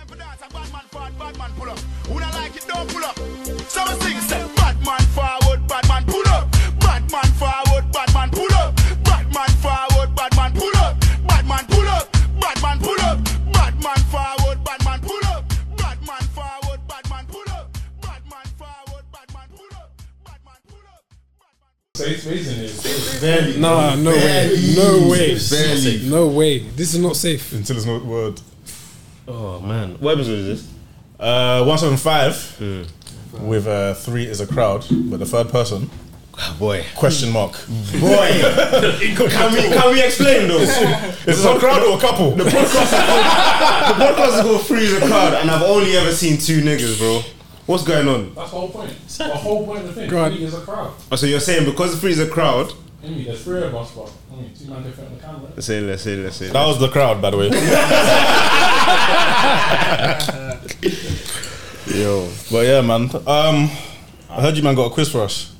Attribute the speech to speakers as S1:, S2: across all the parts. S1: Bad man forward, bad man pull up. Who not like it, don't pull up. Some things say, bad man forward, bad man pull up. Bad man forward, bad man pull up. Bad man forward, bad man pull up. Bad man pull up, bad man pull up. Bad man forward, bad man pull up. Bad man forward, bad man pull up. Bad man forward, bad man pull up. Bad man pull up.
S2: Safe reason is
S3: Very.
S4: Nah, no way. No way.
S3: Very.
S4: No way. This is not safe.
S2: until it's not word.
S5: Oh man, what episode is this? Hmm.
S2: Uh, one seven five with uh, three is a crowd, but the third person
S5: Ah, Boy,
S2: question mark.
S5: boy, can we can we explain though?
S2: Is it a crowd or a couple?
S5: The podcast is called Freeze a Crowd, and I've only ever seen two niggas, bro. What's going on?
S2: That's the whole point. The whole point of the thing.
S4: God.
S2: Three is a crowd.
S5: Oh, so you're saying because Freeze a Crowd?
S2: Anyway, there's three of us, but only two man different on the camera.
S5: Let's say, let's say, let's say.
S2: That was the crowd, by the way.
S5: Yo,
S2: but yeah, man. Um, I heard you man got a quiz for us.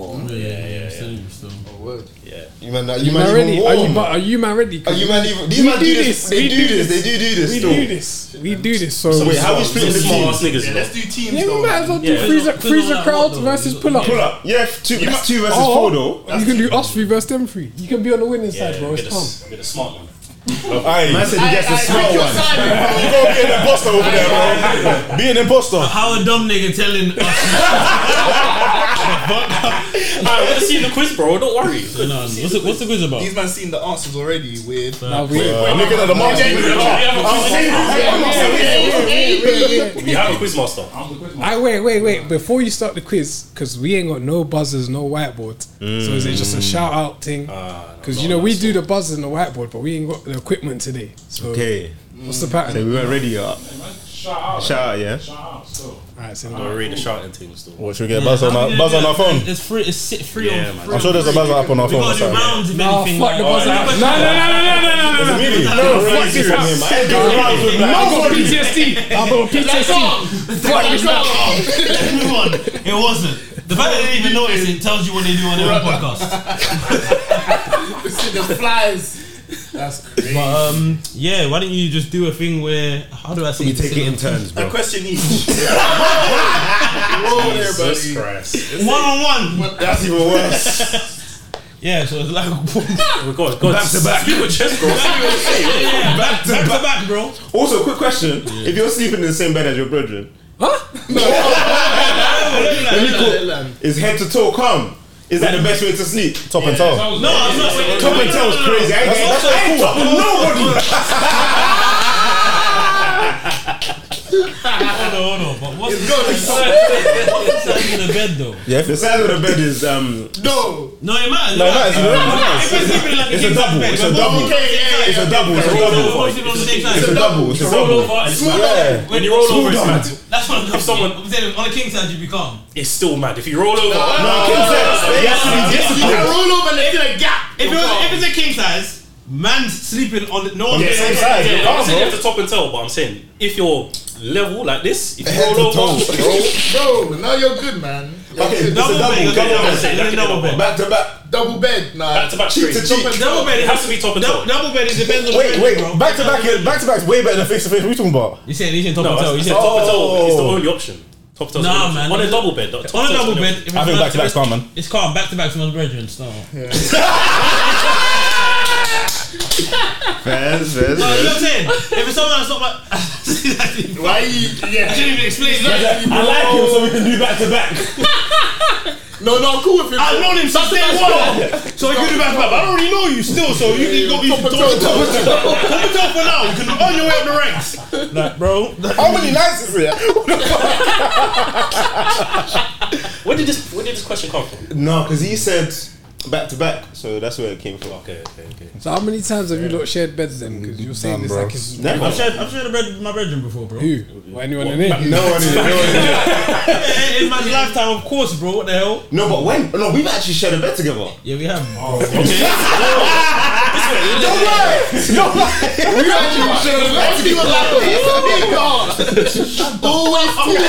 S5: Oh, you man, you,
S4: Man,
S5: man,
S4: ready?
S5: even
S4: Are you,
S5: warm.
S4: but are you man ready?
S5: Are you man even? These
S4: We
S5: man do this. They
S4: we
S5: do this. They do do this.
S4: We
S5: though.
S4: do this. We do this. So,
S5: Wait, how we
S6: Some
S5: split the
S6: small
S5: team?
S6: ass niggas.
S1: Let's
S6: bro.
S1: do teams
S4: yeah, we
S1: though.
S4: might as well do
S6: Yeah,
S4: freezer,
S6: it's not- it's
S4: freezer
S6: not
S4: crowd
S6: like what, though?
S4: versus
S6: It's-
S4: pull up.
S5: Pull up. Yeah, two. That's two versus
S4: Oh.
S5: four though.
S4: You can do us three versus them three. You can be on the winning side, bro.
S6: Yeah,
S4: It's
S6: get a,
S4: calm.
S6: s- get a smart one.
S2: Aye.
S5: Man said he gets a small
S1: your
S5: one.
S1: side,
S2: You gotta be an imposter over there, bro. Be an imposter.
S6: How a dumb nigga telling us. I want to see the quiz, bro. Don't worry.
S7: No, what's, the, what's the quiz about?
S1: These man seen the answers already. Weird.
S4: Now we,
S2: Uh, looking at the marks.
S1: Yeah, yeah,
S6: We have a quiz master.
S4: I wait, wait, wait. Before you start the quiz, because we ain't got no buzzers, no whiteboard. So is it just
S5: Mm.
S4: a shout out thing?
S6: Ah,
S4: Because you know we do the buzzers and the whiteboard, but we ain't got the equipment today. So
S5: Okay,
S4: what's the
S5: so
S4: pattern?
S5: we weren't ready yet.
S2: Shout out.
S5: Shout out, yeah.
S4: Alright, so
S6: I'm gonna read the shouting thing still.
S2: What should we get buzz on our buzz on our phone?
S7: It's free. It's sit free
S6: Yeah,
S7: on.
S6: man.
S7: Free.
S2: I'm sure there's a buzzer app on our
S7: we
S2: phone. or
S7: gotta do
S2: something.
S7: rounds if
S4: Nah,
S7: anything.
S4: fuck the
S7: like-
S4: buzzer.
S7: Oh,
S4: No, no, no, no, no, no, no, no, no.
S2: Really?
S4: No, fuck this house.
S2: I do rounds with
S4: I
S2: that.
S4: got PTSD. I got PTSD. Fuck this house.
S7: Move on. It wasn't. The fact that they didn't even notice it tells you what they do on every podcast.
S1: the flies. That's crazy.
S7: But um, yeah, why don't you just do a thing where? How do I say?
S5: We
S7: this
S5: take it
S7: in-
S5: in turns, bro.
S1: A question each. Whoa there,
S6: Jesus
S1: buddy.
S6: Christ.
S7: One on one.
S5: That's even worse.
S7: Yeah, so it's like
S6: Oh, God, God.
S5: Back to back.
S6: Speak with chest, bro.
S7: yeah, back,
S5: to
S7: to back, to back, bro.
S5: Also, quick question: If you're sleeping in the same bed as your brethren,
S7: Let me go.
S5: is head to toe calm? Is that the best way to sleep?
S2: Top and toe.
S7: No, I'm not saying
S5: Top and toe is crazy. I ain't,
S2: That's
S5: that's
S2: also
S5: I ain't
S2: cool.
S5: topping nobody.
S7: Hold on, hold on. But what's the
S1: going
S7: size of the bed though?
S2: Yeah,
S5: The size of the bed is um.
S1: No.
S7: No, it matters.
S2: No, no, it's
S7: If
S2: not.
S7: it's sleeping like
S2: It's
S7: king's
S2: a double.
S7: bed,
S2: It's a
S7: we're both-
S2: double.
S1: Okay, yeah,
S2: It's a double. It's a
S7: we're both
S2: double.
S7: sleeping on the same side.
S2: It's a double. It's a
S6: Roll
S2: double.
S6: over. It's mad.
S2: Yeah.
S6: When you roll over, it's mad.
S7: That's what I'm
S6: If someone-
S7: I'm saying. On the king side, you be calm.
S6: It's still mad. If you roll over,
S5: No, Kim said yes, it is,
S1: You
S5: yes,
S1: can roll over and in a gap.
S7: If, it was, if it's a king size, man's sleeping on the, no on
S6: yeah,
S7: the same
S6: yeah,
S7: side.
S6: yeah,
S2: you're
S6: I'm
S2: calm,
S6: not
S2: bro.
S6: saying you have to top and tail, but I'm saying if you're level like this, if you
S5: Head
S6: roll
S5: to
S6: over,
S5: toe.
S1: Bro, now you're good, man. You're
S5: Okay,
S1: good.
S5: no.
S7: Double
S5: double,
S7: bed.
S5: double
S7: okay,
S5: bed.
S7: say that in Double bed.
S5: Back to back.
S1: double bed. Nah.
S6: back to back
S5: Cheek
S6: straight.
S5: to cheek.
S7: Double bed.
S6: It has to be top and
S7: Double,
S6: tail.
S7: double bed. It depends on the
S2: Wait,
S7: bed,
S2: wait.
S7: bro.
S2: Back to back. Back to back is way better than face to face. What are you talking about?
S7: You said he said top
S6: No,
S7: and toe.
S6: it's-
S7: You
S6: it's
S7: said
S6: top and
S2: Oh.
S6: tail is the only option. Top and tail.
S7: Nah, man.
S6: On a double bed. though. Top
S7: on a
S6: and tail's
S7: double
S6: the
S7: bed.
S6: only option.
S7: if
S2: I
S7: it's
S2: think
S7: not-
S2: back to back's calm, man.
S7: It's calm. Back to back to my brethren. So you know
S5: Fans, fans, fans.
S7: what I'm saying. If it's someone that's not my, I
S1: Why you? Yeah.
S7: didn't even explain that.
S2: I like him, so we can do back to back.
S1: No, no, I'm cool with him.
S7: I've known him since day one. So if you do back to back, I don't really know you still. So you can go. You can top and toe. Top and toe for now. You can earn your way up the ranks. Like, bro.
S2: How many nights is it?
S6: Where did this Where did this question come from?
S5: No, because he said back to back, so that's where it came from.
S6: Okay, okay, okay.
S4: So how many times have you not shared beds then? Because you're saying this
S2: bro.
S4: like it's
S5: Never.
S7: I've shared, I've shared a bed with my brethren before, bro.
S4: you or anyone in here.
S5: No one is. No one is.
S7: Yeah, in my lifetime, of course, bro. What the hell?
S5: No, but when? No, we've actually shared a bed together.
S7: Yeah, we have.
S2: Oh,
S1: You actually should have left you like this. I mean, God. Always cool.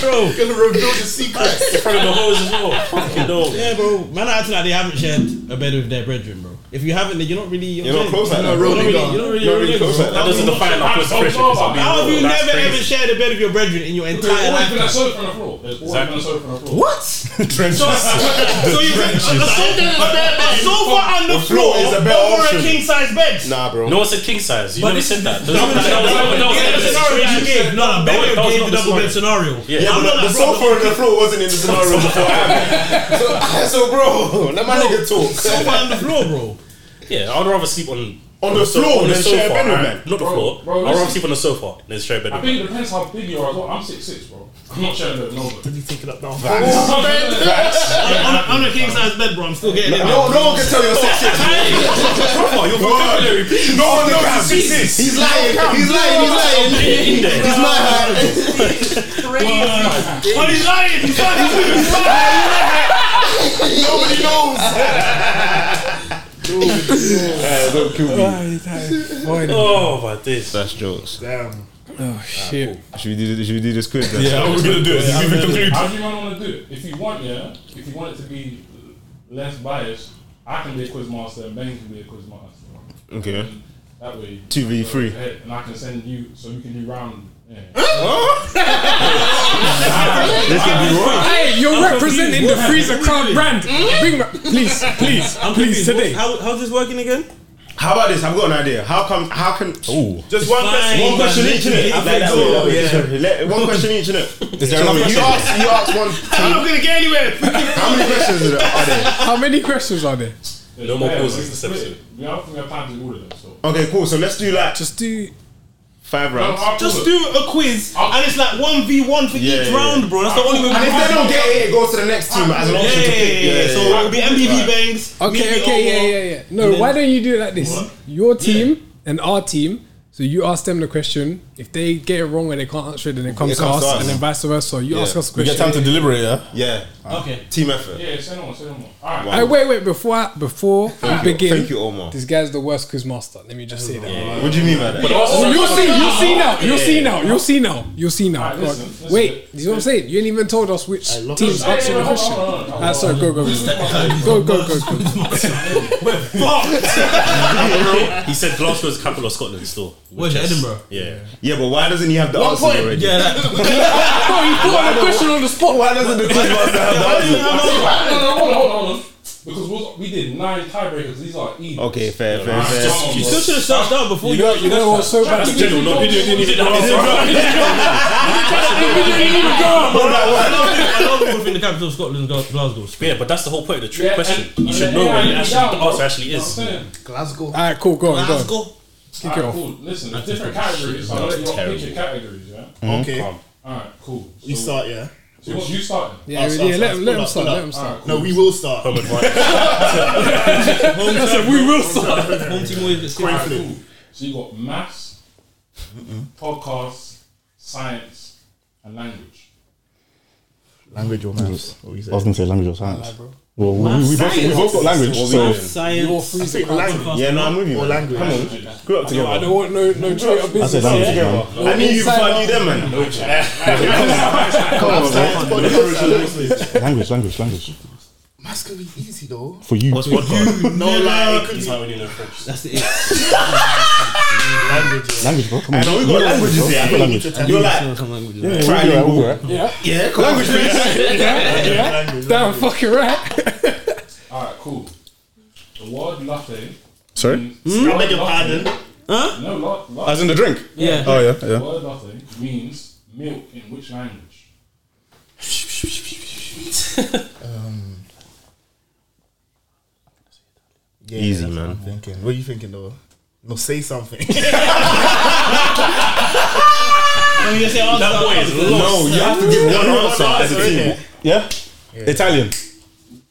S8: Bro.
S9: Gonna reveal the secret.
S6: In front of the hoes as well. Fucking no.
S7: Yeah, bro. Man, I like they haven't shared a bed with their brethren, bro. If you haven't, then you're not really. You're,
S5: not close like that.
S7: You're
S5: You're
S7: not
S5: not
S7: really.
S5: really- you're
S7: You're not really.
S5: not really close
S7: close
S5: like
S6: That
S5: that.
S6: doesn't define our
S2: That's so
S6: friendship.
S2: normal.
S6: if I'm being
S7: How have you
S6: real. That's
S7: never
S6: crazy.
S7: ever shared a bed with your brethren in your entire
S2: Always been a
S7: life?
S2: sofa on the floor. There's always been a sofa on the floor.
S7: What?
S8: So you can, a, a, sofa- a, a sofa on the floor
S5: floor is a better
S8: over
S5: option.
S8: a king size bed.
S5: Nah, bro.
S6: No one said king size. You never said that. That was- that was- that was- that was-
S7: Yeah,
S6: that
S7: the
S6: was the
S7: scenario you
S6: situation.
S7: gave. No, no,
S6: That
S7: Bedwin
S6: was
S7: gave
S6: not
S7: the
S6: the
S7: double bed scenario.
S6: Yeah,
S7: I'm
S5: but the,
S7: not
S5: the
S7: that bro.
S5: sofa on the floor wasn't in the scenario before I had it. So, ah, so bro, let my nigga
S7: Sofa
S5: talk.
S7: on the floor, bro.
S6: Yeah, I'd rather sleep on
S5: On the
S6: so-
S5: floor,
S6: on the
S5: then share a
S6: sofa,
S5: bed with
S6: alright?
S5: man.
S6: Not the
S2: Bro,
S6: floor.
S2: bro,
S6: I'd rather
S2: listen.
S6: sleep on the sofa than share a bed
S2: I
S6: with.
S2: think it depends how big you are as well. I'm 6'6, bro. I'm not sharing that with nobody.
S7: On a- on a- On a king size bed, bro. I'm still getting it.
S5: No, no one can tell your sex shit.
S6: Proper, your vocabulary, please.
S5: No one knows his sex. He's lying. He's lying. He's lying.
S6: In there.
S5: He's not high.
S8: But he's lying. He's lying. He's lying.
S5: Nobody knows. don't kill me.
S6: Oh my days.
S5: That's jokes.
S4: Oh shit.
S5: Should we do? Should we do this quiz? Then?
S10: Yeah, I was gonna do it. You can conclude.
S2: How do you want to do it? If you want, yeah, if you want it to be less biased, I can be a quiz master and Ben can be a quiz master.
S5: Okay.
S2: That way,
S5: Two v three.
S2: ahead, and I can send you so you can do round. Yeah.
S4: Hey, you're representing the freezer crowd brand. Bring my, please, please, please today.
S7: How, how's this working again?
S5: How about this? I've got an idea. How come? How can? Ooh. Just one
S7: Fine,
S5: question. One question
S7: man.
S5: each, innit?
S7: I
S5: Like
S7: think
S5: that
S7: so,
S5: way, that way,
S7: yeah.
S5: just let- One question each, innit? Is
S10: there enough
S5: you
S10: questions?
S5: ask, you ask one.
S8: I'm not gonna get anywhere.
S5: How many questions are there? Are there?
S4: How many questions are there?
S6: No more pauses this episode.
S2: We have, we have time to do all of them, so.
S5: Okay, cool. So let's do like
S4: Just do.
S5: five rounds.
S7: Just do a quiz, and it's like one v one for
S5: Yeah,
S7: each
S5: yeah.
S7: round, bro. That's the only way. we
S5: And if
S7: can-
S5: they don't get it, it goes to the next team as an
S7: yeah,
S5: option to
S7: yeah,
S5: pick.
S7: yeah, yeah, So it'll be MDV bangs.
S4: Okay, okay, yeah, yeah, yeah. No, why don't you do it like this? Your team and our team. So you ask them the question. If they get it wrong and they can't answer it, then it comes, to, us, and then vice versa. You ask us a
S10: We
S4: question.
S10: get time to deliberate, yeah?
S5: yeah.
S7: yeah. Okay.
S5: Team effort.
S2: Yeah, send them on, send them on. All right.
S5: Wow.
S4: Hey, wait, wait. Before I, before I begin,
S5: Thank you, Omar.
S4: this guy's the worst quiz master. Let me just say that.
S5: What do you mean by that?
S4: Oh, you'll see, you'll see now, you'll see now, you'll see now, you'll see now.
S2: Alright, listen, listen.
S4: Wait, you know what I'm saying? You ain't even told us which team's
S2: Hey,
S4: answering the
S2: hold on,
S4: question.
S2: hold on, hold on.
S4: Ah, sorry, go, go, go, go, go, go, go.
S6: He said Glasgow is capital of Scotland still.
S7: Where's Edinburgh?
S6: Yeah.
S5: Yeah, but why doesn't he have the answers already?
S7: Yeah, that,
S4: Bro, you thought of the question on the spot.
S5: Why doesn't the quizmaster have the answers?
S2: No, no, hold on, hold on, hold on. Because we'll, we did nine tiebreakers. These are easy.
S5: Okay, fair, fair, fair.
S2: Come on,
S7: you
S2: bro.
S7: still should have searched out before
S4: You
S7: you.
S4: know, you know what's so bad?
S6: That's general knowledge.
S2: You didn't- you didn't
S6: That's
S2: answer.
S6: general knowledge.
S7: I love people- I love people think the capital of Scotland is Glas- Glasgow.
S6: Yeah, but that's the whole point of the trick
S2: Yeah,
S6: question.
S2: and-
S6: You should
S2: and
S6: know
S2: yeah,
S6: where the
S2: you
S6: actual
S2: shout,
S6: the
S2: bro.
S6: answer actually
S2: You know what
S6: is.
S2: I'm saying?
S4: All right, cool, go on, go on.
S7: Glasgow.
S4: Kick it
S2: Alright,
S4: off.
S2: cool. Listen, there's different categories. So I'll let you all pick your categories, yeah?
S1: Mm-hmm.
S2: Um, Alright, cool. So,
S1: You start, yeah.
S2: so you want- you start.
S4: Yeah,
S1: Us,
S4: yeah, let
S1: us, us,
S4: him, let
S1: pull
S4: him
S1: up,
S4: start,
S1: pull
S4: let him start.
S1: No, we will start.
S6: Home advantage.
S7: I said we will start. Home team always gets
S2: Alright,
S1: flip.
S2: cool. So you got maths, podcasts, science, and language.
S1: Language or maths? What
S11: I was gonna say language or science. Well, we, we, we both, we both got language. So
S7: Math, science.
S1: language.
S5: Yeah, no, I'm with you.
S1: Or
S5: man.
S1: language.
S5: Come on, grew up together.
S4: I don't want no, no trade of
S11: I said
S4: business.
S11: language. man.
S5: I knew you before I knew them, man.
S1: Science, but language.
S11: Language, language, language.
S1: Maths can be easy though.
S11: For you,
S6: What's podcast?
S1: No, like it could be
S6: How we need no French.
S7: That's the it.
S11: language, bro. Come on.
S5: I know we got languages here.
S11: I got language.
S5: You're like
S11: Yeah, we'll be alright,
S5: trilingual.
S11: we'll be alright.
S5: Yeah, come language, please.
S4: Damn, fucking right.
S2: Alright, cool. The word latte.
S5: Mm.
S10: Sorry?
S2: I beg
S1: your pardon.
S2: No, la- la-
S10: As in the drink?
S7: Yeah.
S5: Uh,
S10: Oh, yeah,
S2: the
S10: yeah.
S2: word latte means milk in which language?
S1: Yeah,
S5: Easy,
S1: that's what
S5: man.
S1: I'm thinking. What are you thinking though? No, say something.
S6: That boy is
S7: uh,
S5: No,
S6: lost.
S5: you have to give one answer as a team.
S10: Yeah? Italian.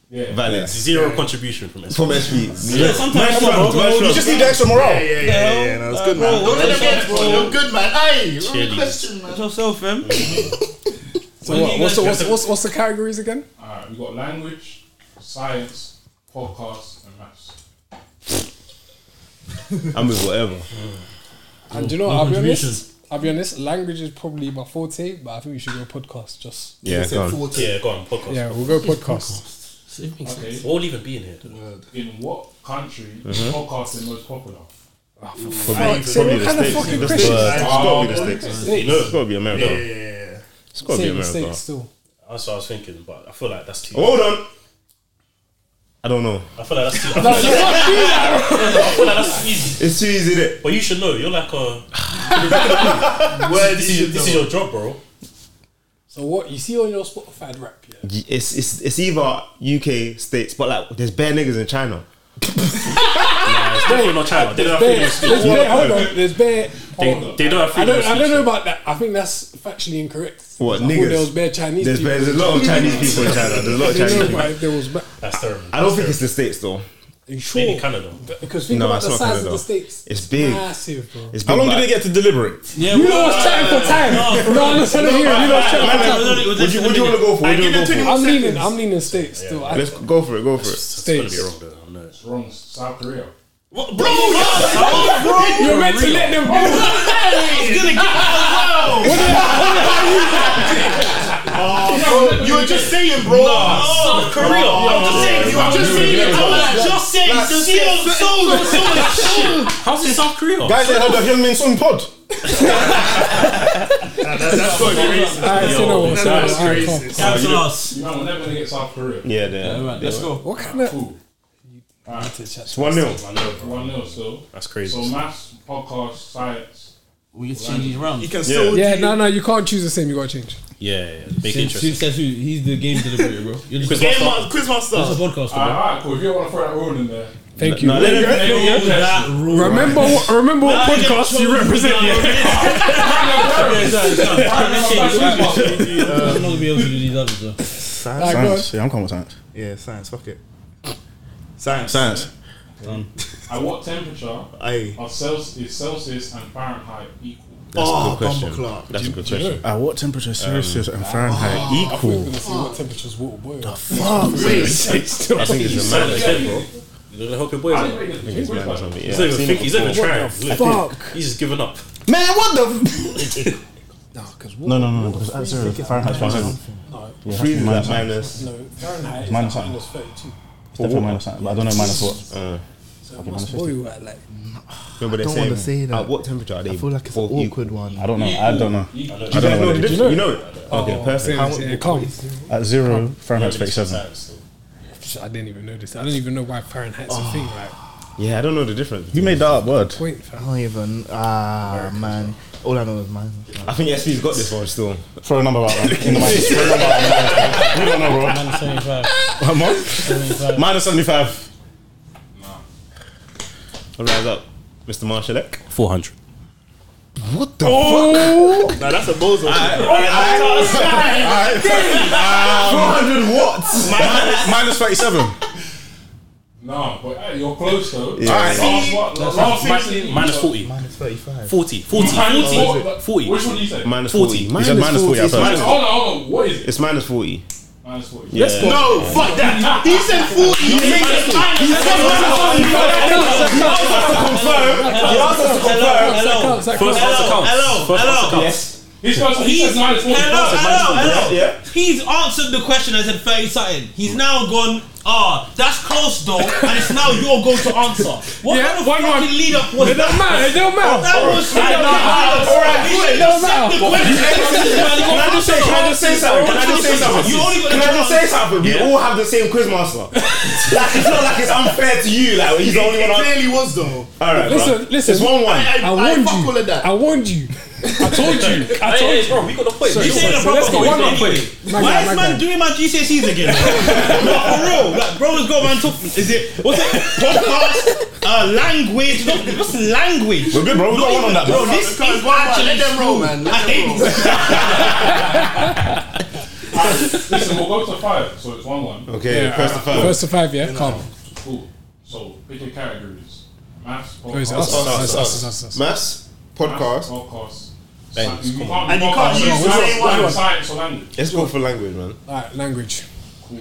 S2: Yeah.
S5: Valid.
S6: Zero contribution from us.
S5: From SB.
S7: Sometimes you
S5: Well, well, you just need the extra morale.
S1: yeah, yeah, yeah. That's good, man. Well,
S7: Well,
S1: again, bro. You're good, man. Aye, wrong
S6: Cheerleaders.
S1: question, man.
S7: yourself, fam.
S4: So what, what's, the, what's, what's, what's the categories again?
S2: Alright, we got language, science, podcasts, and maths.
S5: I'm with whatever.
S4: And do you know what, I'll be honest, I'll be honest, language is probably my forte, but I think we should go podcast. Just
S5: Yeah, go on.
S6: Yeah, go on, podcast.
S4: yeah, we'll go podcast.
S2: Okay.
S6: We'll all even be in here.
S2: In what country is podcasting most popular?
S5: Probably,
S4: Fuck, so
S5: probably
S4: what
S5: the
S4: kind of
S5: States.
S4: fucking
S5: It's
S4: question is
S5: gotta be the States.
S4: States.
S5: No, it's gotta be America.
S1: Yeah.
S5: It's gotta be
S4: Say
S5: America.
S4: mistake still.
S6: That's what I was thinking, but I feel like that's too.
S5: Hold on. I don't know.
S6: I feel like that's too. I feel like that's, I feel like that's too easy.
S5: It's too easy, innit?
S6: But you should know. You're like a. this, is, this is your job, bro.
S4: So what you see on your Spotify rap, yeah?
S5: It's, it's, it's either UK, States, but like, there's bare niggas in China.
S6: Definitely not China. They don't
S4: Bear, there's
S6: have freedom of speech.
S4: bear, hold on, there's bear. Hold
S6: They,
S4: on.
S6: they don't have
S4: I
S6: freedom
S4: don't,
S6: of
S4: I don't
S6: speech.
S4: know about that. I think that's factually incorrect.
S5: What,
S4: I thought
S5: niggas?
S4: There was bare Chinese
S5: There's,
S4: people.
S5: there's a lot of Chinese people in China. There's a lot of
S4: I don't
S5: Chinese
S4: know,
S5: people.
S4: but if there was. Ba-
S6: That's terrible.
S5: I don't think it's the States though.
S4: Are you sure?
S6: Maybe Canada.
S4: Because think
S5: No,
S4: about
S5: it's
S4: the
S5: not
S4: size of
S5: Canada.
S4: the states.
S5: It's big.
S4: massive, bro.
S5: It's
S12: How
S5: big,
S12: long
S5: but-
S12: did they get to deliberate?
S7: Yeah,
S4: You know, I was chatting for time. No, I'm not trying to hear it. You know, I was chatting for time.
S5: Would you, would you want to go for? Would you wanna go
S4: I'm leaning. I'm leaning states still.
S5: for?
S4: I,
S5: Let's go for it. Go for it.
S4: states.
S2: It's wrong. South Korea.
S4: You're meant to let them.
S1: You were just saying, bro.
S6: South
S7: Oh,
S6: Korea. I'm just saying.
S1: You were just saying. it. I was just saying.
S6: You see on soul, soul, soul. How's it South Korea?
S12: Guys, they had the Hyun Min Sun pod.
S1: That's what it is.
S4: Alright, so no, so no,
S1: That's
S4: alright, come on.
S1: crazy.
S7: Cancel us.
S2: You know, we're never gonna get South Korea.
S5: Yeah, there.
S7: Let's go.
S4: What kind of?
S2: Cool.
S5: It's one 0
S2: One nil still.
S5: That's crazy.
S2: So maths, podcast, science.
S7: We get to change these rounds.
S1: You can still.
S4: Yeah, no, no, you can't choose the same. You gotta change.
S6: Yeah, yeah. Big
S7: Since
S6: interest.
S7: since that's who he's the game delivery, bro. You're just
S1: Game
S7: a
S1: ma- Quizmaster.
S7: podcaster,
S2: All
S7: bro.
S2: right, cool. If you want to throw that rule in there,
S4: Thank you.
S7: Yo, that rule.
S4: Remember, what, remember what podcast you represent.
S7: I'm not gonna be able to do these others, though.
S1: Science.
S13: Science. Yeah, I'm coming with science.
S1: Yeah, science. Fuck it. Science.
S13: Science.
S2: at what temperature
S1: Aye.
S2: are Celsius, is Celsius and Fahrenheit equal?
S5: That's a
S1: Oh,
S5: good question.
S1: bumper clock.
S5: That's a good question.
S13: At what temperature is Celsius and Fahrenheit equal?
S4: See what temperature's water boil.
S5: I think it's a man.
S6: You're gonna help your boys
S2: I
S6: out.
S2: didn't make
S5: It's
S2: it.
S5: man or something.
S6: He's
S5: Yeah.
S6: not even thinking. He's not even trying.
S4: Fuck.
S6: He's just giving up.
S13: Man, what the?
S4: No, because
S13: No, no, no, no. Because at zero, Fahrenheit's one second. Yeah,
S5: Freeze is like
S13: minus minus.
S5: minus.
S4: no, Fahrenheit is
S13: Minus
S4: like
S13: something.
S4: minus thirty-two.
S13: It's definitely minus something, but I don't know minus what.
S5: Uh,
S4: So it must boil at like.
S5: remember they
S1: don't
S5: saying
S1: wanna say that.
S5: at what temperature are they?
S1: I feel like it's an
S5: both equal?
S1: awkward one.
S13: I don't know. I don't know.
S5: You guys know the
S13: Do you
S5: difference? You know it. Okay, perfect.
S4: How, yeah, come.
S13: At zero, Fahrenheit's 37.
S4: I didn't even know this. I don't even know why Fahrenheit's a thing. Like
S5: Yeah, I don't know the difference.
S13: You made that up, word.
S4: point. Fam.
S1: I don't even. Ah, man. All I know is mine.
S5: I think SP's got this one still.
S13: Throw a number out man. in the minus. Throw a number out. We don't know, bro.
S7: Minus 75.
S13: How much?
S7: 75.
S13: Minus 75.
S5: Rise up, Mr. Marshalek.
S6: 400.
S13: What the fuck?
S5: Oh.
S1: Now that's a bozo.
S13: Minus, minus 37.
S2: No, but hey, you're close though.
S5: Yeah.
S2: Last one- last season,
S6: Minus
S2: you
S6: 40.
S1: Minus 35.
S6: 40. 40.
S2: Minus
S6: 40.
S2: what?
S6: 40.
S2: Which one do you say?
S5: Minus
S6: 40.
S5: 40.
S6: Minus
S5: said minus
S13: 40.
S5: 40. at first.
S2: Minus- hold on, hold on. What is it?
S5: It's minus 40.
S2: Minus 40.
S5: Yes. Yeah.
S1: No, fuck that. He said 40. He said minus- he said minus 40.
S7: Hello.
S4: Is that
S6: First
S4: correct?
S6: answer counts. Hello. Hello. Yes.
S2: He's supposed to- he says minus 40.
S7: Hello. Hello. Hello.
S5: Yeah.
S7: He's answered the question. I said 30 something. He's now gone. Ah, that's close though, and it's now your go to answer. What
S4: Yeah,
S7: kind of
S4: why you
S7: fucking lead up was
S4: It don't
S7: that?
S4: matter. It don't matter.
S7: That was right now.
S4: It don't matter.
S7: Can I just say? Can I
S5: just say something? Can I just say something?
S7: You only got
S5: Can I just say
S7: the chance.
S5: something? We all have the same quizmaster. like it's not like it's unfair to you. Like he's the only one.
S1: It
S5: on-
S1: clearly was though.
S5: All right,
S4: Listen,
S5: bruh.
S4: listen.
S5: It's one one.
S1: I,
S4: I
S1: I,
S4: warned
S1: fuck all of
S4: you.
S1: that.
S4: I warned you. I told you. I
S6: Hey,
S4: told
S6: hey, bro, we got the point.
S7: You say the
S4: So let's
S7: proper
S4: go
S7: way,
S4: one more
S7: anyway.
S4: My
S7: Why
S4: guy,
S7: is
S4: my
S7: man
S4: guy.
S7: doing my GCSEs again? no, for real. Like, bro has got man talk. Is it what's it? Podcast, uh, language. No, what's language?
S13: We're good, bro. We got one on that,
S7: Bro,
S13: bro.
S7: this is
S1: Guys, why- why-
S7: actually
S1: let them roll,
S7: school.
S1: man.
S7: I
S1: Let them
S7: hate
S1: roll.
S7: this.
S2: Listen, we'll go to five, so it's 1 1.
S5: Okay, press the
S4: you.
S5: phone.
S4: First to five, yeah. Come.
S2: Cool. So pick your categories. Maths,
S4: Oh, it's
S2: podcast,
S4: us.
S5: us,
S4: Us,
S5: us,
S4: us, us, us.
S5: Maths
S2: maths,
S7: Oh.
S5: podcast.
S2: podcast.
S5: Thanks,
S2: science-
S5: come
S1: And you can't
S2: podcast,
S1: use the
S2: science,
S1: same one.
S2: science, Science or language.
S5: Let's go for language, man.
S4: Alright, language.
S2: Cool.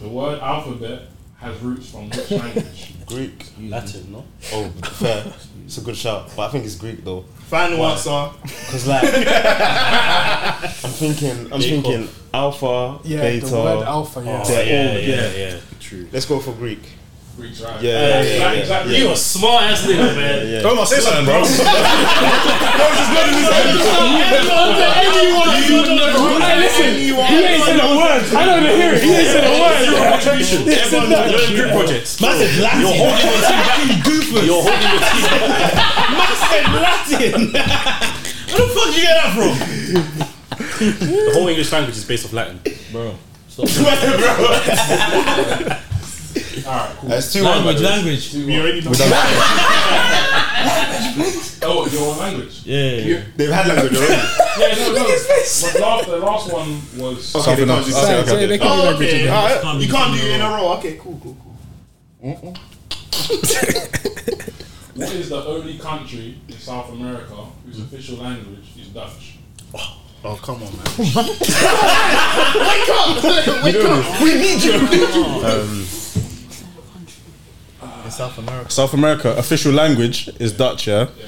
S2: The word alphabet has roots from which language?
S5: Greek.
S6: Latin, no?
S5: Oh, fair. It's a good shout, but I think it's Greek though.
S14: Final answer.
S5: Cause like, I'm thinking, I'm thinking alpha,
S4: Yeah,
S5: beta.
S4: the word alpha, yeah.
S5: they're all-
S6: yeah, yeah. True.
S5: Let's go for Greek.
S2: Greek drive.
S5: Yeah, yeah, yeah, yeah,
S2: exactly.
S6: You a smart ass nigga, man.
S5: yeah.
S15: Omar, say something, bro.
S4: Hey, listen, he ain't said a word. I don't wanna hear it. He ain't said a word.
S6: Your contribution. Everyone's doing group projects.
S14: Massive Latin.
S6: You're holding your team back.
S14: goofus.
S6: You're holding your
S14: Massive
S6: team back.
S14: Latin. Where the fuck you get that from?
S6: The whole English language is based off Latin.
S5: That's two one.
S7: Language, language.
S2: We already know. oh, your own language. Yeah.
S5: They've had language already.
S2: Yeah, no, no. But last, the last one was.
S15: Something else. Okay,
S4: So
S15: okay.
S4: they
S5: Oh,
S4: can't do language again.
S7: Alright, You can't do it in a row.
S2: What is the only country in South America whose official language is Dutch?
S15: South America, official language is Dutch, yeah?
S2: Yeah.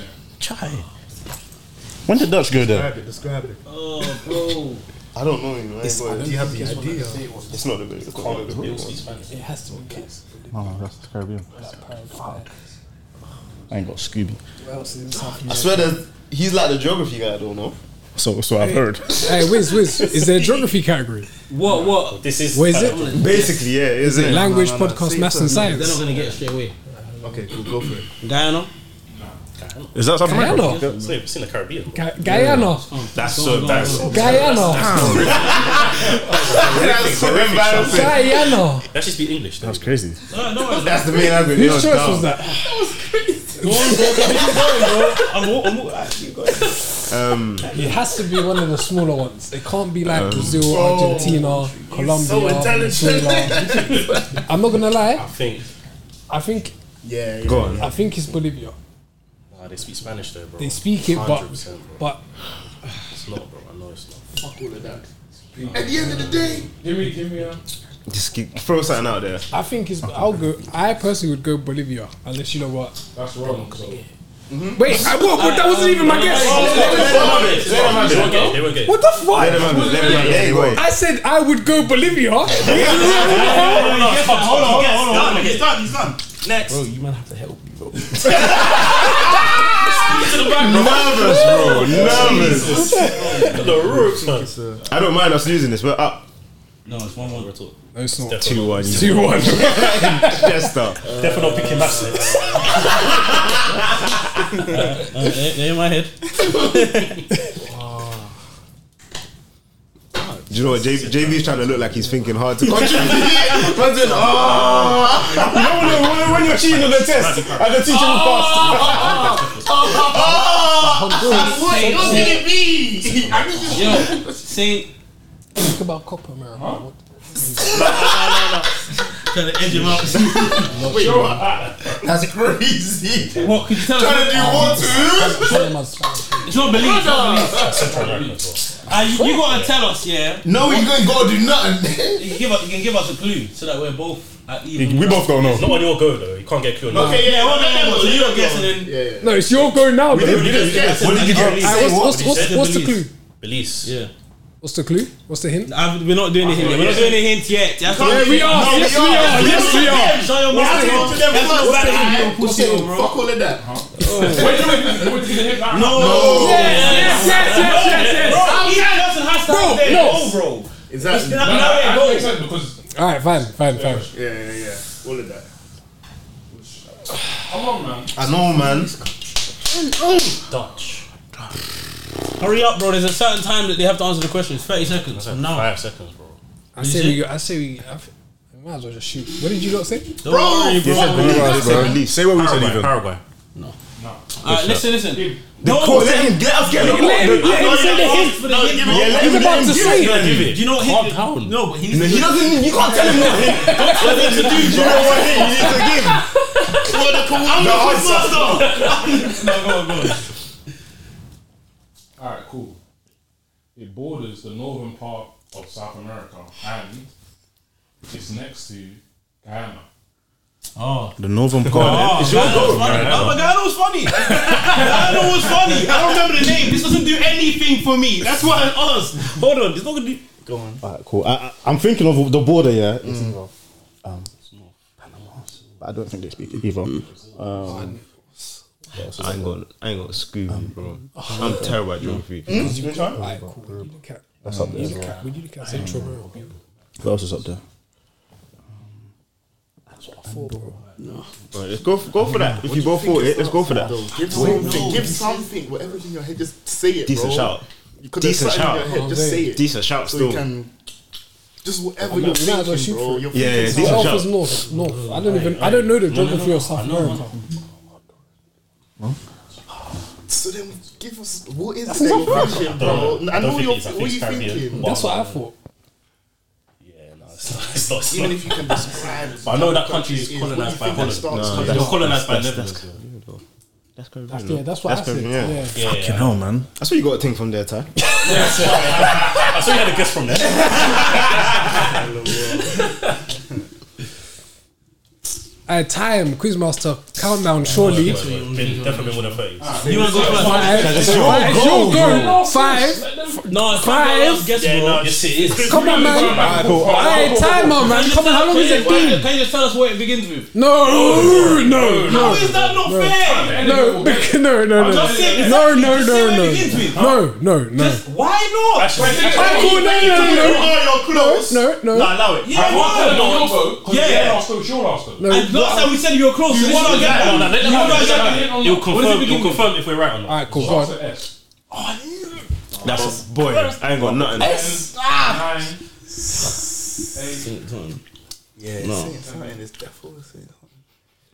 S15: When did Dutch go there?
S1: Describe it.
S5: I don't know. You know it's,
S1: Do you have the idea?
S5: it's not the best. It's not the best.
S4: It has to be kids.
S15: Oh, that's the Caribbean. I ain't got Scooby.
S5: I swear that he's like the geography guy. I don't know.
S15: So, so I've heard.
S4: Hey, Wiz, Wiz, is there a geography category?
S7: What, what?
S6: This is.
S4: Where is it?
S5: Basically, yeah. Is it?
S4: Language,
S1: no, no, no.
S4: podcast,
S1: Say
S4: maths, and
S1: something.
S7: They're not
S4: science.
S7: gonna get it straight away.
S1: Okay, cool, go for it.
S7: Guyana?
S15: Is that South America?
S4: Guyana.
S6: It's it's in the Caribbean.
S4: Ga- Guyana.
S6: That's so. That's.
S4: Guyana.
S5: That's so embarrassing.
S4: Guyana.
S6: That should be English.
S15: That's crazy.
S5: That's the main language.
S4: Whose choice was that?
S5: ah, Um,
S4: It has to be one of the smaller ones. It can't be like Brazil,
S5: Oh,
S4: Argentina, Colombia, Venezuela. I'm not gonna
S6: I
S4: lie.
S6: think.
S4: I think
S1: Yeah,
S5: go on.
S4: I think it's Bolivia.
S6: Nah, they speak Spanish there, bro.
S4: They speak it, but
S6: 100%, bro.
S4: but
S6: It's not, bro. I know it's not.
S2: Give me, give me a.
S5: Just keep, throw something out there.
S4: I think it's. I'll go. I personally would go Bolivia, unless you know what.
S2: That's wrong. So.
S4: Wait, I, what, what, that wasn't even my guess.
S6: They won't get it. They won't get it.
S4: What the
S5: Let him
S4: fuck?
S5: have it. Let him have it. Hey, wait.
S4: I said I would go Bolivia.
S7: Hold on, hold on, hold on.
S14: He's done, he's done.
S6: Next.
S7: Bro, you might have to help me, bro.
S5: Nervous, bro. Nervous.
S6: The roots, man.
S5: I don't mind us losing this. We're up
S7: No, it's one more. Talk.
S4: No, it's not.
S5: two one.
S4: Two one.
S5: Jester.
S6: Definitely not picking maths next.
S7: Uh, they're, they're in my head.
S5: Do you know what? JB, JB's trying to look like he's thinking hard to contribute. Man's in, oh.
S15: you know when, you're- when, when you're cheating on the test and the teacher will
S5: Ah.
S15: pass.
S16: Wait, what's it be? I need
S7: Yo, Saint.
S4: Think about copper, man.
S7: Trying to edge him out.
S5: That's crazy.
S7: What? Could you tell
S5: Trying to
S7: us?
S5: do what to?
S4: Show them as Spanish.
S7: It's not belief. It's not belief. Uh, you, you gotta tell us, yeah.
S5: No, you ain't gotta do nothing.
S7: You can give us, you can give us a clue so that we're both at even.
S15: We both don't know.
S6: Not on your go though. You can't get a clue. Okay.
S7: Yeah, well, no, no, no, so you're guessing. Then
S4: No, it's your go now, bro.
S5: What
S4: Alright,
S5: did you get?
S4: what's, what's, what's,
S7: said
S4: what's the clue?
S7: Belize.
S6: Belize.
S7: Yeah.
S4: What's the clue? What's the hint?
S7: I've, we're not doing a hint. yet. We're not doing a hint yet. That's
S4: Yeah, we are. yes, we are. Yes, we are.
S7: Show your mouth. That's not bad. Your pussy, bro.
S5: all of that.
S2: Wait, wait, wait. What did you hit now?
S7: No.
S4: Yes, yes, yes, yes, yes.
S7: Bro, he doesn't have to have that.
S4: no.
S7: No, bro.
S5: Is that?
S7: No,
S5: Yeah,
S7: no,
S2: That
S7: no,
S2: makes
S7: no.
S2: sense because
S4: Alright, fine, fine, fine.
S5: yeah, yeah. All of that.
S2: come on, man.
S5: I know, man.
S6: Dutch.
S7: Hurry up, bro. There's a certain time that they have to answer the questions. 30 seconds from now.
S6: Five seconds, bro.
S4: I say we, I say we, I f- we might as well just shoot. What did you not say?
S7: Don't worry, bro.
S15: Say what we said even.
S6: Paraguay.
S7: Alright, listen, listen. Don't-
S5: Let him get us get the
S7: No, give me-
S5: Yeah, let him
S4: He's about to say it.
S6: Give it.
S7: Do you know what hint? No, but he needs
S5: He doesn't. You can't tell him nothing.
S7: to do.
S5: You know what he needs to give. I'm the answer.
S2: All right, cool. It borders the northern part of South America and it's next to Guyana.
S7: Oh,
S15: The northern part.
S7: oh, Guyana's funny.
S17: funny.
S7: Oh, but Guyana's
S17: I know what's funny. I don't remember the name. This doesn't do anything for me. That's why I asked. Hold on, it's not gonna do. Go on.
S18: Alright, cool. I, I, I'm thinking of the border, yeah.
S5: Mm.
S18: It's either, um, Panama, but I don't think they speak it either. Um,
S5: Mm. I ain't got, I ain't got a scoop, bro. I'm terrible at geography.
S4: Alright, cool. What do you look at?
S18: that's up
S4: What
S18: there.
S4: do you look at? What do you look at? Central Rail.
S18: What else is up there?
S5: Bro, let's go, for, go for that. If you go for it, let's go for that.
S1: Give something. Give something. Whatever's in your head, just say it,
S5: Decent
S1: bro.
S5: shout.
S1: You could have
S5: Decent
S1: something in your
S5: shout.
S1: head, Just say it.
S5: Decent shout
S1: So you
S5: still.
S1: can. Just whatever
S4: I'm
S1: you're
S4: not- might as well
S1: thinking,
S4: shoot
S1: bro.
S4: for it.
S1: You're
S5: Yeah, yeah,
S1: thinking
S5: decent
S1: something.
S4: South
S5: shout.
S4: is north. North. I don't even. I don't know the geography of South America.
S1: So then, give us what is it that you're thinking, bro? I know
S6: don't
S1: what
S6: think
S1: you're
S6: it is. I
S1: what
S6: think
S1: are
S6: it's
S1: you
S6: Caribbean.
S1: thinking.
S6: But-
S4: That's what I thought.
S6: Yeah, no, it's not. It's not, it's
S1: Even
S6: not.
S1: if you can describe.
S6: But I know that country
S1: what
S6: is
S1: you
S6: colonized
S1: think
S6: by
S1: that
S6: Holland.
S1: starts
S6: They
S1: coming
S6: were
S1: up.
S6: colonized by Netherlands.
S5: That's correct.
S4: That's, yeah, that's what I said.
S5: yeah.
S4: Yeah.
S6: Yeah, yeah.
S19: No, man.
S5: That's what you got to think from there, Ty.
S6: I saw you had a guess from there.
S4: Uh, time, Quizmaster, countdown, surely.
S6: Been- Definitely been one of those.
S7: You wanna go first?
S4: Five, five, it's your go. Five.
S7: No, it's
S4: Five.
S7: five. Guess
S6: Yeah,
S7: bro.
S6: no, yes it is.
S4: Come on, man. Hey, time on, man.
S7: Can you
S4: Come on,
S7: tell
S4: how
S7: us-
S4: long
S7: can
S4: is
S7: you-
S4: it been?
S7: Can you just tell us what it begins with?
S4: No, no,
S7: How
S4: no,
S7: is that not fair?
S4: no, no, no, no,
S7: Just say exactly-
S4: no, no, no,
S7: just say what it
S4: no,
S7: begins with.
S4: no, no, no.
S7: Just- Why not?
S4: Alright, cool, no, no, no, no.
S6: Oh, you're close.
S4: No, no.
S6: Nah, allow it.
S7: Yeah,
S6: Alright,
S7: why
S6: one
S7: not?
S6: point, no.
S7: Yeah.
S2: Last go, sure, last go.
S7: And last time we said you were close. You
S6: This
S7: want to
S6: is-
S7: get
S6: no, no,
S7: that?
S6: let them
S7: You
S6: have
S7: want
S6: it.
S7: to get that?
S6: You'll
S7: What does it
S6: confirm.
S7: begin
S6: You'll
S7: with?
S6: confirm if we're right or not.
S4: Alright, cool, go on.
S2: That's an S.
S5: That's a boy. I ain't got nothing.
S2: Nine.
S1: Yeah, no. saying something is definitely saying something.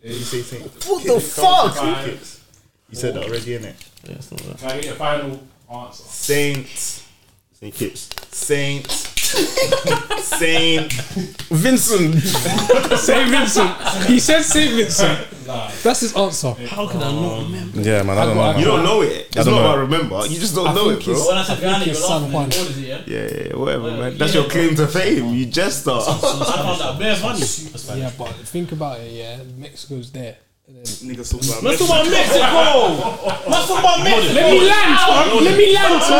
S1: You say saying.
S19: What the fuck?
S2: Five.
S1: You said that already, innit?
S2: Can I get your final answer?
S1: Saints.
S5: St. Kitts.
S1: Saints. Saint.
S19: Vincent.
S4: Saint Vincent. He said Saint Vincent.
S2: Nah.
S4: That's his answer.
S7: How can I not remember?
S19: Yeah, man. I don't know.
S4: got-
S5: You
S19: Man.
S5: don't know it. It's
S19: don't
S5: not
S19: know
S5: about remember. You just don't know it, bro.
S7: When I said Ghana, you're
S4: it's San
S7: laughing.
S4: Juan.
S7: What is it, yeah?
S5: Yeah, yeah, yeah, whatever, man. That's your claim to fame. You just are.
S7: I found that bare funny.
S4: Yeah, but think about it. Yeah, Mexico's there.
S1: Niggas talk about
S7: Let's talk about Mexico. Let's talk about Mexico.
S4: Let me land. son. Let me land. son.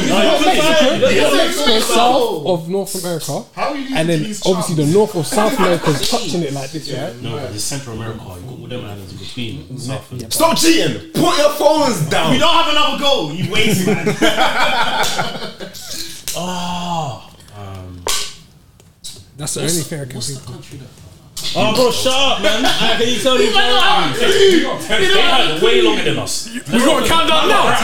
S4: You've got
S7: it's fine.
S4: Mexico. You've got
S1: It's
S4: Mexico
S1: Mexico.
S4: south of North America,
S1: How are you
S4: and then
S1: these
S4: obviously the
S1: chums?
S4: north of South America is touching it like this, yeah.
S6: No, it's Central America. You've got all them islands between. South and-
S5: Stop cheating. Put your phones down.
S7: We don't have another goal. You wasted, man.
S4: That's the only thing I can think. of.
S7: Oh, bro, shut up, man. Ah, Can you tell me? bro?
S6: They had way longer than us.
S4: We got a countdown now.
S5: We,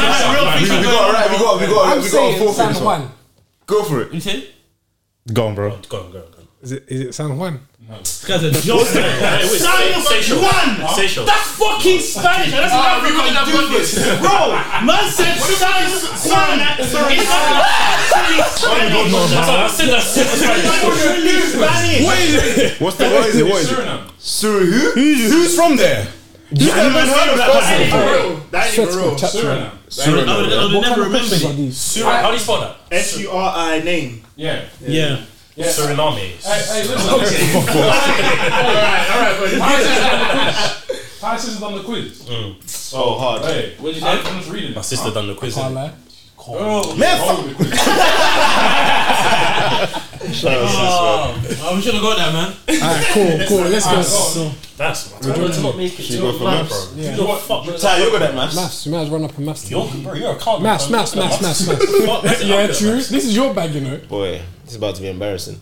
S5: we got right. We got. We got.
S4: I'm
S5: we got a
S4: saying
S5: four for
S4: San
S5: this one.
S4: Juan.
S5: Go for it.
S7: You said?
S19: Go on, bro.
S6: Go on, go on, go on.
S4: Is it? Is it San Juan?
S7: This guy's a joke.
S6: Hey, wait,
S7: San
S6: Seychelles.
S7: Juan.
S6: Seychelles.
S7: That's fucking Spanish. That's not
S1: we wouldn't
S7: African
S1: have
S7: do
S1: done
S7: this. Bro, man said San Juan. It's
S6: I said that.
S7: It's Spanish.
S19: What is it?
S5: What's the? What is it? What is it?
S2: Suriname.
S5: Suri who?
S19: Who's, who's from there?
S5: You never heard of that person.
S1: That ain't real.
S2: Suriname.
S7: I would- I would never remember it.
S6: Suriname. How do you spell that?
S1: S U R I name.
S2: Yeah.
S7: Yeah.
S6: Suriname.
S2: Hey, hey, listen. Okay. all right, all right. Tyson's done the quiz. Tyson's done the quiz.
S5: Oh, hard.
S2: Hey, what you say? I'm just reading.
S6: My sister done the quiz.
S4: Can't
S6: innit?
S4: lie.
S2: Oh, the quiz.
S7: I'm sure Oh, I got that, man.
S4: Alright, cool, cool. Let's go.
S6: That's what I'm talking
S5: Ty, you got that man.
S4: Maths. You might as well run up a maths. team.
S6: Bro, you're a calm
S4: Maths, maths, maths, maths, maths. Yeah, true. This is your bag, you know.
S5: Boy, it's about to be embarrassing.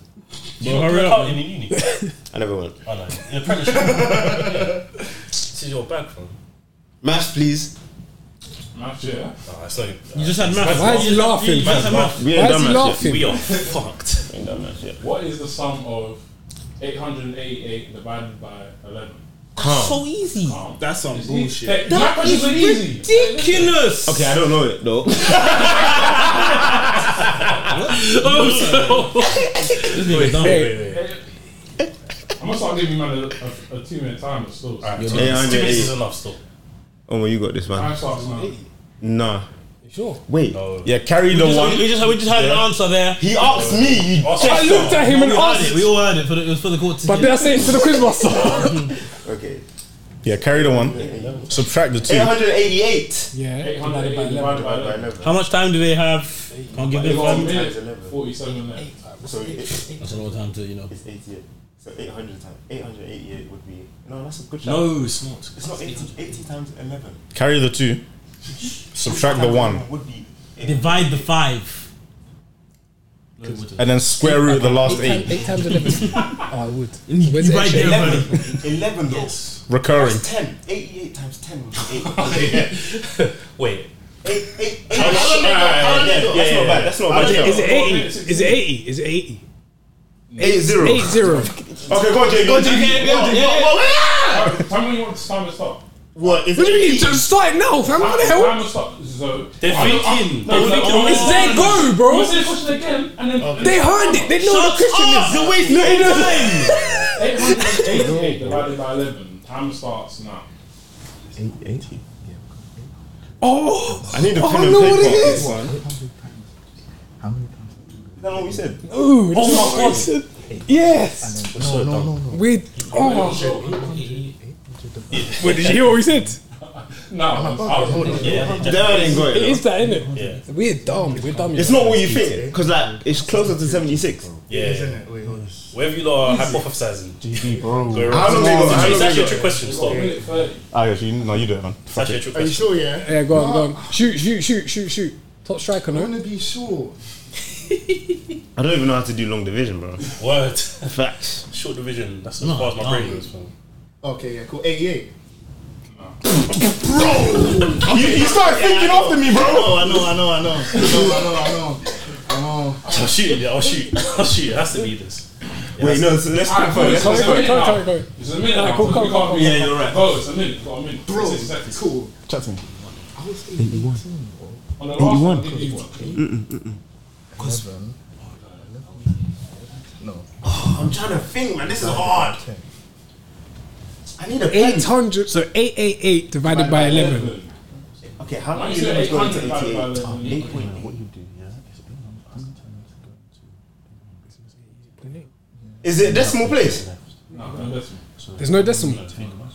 S6: Hurry up. In uni.
S5: I never went.
S6: Oh, no. In apprenticeship. Yeah. This is your bag, bro.
S5: Maths, please.
S2: Maths, yeah.
S6: Nah, it's not.
S7: You just had math.
S4: Why is he laughing?
S7: Man's had math.
S5: We
S4: Why
S5: ain't
S4: is
S5: done
S4: he
S5: maths yet.
S4: laughing?
S6: We are fucked.
S5: We ain't done maths yet.
S2: What is the sum of 888 divided by 11?
S7: So easy.
S5: That's some
S2: That, that questions are easy.
S7: Ridiculous.
S5: Okay, I don't know it though.
S6: Hey,
S2: I'm gonna start giving you man a, a, a two minute timer still. Alright,
S6: Two
S5: Yeah, I'm
S6: minutes two minutes
S5: eight.
S6: is enough still.
S5: Oh, well, you got this man.
S2: Time starts now.
S5: Nah.
S4: Sure.
S5: Wait.
S19: Yeah, carry the one.
S7: We just, we just had an answer there.
S5: He asked me. You
S4: I looked at him and
S7: We all heard it.
S4: asked,
S7: We all heard it. For the, it was for the court to
S4: but
S7: hear.
S4: did I say it to the quizmaster?
S5: Okay.
S20: Yeah, carry the one. Subtract the two.
S5: 888.
S4: Yeah.
S2: 880 divided by 11.
S7: How much time do they have? I'll give them
S2: It's one
S7: five.
S2: minute, 47 left.
S5: So it's
S7: That's a lot of time to, you know.
S5: 88. So 800 times 888 would be. No, that's a good shot.
S7: No, smart.
S5: It's not 80, 80 times 11.
S20: Carry the two. Subtract the one.
S5: Would be.
S7: Divide the five.
S20: And then square root the last
S4: Eight,
S20: eight.
S4: time- eight times eleven. oh, I would. Where's
S7: You
S4: the
S7: right
S4: extra?
S7: there, buddy.
S5: 11 though.
S20: Recurring.
S5: That's 10. 88 times 10 would be 8.
S6: Wait.
S5: Oh, Eight- eight- eight-
S6: How long they got? How long they
S5: Yeah,
S6: got?
S5: That's
S6: Yeah,
S5: not
S6: yeah.
S5: bad. That's not
S4: Is it-
S5: bad.
S4: is it eighty? Is it eighty? Is it eighty?
S5: 80.
S4: Eight zero.
S5: Okay, go on, Jay. Go on, Jay. Go on, Jay. What- what-
S2: Uh, Tell me when you want to time to stop.
S5: What is
S4: What do you
S5: it?
S4: mean? Just start now, fam. What the hell?
S2: Time to stop. So uh,
S6: They're thinking.
S2: No, no,
S6: They're thinking.
S2: no,
S6: on-
S2: no,
S4: It's their go, bro.
S2: What's the question again? And then
S4: They heard it. They know the Christian is.
S7: You're wasting your time.
S2: 888 divided by 11. Time starts now.
S5: 880.
S4: Oh,
S5: I need a
S4: Oh,
S5: pen
S4: I
S5: and
S4: know what
S5: paper.
S4: it is.
S5: How many times? Is that what we said?
S4: ooh, this is- Yes.
S5: No, no, no.
S4: We. Oh. Wait, did you hear what we said?
S2: No, it's out.
S6: Yeah,
S5: That I didn't got it.
S4: It is that, isn't it?
S6: Yeah.
S4: We're dumb. We're dumb.
S5: It's not what you think, because like it's closer to seventy six.
S6: yeah. Whatever you lot are hypothesizing.
S5: How long they got? How
S6: It's
S5: long
S6: actually
S5: they
S6: a
S5: got?
S6: trick question. Stop.
S2: Minute 30.
S5: Oh,
S20: Ah, yeah, so you, no, you do it, man.
S6: It's actually a trick
S1: Are you
S6: question.
S1: sure, yeah?
S4: Yeah, go on, go on. Shoot, shoot, shoot, shoot, shoot. Top striker,
S1: I
S4: no?
S1: want to be sure.
S5: I don't even know how to do long division, bro.
S6: Word.
S5: Facts.
S6: Short division. That's as far as my brain goes.
S1: Okay, yeah, cool. 88.
S5: You, you started thinking after me, bro. I know, I know, I know.
S1: I know, I know, I know. I know.
S6: I'll shoot. Yeah, I'll shoot. I'll shoot. It has to be this.
S5: Wait, no. So let's
S2: Alright,
S5: confirm.
S2: cool,
S5: Let's
S2: so it's a
S5: confirm.
S2: minute
S4: Sorry,
S2: now.
S4: sorry, sorry.
S2: It's a minute now.
S4: cool, cool,
S2: so we can't
S4: cool,
S2: be-
S4: cool.
S6: Yeah, you're right.
S2: Go, it's a minute. Got a minute.
S1: Bro,
S2: Six seconds.
S1: cool.
S21: Chat to me.
S2: On the last one, I think you won.
S5: I'm trying to think, man. This is hard. I need a pen.
S4: 800, so 888 divided by 11.
S5: Okay, how
S2: Why
S5: long
S2: you
S5: is
S2: said
S5: it going to
S2: 800
S5: eighty
S2: divided
S5: eight?
S2: by
S5: Eight
S2: eleven?
S5: point eight. Is it decimal place?
S2: No, no, that's me.
S4: There's no decimal.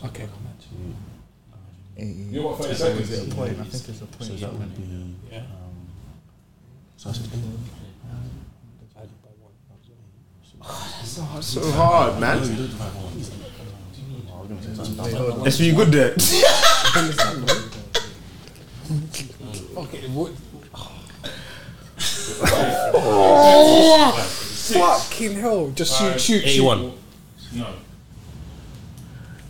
S4: Okay.
S2: You got 30 seconds.
S5: That's so hard, man. Let's be good there.
S4: Okay, what? Fucking hell. Just shoot, shoot, shoot.
S2: No.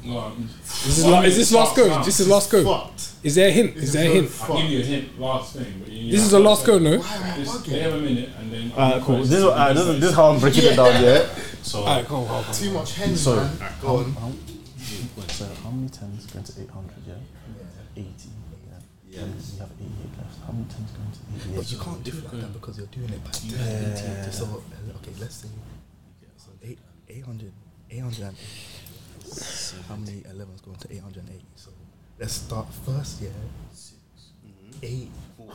S2: No, I'm-
S4: This is, la- is this last go? This is last go.
S1: Fucked.
S4: Is there a hint? Is there a hint?
S2: I'll give you a hint, last thing. But you
S4: This is the last go, no?
S2: This, they have a minute and then.
S21: Alright, Uh, cool. This is, alright, this, is, this is how I'm breaking it down, yeah?
S4: Alright, go on, go on, go on.
S1: Too much hen, man. Go on.
S21: So how many tens going to 800, yeah? 80. Yeah. You have 88 left. How many tens going to 88? But you can't do it like that because you're doing it by different yeah. So, uh, okay, let's say so eight, 800, 808. So how many 11s going to 808? So let's start first, yeah? Eight,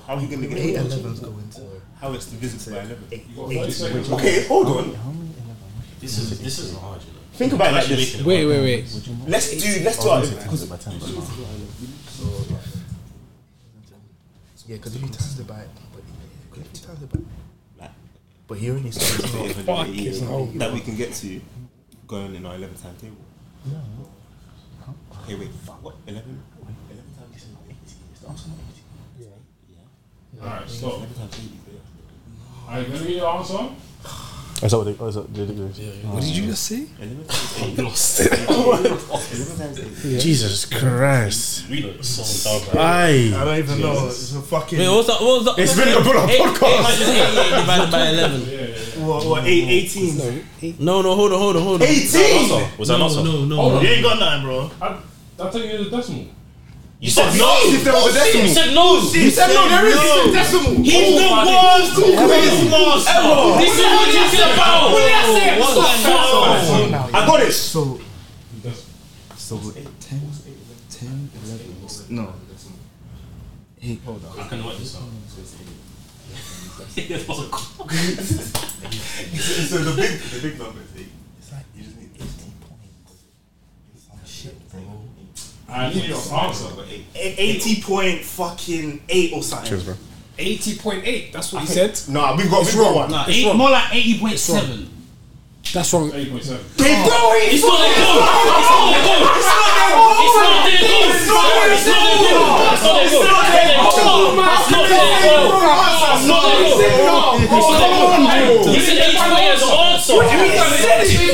S5: How are you gonna get
S21: eight
S5: it?
S21: 11s go into
S5: How it's divisible by eleven?
S21: eight.
S2: You got 30 seconds.
S5: Okay, hold on.
S6: This is this is hard, you know.
S5: Think about it like this.
S6: Actually,
S4: Wait, wait, wait.
S5: Let's do. Let's do it.
S21: by 10, but Yeah, because if you times it by, but if you times it by, but he only started.
S5: that we can get to going in our 11 time table. No. Okay, wait. What? 11? 11 times 80. It's also not 80.
S2: Alright, stop.
S5: 11 times 80.
S2: Are you going to get your answer?
S21: Is that what they? Oh, is that they do?
S4: What did you just say?
S5: 11 times 80.
S6: Lost.
S5: 11 times 80.
S20: Jesus Christ.
S6: We look so dumb. right?
S20: Aye.
S1: I don't even know. It's a fucking.
S7: Wait, what's that? What was that?
S20: It's been a Bulla podcast.
S7: 888 divided by 11.
S1: What, what, 8, 18?
S7: No, no, hold on, hold on, hold on.
S5: 18!
S6: Was that not so?
S7: No, no.
S2: Hold on.
S5: You ain't got nothing, bro.
S2: I, I'll tell you the decimal.
S6: You said no.
S5: If there was a
S6: You
S5: decimal.
S6: said no.
S5: You said no, there is a decimal.
S6: He's the worst quiz master. This is what this is about. What did I say? What's
S5: I got it.
S21: So, so 10, 10, 11, no. Eight, hold on.
S6: I can work this out.
S5: So the big, the big number is 8.
S21: It's like, you just need 18 points. Oh shit, bro.
S2: I need your answer.
S6: Eighty point fucking eight or something.
S22: Cheers, bro.
S4: 80.8, that's what he said.
S5: Nah, we've got, we've got one.
S6: Nah,
S4: It's
S7: Eight,
S4: wrong.
S7: more like eighty point seven.
S4: That's wrong.
S2: Eight point seven.
S5: They go in.
S7: It's not their goal. It's not their goal. It's not their goal. It's not their goal. It's not their goal. It's not their goal. It's not their goal. It's not their goal. It's not their goal. You said eight players answer.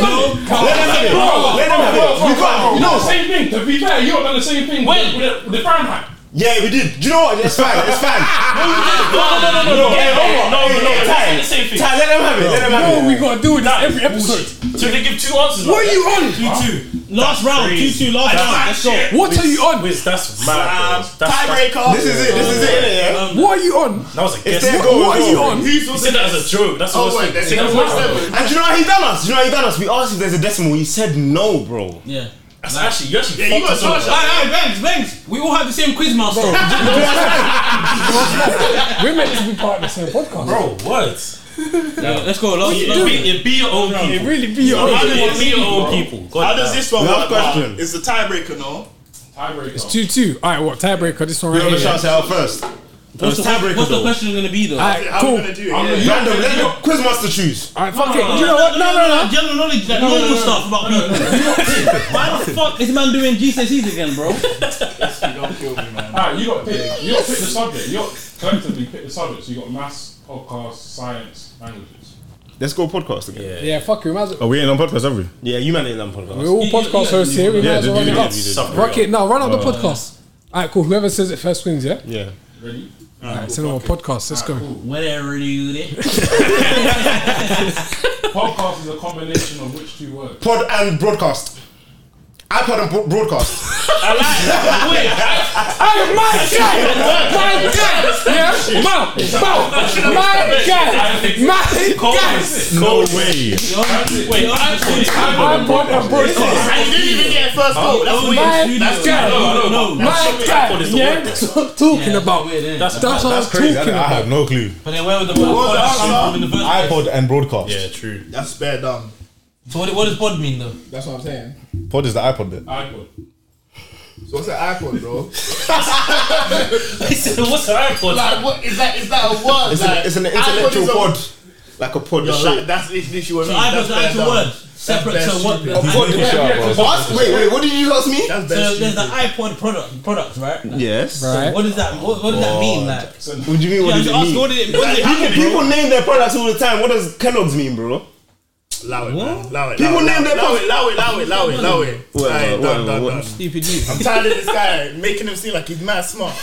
S2: No,
S5: Let them have it. We got no.
S2: same thing. To be fair, you have done the same thing
S7: When?
S2: with the, with the Fahrenheit.
S5: Yeah, we did. Do you know what? It's fine. It's fine.
S7: No, no, no, no, no, no.
S5: Hey,
S7: No,
S5: hold on.
S7: no,
S5: Hey,
S7: no.
S5: hey,
S7: It's
S5: Ty.
S7: not the same thing.
S5: Ty, let them have it. Let them have it.
S4: we gotta do with this every episode.
S7: So they give two answers.
S4: What are you on?
S23: Last round, two two. Last round. Let's go.
S4: What are you on?
S6: Wiz, that's mad. bro. That's
S5: Tiebreaker. This is it. This is it. innit, Yeah.
S4: What are you on?
S6: That was a guess.
S5: their
S6: He
S5: goal, Oh,
S4: What are
S5: it's
S4: you
S5: over.
S4: on?
S6: said that as a joke. That's what I was saying.
S5: And do you know how he done us? Do you know how he done us? We asked if there's a decimal. He said no, bro.
S7: Yeah.
S6: That's actually, you actually fucked us
S7: Aye,
S6: up.
S7: aye, Bangs, Bangs. We all had the same quiz master.
S4: We're meant to be part of the same podcast.
S6: Bro, what?
S7: Let's go. Last
S6: It be- It be your own people.
S4: Really be
S6: It
S4: on.
S6: it be your own people. Go
S5: How
S6: on.
S5: does this one Last question.
S1: It's a tiebreaker, no?
S2: Tiebreaker. It's
S4: Two two. All right, what tiebreaker? This one right
S5: Whoever
S4: here.
S5: shouts it out first.
S7: What's
S5: It's tiebreaker,
S7: the what's the
S5: though.
S7: question going to be though?
S4: All right, cool.
S1: do it.
S5: Random. Let the quizmaster choose.
S4: All right, fuck it. You know what? No, no, no.
S7: General knowledge, that normal stuff about people. Why the fuck is man doing GCSEs again, bro?
S2: Alright, you got to pick. You got to pick the subject. You got to collectively pick the subject. So you got maths, podcast, science, languages.
S5: Let's go podcast again.
S4: Yeah, fuck it. We might as well.
S22: Oh, we ain't on podcast, have we?
S5: Yeah, you man ain't done
S4: We're
S5: podcast.
S4: all
S7: You- you-
S4: podcast
S7: you-
S4: hosts here. We might
S22: Yeah,
S4: as
S22: did
S4: well
S22: you-
S4: run it
S22: you
S4: up. Rock it now. Run up the podcast. All right, cool. Whoever says it first wins. Yeah.
S5: Yeah.
S2: Ready?
S4: All right, send them a podcast. Let's go.
S7: Whatever, dude.
S2: Podcast is a combination of which two words?
S5: Pod and broadcast. iPod and bro- broadcast.
S4: Hey, my guy, my guy, yeah, my, my, my guy, my guy.
S22: No way.
S7: Wait, I'm
S4: I'm on a broadcast.
S6: And you didn't even get a first goal. That's what
S4: My guy,
S6: No, no, no.
S4: my guy.
S6: is the
S4: Yeah,
S6: word.
S4: that's what I'm talking about.
S7: That's
S4: That's what I'm talking
S22: I, I
S4: about.
S22: have no clue.
S7: But then where would the pod come from in the first place?
S22: iPod and broadcast.
S6: Yeah, true.
S1: That's spare dumb.
S7: So what, what does pod mean though?
S1: That's what I'm saying.
S22: Pod is the iPod then.
S2: iPod.
S1: So what's an iPhone, bro?
S7: What's an iPod?
S1: like, what is that? Is that a word?
S5: It's, an, it's an intellectual pod. Like a pod.
S1: Yo,
S5: the
S1: like,
S5: shape.
S1: that's literally what
S7: So iPod's the actual word. Separate
S1: That's
S7: to what?
S1: stupid.
S7: the-
S1: Of
S7: So
S5: Us? Wait, wait, what did you ask me?
S1: That's best.
S7: there's the iPod product, products, right? Like,
S5: Yes.
S7: so What does that? What, what does that mean? Like,
S5: What do you mean?
S7: yeah,
S5: What
S7: I'm
S5: does
S7: just
S5: it
S7: asking,
S5: mean?
S7: what did it? What did it
S5: People,
S7: happen, bro?
S5: people name their products all the time. What does Kellogg's mean, bro?
S1: Allow it, man. Allow it.
S5: People
S1: allow it,
S5: name their
S1: Allow it, allow it, allow it, allow it, allow it.
S5: What,
S1: Alright,
S5: what,
S1: done,
S5: what,
S1: done,
S5: what?
S1: done. I'm tired of this guy making him seem like he's mad smart.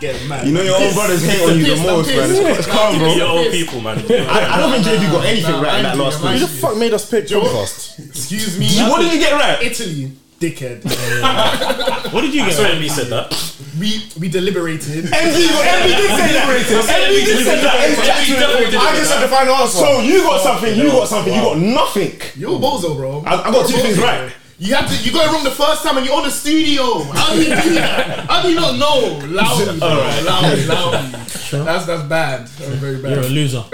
S1: Get mad.
S5: You know your own brothers hate on you the most, man. It's, it's calm, bro.
S6: Your own people, man.
S5: I, I don't think JB got anything right in that last
S1: Who
S5: quiz.
S1: the
S5: fuck made us pick podcast?
S1: Excuse me.
S5: What did you get right?
S1: Italy, dickhead.
S6: What did you get? I swear MB said that.
S1: we we deliberated.
S5: MD got MD did say that. MD did say that. I just said the final answer. So you got something, you got something, you got nothing.
S1: You're a bozo, bro.
S5: I, I got two things right.
S1: You have to. You got it wrong the first time, and you're on the studio. How do you do that? How do you not know? Loud, bro. loud, loud. That's that's bad. That's very bad.
S7: You're a loser.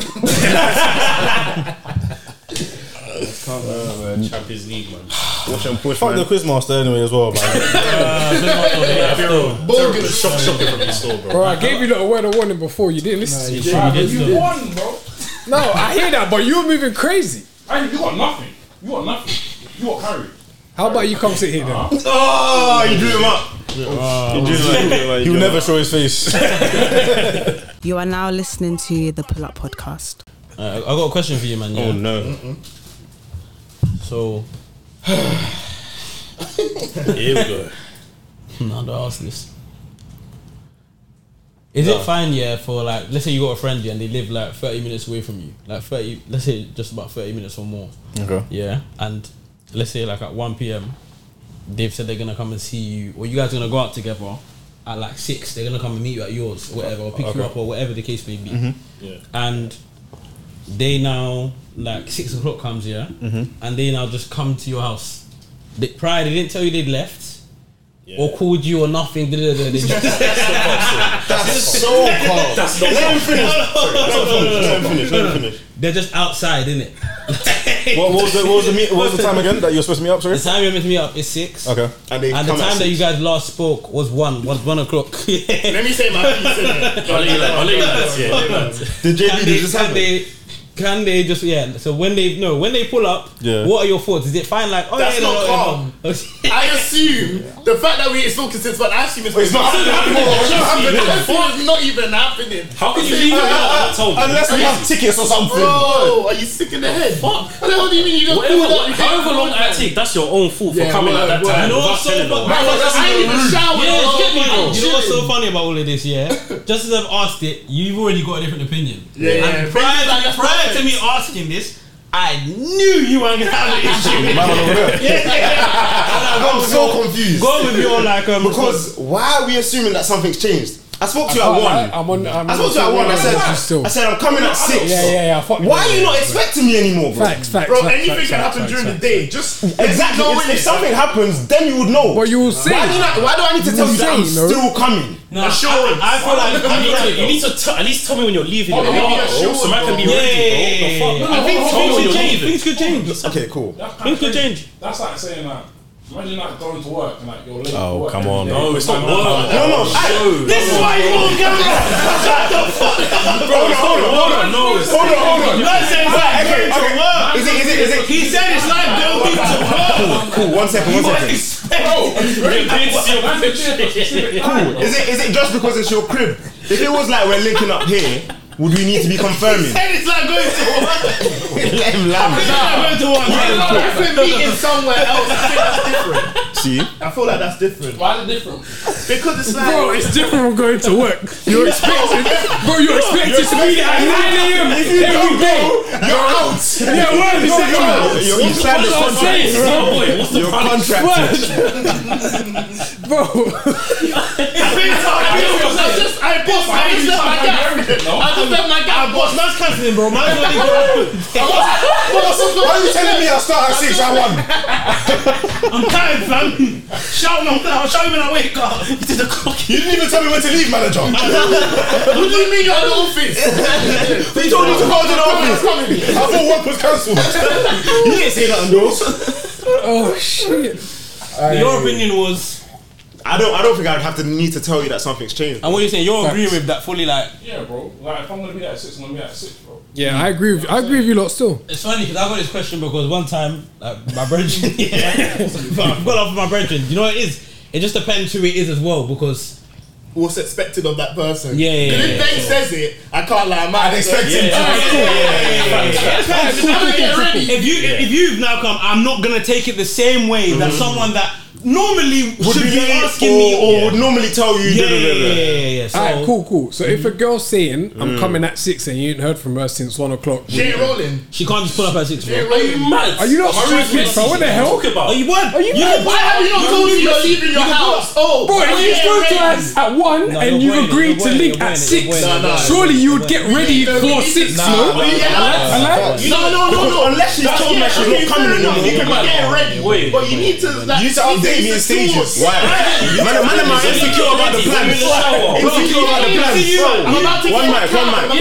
S6: Champions League, man.
S5: Push and push,
S22: Fuck the quizmaster anyway as well, man.
S1: Bogus.
S6: Shop, shop differently still, bro.
S4: Bro, I gave you a word of warning before. You didn't listen. to me.
S2: You won, bro.
S4: No, I hear that, but you were moving crazy.
S2: Hey, you got nothing. You got nothing. You got carried.
S4: How about you come sit here then?
S5: Oh, you drew him up. You drew him up.
S22: He'll never show his face.
S24: You are now listening to the Pull Up Podcast.
S7: Alright, I I got a question for you, man. Yeah.
S5: Oh no.
S7: So
S6: Here we go.
S7: No, don't ask this. Is it fine, yeah, for like, let's say you got a friend, yeah, and they live like 30 minutes away from you, like 30, let's say just about 30 minutes or more,
S22: okay.
S7: yeah, and let's say like at 1 pm, they've said they're gonna come and see you, or you guys are gonna go out together at like 6, they're gonna come and meet you at yours, or whatever, or pick you up, or whatever the case may be.
S6: Yeah.
S7: And they now, like, 6 o'clock comes, yeah, and they now just come to your house. They, prior, they didn't tell you they'd left. Or called you or nothing. da, da, da, da, They just
S5: That's so calm. Let him finish. Let him finish. Let him finish.
S7: They're just outside, innit?
S25: What, what was the what was the, meet, what was the time again that you were supposed to meet up? Sorry.
S7: The time you were meant to meet up is six.
S25: Okay.
S7: And, the time that you guys last spoke was one, was one o'clock.
S1: Let me say my piece. innit? I'll let you land. I'll let you land. Yeah, let you land.
S7: Did JB can they, can they, can they just yeah? So when they no, when they pull up,
S1: Yeah.
S7: What are your thoughts? Is it fine? Like oh
S1: That's
S7: yeah, no,
S1: not
S7: no,
S1: calm.
S7: no.
S1: I assume the fact that we it's not consistent, but I assume it's,
S7: It's not happening.
S1: It's not happening.
S7: It's not
S1: It's not even happening.
S6: How
S25: could you leave it out? Unless we have tickets or something.
S1: Bro, are you sick in the head? Fuck. What the hell do you mean you don't
S6: Whatever,
S1: do that? You can't
S6: however
S1: do
S6: long
S1: that.
S6: that take, that's your own fault for
S1: Yeah,
S6: coming
S1: word,
S6: at that
S1: word.
S6: time.
S1: You know
S6: without
S1: what's so
S6: telling
S1: fucked
S6: us.
S1: up? That's
S7: I
S1: even rude. showered,
S7: Yeah,
S1: bro.
S7: get me,
S1: I'm
S7: bro. You know what's so
S1: chilling.
S7: funny about all of this? Yeah, just as I've asked it, you've already got a different opinion.
S1: Yeah,
S7: And
S1: yeah, yeah.
S7: prior,
S1: Things like that's
S7: to, prior to
S1: perfect.
S7: me asking this, I knew you weren't gonna have an issue.
S5: Man over there.
S7: Yeah, yeah. And I
S5: I'm
S7: was
S5: so
S7: all-
S5: confused.
S7: Go with your like um,
S5: because why are we assuming that something's changed? I spoke to you at
S4: I can't
S5: one.
S4: lie, I'm on- I'm
S5: I
S4: on
S5: spoke to you
S4: the
S5: at
S4: same
S5: one. I
S4: wavelength
S5: said,
S4: as you still.
S5: I said I'm coming at
S4: Facts,
S5: six.
S4: yeah, yeah, yeah, I fuck
S5: Why
S4: you.
S5: are you not
S4: Facts,
S5: expecting me anymore, bro?
S4: Facts, facts,
S5: Bro,
S4: facts,
S5: anything
S4: facts,
S5: can
S4: facts,
S5: happen
S4: facts,
S5: during
S4: facts.
S5: the day. Just
S4: Exactly,
S5: exactly. If,
S4: it's-
S5: if
S4: it's-
S5: something happens, then you would know. But
S4: you will
S5: say. Why do, you not, why do I need to
S4: You
S5: tell you
S4: will
S5: that
S4: say,
S5: I'm
S4: no.
S5: still coming?
S7: No, Assurance. I, I feel like
S6: You need to, you need to t- at least tell me when you're leaving.
S5: Oh,
S6: you know,
S5: maybe
S6: bro,
S5: assured,
S6: so I can be
S5: bro.
S6: ready, bro. The fuck?
S7: I think things
S6: Tell me when
S7: could
S6: you're
S7: change.
S6: leaving.
S7: Things could change.
S5: Okay, cool.
S7: Things could change.
S2: That's like saying that. Imagine like going to work and like you're late.
S25: Oh,
S2: for work
S25: come on.
S2: every day.
S25: No, it's not
S2: Like,
S25: work.
S2: like,
S25: No, no,
S2: like,
S25: I-
S2: shows.
S25: this is why you won't get me.
S2: Shut the fuck up.
S5: Bro, hold on, hold on.
S6: No, it's-
S5: Hold on, hold on.
S6: You're not saying
S5: Alright,
S6: that.
S5: okay,
S6: Going to
S5: okay.
S6: work.
S5: Is it, is it, is it?
S6: He said it's not going to
S5: Cool, cool. One second, one
S6: You
S5: second. Cool. Is it, is it just because it's your crib? If it was like we're linking up here, would we need to be confirming?
S1: And it's like going to
S5: Let him laugh.
S1: I'm going to meeting somewhere else. I think that's different.
S5: See?
S1: I feel like that's different.
S2: Why is it different?
S1: Because it's like
S4: Bro, it's different from going to work. You're expected, bro. You're expected to be there at 9 a.m. every day.
S5: You're out.
S4: Yeah, word,
S5: You're
S4: exactly.
S5: out. You're- you signed
S4: That's
S5: the
S4: what I'm
S5: contract.
S4: saying, bro.
S6: What's the
S5: You're
S6: problem?
S5: contracted.
S1: I just, I just, I boss, I just left my gap. I just left my gap. I boss,
S7: Man's cancelling, bro. Man's already
S5: Why are you telling me I start at six? I won.
S26: I'm tired, fam. Shout me, I'm down. Shout me when I wake up. You did the cocky.
S5: You didn't even tell me when to leave, manager.
S1: What do you mean you're at the office?
S5: You told me to go to the office. I thought work was cancelled. You didn't say that, bro.
S4: Oh shit.
S7: Your opinion was,
S5: I don't. I don't think I'd have to need to tell you that something's changed.
S7: and what you're saying, you're agreeing with that fully. Like
S2: Yeah, bro. Like if I'm gonna be at six, I'm gonna be at six, bro.
S4: Yeah, I agree. With, I agree with you lot still.
S7: It's funny because I got this question because one time, like, my brethren, yeah, I got off with my brethren. You know what it is? It just depends who it is as well because
S1: What's expected of that person?
S7: Yeah, yeah,
S1: 'Cause
S7: yeah,
S1: if Ben says it, I can't lie. I might expect
S7: Yeah,
S1: him to.
S7: yeah, if you if you've now come, I'm not gonna take it the same way that someone that normally
S5: Would
S7: should
S5: be
S7: be
S5: late
S7: asking
S5: or,
S7: me.
S5: or would normally tell you.
S7: yeah,
S5: da, da,
S7: yeah,
S5: da,
S7: yeah,
S5: da.
S7: yeah, yeah, yeah. So
S4: Alright, cool, cool. So if a girl's saying I'm coming at six and you ain't heard from her since one o'clock,
S1: She ain't rolling.
S7: she can't just pull up at six.
S1: She ain't
S7: Bro.
S1: rolling.
S6: Mad.
S4: are you not
S6: Am I really
S4: stupid, bro? What the
S6: messy?
S4: hell?
S6: Talk about.
S7: Are you what? Are you
S4: mad?
S1: Why have you not told me you're leaving your house? Oh,
S4: Bro,
S1: I'm
S4: if you
S1: getting
S4: spoke to
S1: ready.
S4: us at one
S7: No,
S4: and
S7: you're
S4: you
S7: waiting,
S4: agreed
S7: you're
S4: to link
S7: waiting, you're
S4: at six,
S7: waiting, you're waiting.
S1: No, no.
S4: surely you would get ready for six, no?
S1: Are you getting out?
S4: Hello?
S1: No, no, no, no. Unless
S5: she's told me she's not coming anymore.
S1: You can be getting ready,
S6: Wait.
S1: but you need to. Like,
S5: You need to update me in stages. Why? Man, man, am I insecure about the plans? Insecure about the plans.
S1: I'm about to
S5: One
S1: get
S5: mic, one mic,
S1: I'm
S5: one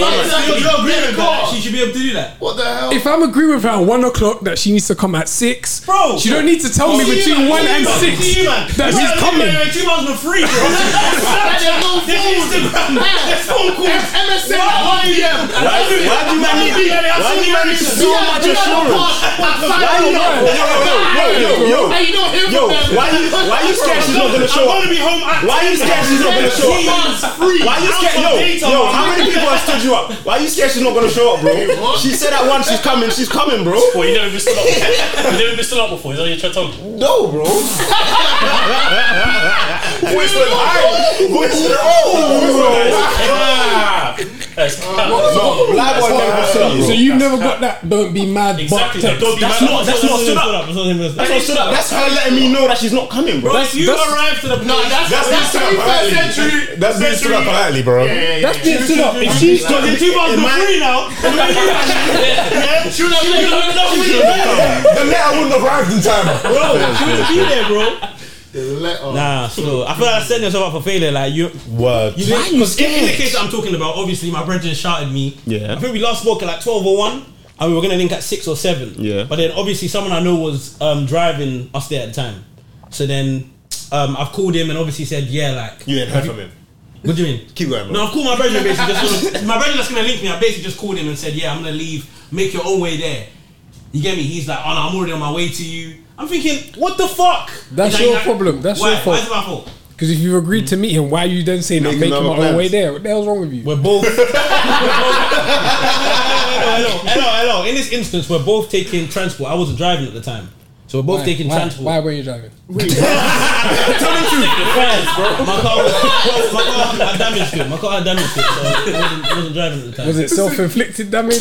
S5: mic.
S1: about to
S7: You're
S1: get
S7: agreeing with
S1: the
S7: that.
S1: car.
S7: She should be able to do that.
S1: What the hell?
S4: If I'm agreeing with her at one o'clock that she needs to come at six,
S7: Bro.
S4: she don't need to tell me
S7: See you,
S4: between
S7: man.
S4: one and
S7: See you,
S4: six
S7: man.
S4: that
S7: You
S4: she's
S7: gotta
S4: coming.
S7: live there, Two months for free, bro.
S1: There's phone calls. MSN at 1 p.m.
S5: Why do you man need? Why do you man need so much assurance? Why you not? Yo, yo, yo, yo, yo.
S1: Hey, you don't hear
S5: Yo,
S1: from them.
S5: why you why you scared she's not gonna show up?
S26: be home at
S5: Why you scared she's not gonna show up? Why you scared? Yo, yo, how many people have stood you up? Why you scared she's not gonna show up, bro? She said at once she's coming, she's coming, bro.
S6: Well, you never been stood up. You never been stood up before. Is that what you're trying to tell me?
S5: No, bro. Whisper, I whisper,
S7: Oh,
S6: That's-
S5: No, black boy never stood up,
S4: So
S5: bro.
S4: you've never got that don't be mad
S6: Exactly.
S4: but
S6: Don't be
S7: That's
S6: mad.
S7: not. That's not stood up. That's not him. That's not stood up.
S5: That's her letting me know that she's not coming, bro.
S7: If you
S4: that's-
S7: arrive to the
S1: No,
S7: place,
S1: that's that's that's
S5: being stood up politely.
S1: 21st century.
S5: That's being stood up politely, bro.
S4: That's being stood up. If she's
S7: because in two months
S5: In
S7: for
S5: my-
S7: free now.
S1: Shoot up, shoot up,
S5: The letter wouldn't have arrived in time.
S7: Bro, she wouldn't be there, bro.
S1: shoot up.
S7: Nah, slow. I feel like setting yourself up for failure. Like you,
S5: Word.
S7: you didn't- 'cause if in the case that I'm talking about, obviously my brethren shouted me.
S5: Yeah.
S7: I think we last spoke at like 12:01. and we were gonna link at six or seven.
S5: Yeah.
S7: But then obviously someone I know was um, driving us there at the time. So then um, I've called him and obviously said, yeah, like
S5: You ain't heard from him.
S7: What do you mean?
S5: Keep going, bro.
S7: No, I've called my brother basically. Just gonna, my brother that's gonna link me. I basically just called him and said, "Yeah, I'm gonna leave. Make your own way there." You get me? He's like, "Oh no, I'm already on my way to you." I'm thinking, "What the fuck?"
S4: That's
S7: He's
S4: your
S7: like-
S4: problem. That's
S7: why,
S4: your fault.
S7: Why is it my fault?
S4: Because if you've agreed to meet him, why are you then saying I'm
S7: Making
S4: making my
S7: other
S4: own way
S7: plans.
S4: there? What the hell's wrong with you?
S7: We're both. hello, hello, hello, hello. In this instance, we're both taking transport. I wasn't driving at the time, so we're both
S4: Why-
S7: taking
S4: why-
S7: transport.
S4: Why were you driving?
S7: Tell the truth. The fans, bro. My car, was, well, my car had damage to it. My car had damage to it, so I wasn't, I wasn't driving at the time.
S4: Was it self-inflicted damage?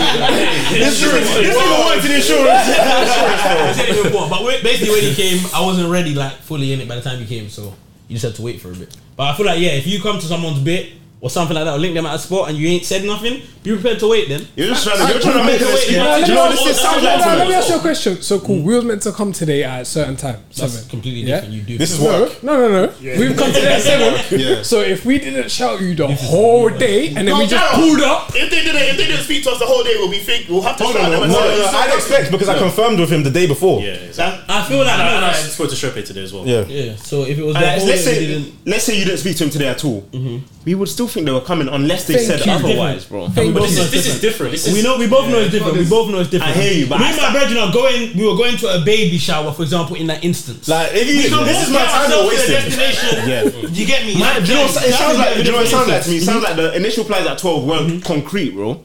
S7: Insurance.
S5: This nigga wanted insurance.
S7: I didn't even bought, but when- basically when he came, I wasn't ready, like fully in it by the time he came, so you just had to wait for a bit. But I feel like yeah, if you come to someone's bit or something like that, or link them at a spot, and you ain't said nothing, be prepared to wait. Then
S5: you're just trying to- you're trying to make an excuse.
S4: No, let
S5: Do
S4: me
S5: you know what
S4: ask-
S5: this is?
S4: no,
S5: Sounds
S4: no,
S5: like
S4: no,
S5: something.
S4: Let me ask you a question. So cool, we were meant to come today at a certain time.
S7: That's
S4: seven.
S7: completely different, you do.
S4: This is work. No, no, no.
S7: Yeah.
S4: We've come today at seven.
S7: Yeah.
S4: So if we didn't shout you the whole day and then
S6: No,
S4: we just
S6: Daryl,
S4: pulled up,
S6: If they didn't, if they didn't speak to us the whole day, we'll be fake. We'll have to.
S5: Hold
S6: shout
S5: on,
S6: them
S5: no,
S6: and
S5: no,
S6: tell them
S5: no,
S6: to
S5: I'd
S6: stop.
S5: expect because I
S6: No.
S5: confirmed with him the day before.
S7: I feel like
S6: And I- and I
S7: that's-
S6: spoke to Shrepe today as well.
S5: Yeah.
S7: yeah. So if it was
S5: And
S7: the
S5: Uh, let's,
S7: whole
S5: let's
S7: day,
S5: say
S7: we didn't- Mm-hmm.
S5: let's say you didn't speak to him today at all. We would still think they were coming unless they
S7: Thank
S5: said
S7: you.
S5: otherwise, bro.
S7: Thank
S5: But
S7: you.
S5: this is- this is
S6: different. This
S7: we
S6: is-
S7: know we both know it's different. We both know it's different.
S5: I hear you, but
S7: me
S5: I
S7: and my brethren are going. We were going to a baby shower, for example, in that instance.
S5: Like, if you-
S7: We can
S5: this
S7: walk
S5: is my
S7: by
S5: time
S7: ourselves
S5: we're
S7: to the
S5: wasting.
S7: destination.
S5: Yeah.
S7: you get me?
S5: Man, do you know, what- it
S7: That's
S5: sounds
S7: a
S5: like. Do you know what it sounds like to me? It
S7: different
S5: sounds like the initial plans at twelve weren't concrete, bro.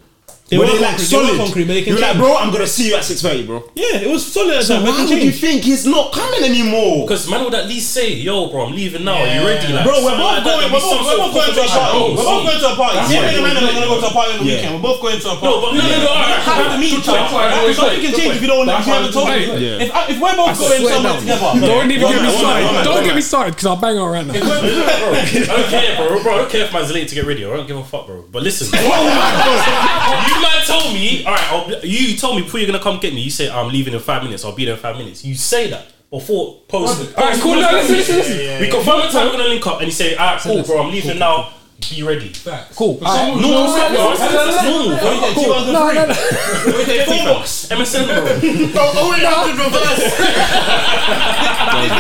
S7: They
S5: Were they
S7: were
S5: like
S7: concrete, they were
S5: solid?
S7: concrete, but they
S5: you
S7: can
S5: were like,
S7: change.
S5: bro, I'm gonna see you at six thirty, bro.
S7: Yeah, it was solid. at
S5: So
S7: that, but it
S5: why
S7: can
S5: would you
S7: change.
S5: think he's not coming anymore?
S6: Because man would at least say, "Yo, bro, I'm leaving now. Are you ready?" Like,
S7: Bro, we're both
S6: something like that,
S7: going. We're
S6: there'd
S7: both,
S6: be some sort
S7: we're
S6: of
S7: both going to a party.
S6: conversation.
S7: We're both going to a party.
S6: That's
S7: Me and the man are
S6: what we're doing.
S7: going to go to a party on the weekend. We're both going to a party.
S6: No, but no, no, no, all right.
S7: Have to meet each other.
S6: That's why I always
S7: Nothing
S6: say-
S7: can change if you don't if
S6: That's
S7: you
S6: why I
S7: haven't told
S6: always
S7: me.
S6: say-
S7: If I- if we're
S4: I
S7: both going
S4: swear
S7: somewhere
S4: down.
S7: together,
S4: Don't even get me
S6: One man, one man, one
S4: started.
S6: man,
S4: Don't
S6: one
S4: get me
S6: man.
S4: started because I'll bang on right now.
S6: I don't care, bro. Bro, I don't care if man's late to get ready. I don't give a fuck, bro. But listen,
S7: Oh
S6: you man told me, all right, I'll, you told me before you're gonna come get me. You say I'm leaving in five minutes. I'll be there in five minutes. You say that before post.
S4: All right, cool, no, listen, listen, listen.
S6: Yeah, yeah, yeah. We confirm the time we're gonna link up, and you say, all right, cool, bro. I'm leaving now. Be ready.
S4: Cool.
S6: No, no, no, no, that's normal.
S4: No, no, no.
S6: Phone box, MSN, bro.
S27: Bro, oh wait, I did reverse.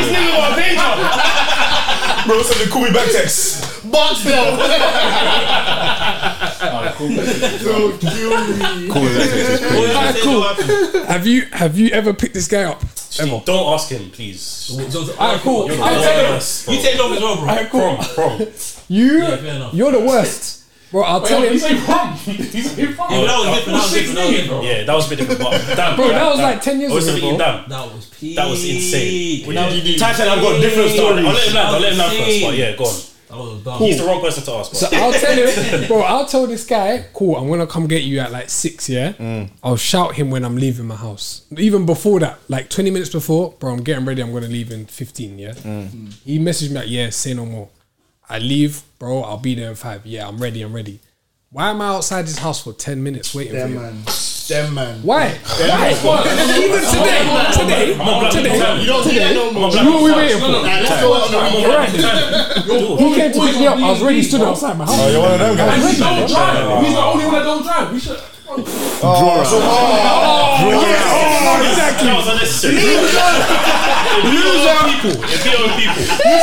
S6: This nigga got a pager.
S21: Bro, send the call me back text.
S27: Box down.
S4: Alright, cool. Have you have you ever picked this guy up?
S6: Ever. Don't ask him, please.
S4: Alright, cool.
S6: You're
S4: I'll
S6: the
S4: take it.
S6: worst, bro.
S7: You take love as well, bro.
S4: Alright, cool.
S6: From, from.
S4: You
S7: Yeah, fair enough.
S4: you're the worst. Bro, I'll tell
S2: Wait,
S4: him.
S2: you say from? You say from?
S7: Yeah, but that was different, that was different, that was different.
S6: Yeah, that was a bit different. But damn,
S4: Bro,
S6: damn,
S4: that was
S6: damn.
S4: like 10 years
S6: I was
S4: ago,
S6: thinking,
S4: bro.
S6: damn,
S7: That was peak.
S6: that was insane.
S7: That was-
S5: Tyson, I've got different
S6: I'll
S5: stories.
S6: let him land. I'll let him land first. But
S7: Insane.
S6: yeah, go on.
S7: That was dumb.
S6: He's the wrong person to ask.
S4: So
S6: Bro.
S4: I'll tell him, bro. I'll tell this guy, cool. I'm gonna come get you at like six, yeah.
S21: Mm.
S4: I'll shout him when I'm leaving my house. Even before that, like 20 minutes before, bro. I'm getting ready. I'm gonna leave in 15, yeah.
S21: Mm.
S4: He messaged me like, yeah, say no more. I leave, bro. I'll be there in five. Yeah, I'm ready. I'm ready. Why am I outside his house for 10 minutes waiting
S28: Them
S4: for him?
S28: man. Them man.
S4: Why? Why? Even today, today,
S6: I'm on black
S4: today,
S6: people time. You
S27: don't do that
S4: today.
S27: no more.
S6: I'm on
S4: You know what we waiting
S6: black people time.
S4: for?
S27: Nah, let's go on
S6: I'm
S27: the
S6: on black people time.
S4: He came to pick me up. I was ready stood outside my house.
S21: Oh, you're one of them
S2: And he
S21: guys.
S2: don't drive. He's the only one that don't drive. We should.
S21: Drawer.
S6: Oh, exactly. That was unnecessary. Loser. people. It's your own people.
S5: You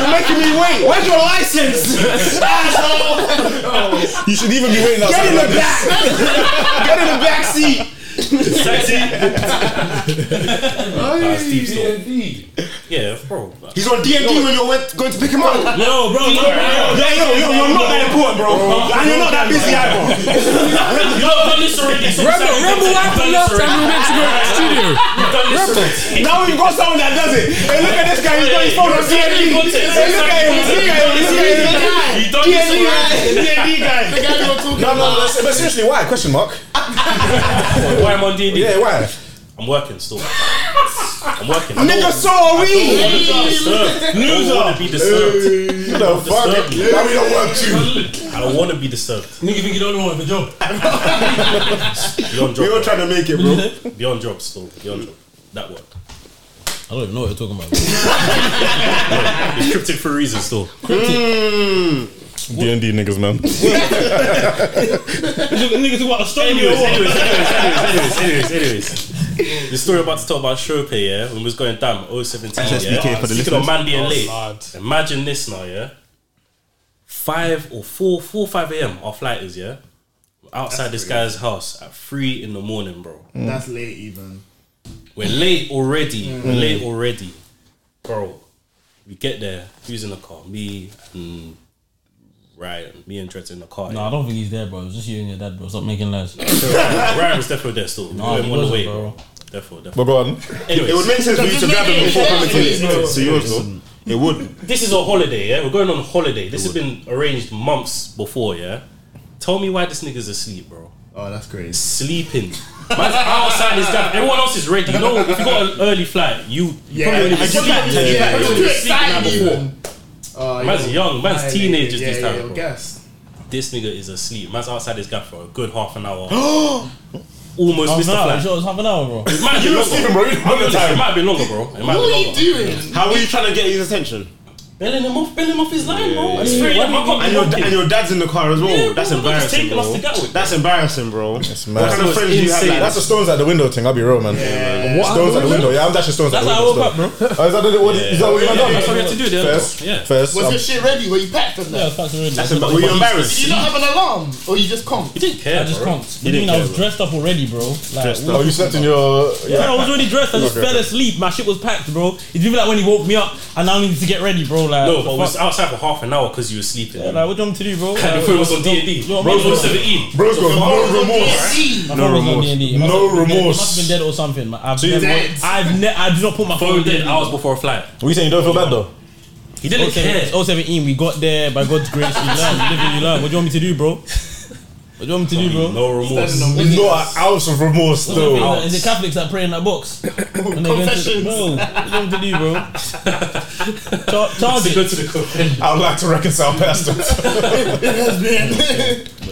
S5: are making me wait. Where's your license?
S21: You should even be waiting
S5: Get
S21: outside
S5: in
S21: like
S5: the
S21: this.
S5: back. Get in the back seat.
S6: Sexy. That's deep stuff. Yeah, bro.
S5: He's on D and D when you're went- going to pick him up.
S7: No, bro. no, no, no.
S5: Yeah, yo, yo, you're not that important, bro. And you're not that busy either.
S6: You've done this already. so
S4: Remember,
S6: sorry.
S4: remember
S6: You've
S4: what happened
S6: done
S4: last
S6: this
S4: time we
S6: already.
S4: went to go to the studio?
S6: You've done this
S4: Remember?
S6: already.
S5: Now we've got someone that does it. Hey, look at this guy. He's got his phone on D and D. Hey, look at him. Look at him. Look at him.
S6: You've done this
S7: E.
S6: already.
S27: The guy you were talking
S21: No, no,
S27: about.
S21: that's- but seriously, why? Question mark.
S6: Why am I on D&D?
S21: Yeah, why?
S6: I'm working still. I'm working. I
S5: Nigga,
S6: don't-
S5: so are we.
S6: I don't wanna be disturbed. I don't want to be disturbed.
S21: The fuck? Why we don't work too?
S6: I don't want to be disturbed.
S7: Nigga think you don't know what for job.
S6: Beyond
S5: We all
S6: job.
S5: trying to make it, bro.
S6: bro. Beyond job still. Beyond job. That work.
S7: I don't even know what you're talking about.
S5: Hmm.
S6: It's cryptic for a reason still.
S21: D and D niggas, man.
S6: Niggas about a story. Anyways, anyways, anyways, anyways, anyways, anyways. The story I'm about to talk about Shope, yeah, when we was going damn 017.
S5: SSBK
S6: yeah?
S5: for the
S6: Speaking of
S5: listeners.
S6: man being
S5: Oh,
S6: late.
S5: lad.
S6: Imagine this now, yeah. Five or four, four, five a.m. Our flight is yeah. Outside this guy's house at three in the morning, bro.
S27: That's late, even.
S6: We're late already. We're
S27: Mm.
S6: late already, bro. We get there. Who's in the car? Me and Ryan. Me and Trent's in the car.
S7: No, I don't think he's there, bro. It's just you and your dad, bro. Stop making lies.
S6: Ryan was definitely there still.
S7: No, he
S6: we went on the
S7: wasn't,
S6: way,
S7: bro.
S6: bro. Definitely, definitely.
S21: But go on.
S6: Anyways.
S5: It would make sense for you to grab him before coming to to yours, though. It would.
S6: This is a holiday, yeah? We're going on holiday. This has been arranged months before, yeah? Tell me why this nigga's asleep, bro.
S27: Oh, that's crazy.
S6: Sleeping. Man's outside his gap. Everyone else is ready. No, if you got an early flight, you, you
S27: Yeah,
S6: probably already
S27: I
S6: sleep.
S27: just-
S6: You
S27: yeah, yeah,
S6: probably
S27: yeah.
S6: already
S27: Too
S6: sleep the night
S27: excited
S6: before.
S27: even. Uh,
S6: man's
S27: you're
S6: young, man's
S27: violated.
S6: teenagers
S27: Yeah,
S6: this
S27: yeah,
S6: time.
S27: you're
S6: bro.
S27: gassed.
S6: This nigga is asleep. Man's outside his gap for a good half an hour. Almost missed the
S7: Half an hour.
S6: flight.
S7: Oh, Sure, it's half an hour, bro.
S6: It might have been longer. I'll be honest, It might have been longer, bro. It might have been longer.
S5: How were you trying to get his attention?
S6: Belling him off, belling him off his line, bro. It's
S5: Yeah,
S6: free.
S5: yeah,
S6: I'm
S5: yeah.
S6: not
S5: and, your, and your dad's in the car as well.
S6: Yeah, bro,
S5: That's
S6: my dog's
S5: embarrassing,
S6: taking us
S5: bro.
S6: to Gatwick.
S5: That's embarrassing, bro.
S21: Man,
S5: What kind of friends do you have? Like,
S21: That's
S5: that's
S21: a stones at the window thing. I'll be real, man.
S5: What?
S21: Stones at the window. Yeah, I'm dashing stones at
S7: That's how
S21: the
S7: I
S21: window.
S7: woke
S21: still. Oh, is that the- what- is that what
S7: Yeah,
S21: you had
S7: yeah,
S21: done?
S7: that's what we had to do, yeah.
S21: First,
S7: Yeah.
S21: first.
S27: Was
S21: um,
S27: your shit ready? Were you packed on that?
S7: That's
S5: embar- were you embarrassed?
S27: Did you not have an alarm? Or you just conked? You
S6: didn't care,
S7: I just can't. What do you mean? I was dressed up already, bro. Like,
S21: Dressed
S7: what
S21: up. Oh,
S7: are
S21: you slept in your.
S7: Yeah, I was already dressed. I just
S21: Okay.
S7: fell asleep. My shit was packed, bro. It's even like when he woke me up, I now needed to get ready, bro. Like,
S6: No, but we was
S7: fuck?
S6: outside for half an hour because you were sleeping.
S7: like what do you want me to do, bro? Like,
S6: Before it was on D&D.
S7: you know what I
S6: Bros
S7: mean?
S6: was 17.
S21: Bros got no
S7: My
S21: remorse.
S7: phone
S21: No
S7: was on
S21: remorse.
S7: D&D. It must
S21: No
S7: have been dead- it
S21: remorse.
S7: Must have been dead or something. man. I've
S21: So you're
S7: never,
S21: dead.
S7: I've ne- I do not put my phone,
S6: Phone
S7: in
S6: dead
S7: D&D,
S6: hours
S7: bro.
S6: before a flight.
S21: What you saying? You don't feel bad though.
S6: He didn't
S7: 07
S6: care.
S7: 017, we got there. By God's grace, you learn. You live and you learn. What do you want me to do, bro? What do you want me to do, bro?
S6: No remorse.
S21: Not an ounce of remorse though.
S7: Is it Catholics that pray in that box? And they go to-
S21: Confessions.
S7: Bro, what do you want me to do, bro? Char- charge it.
S21: I would like to reconcile pastors.
S7: But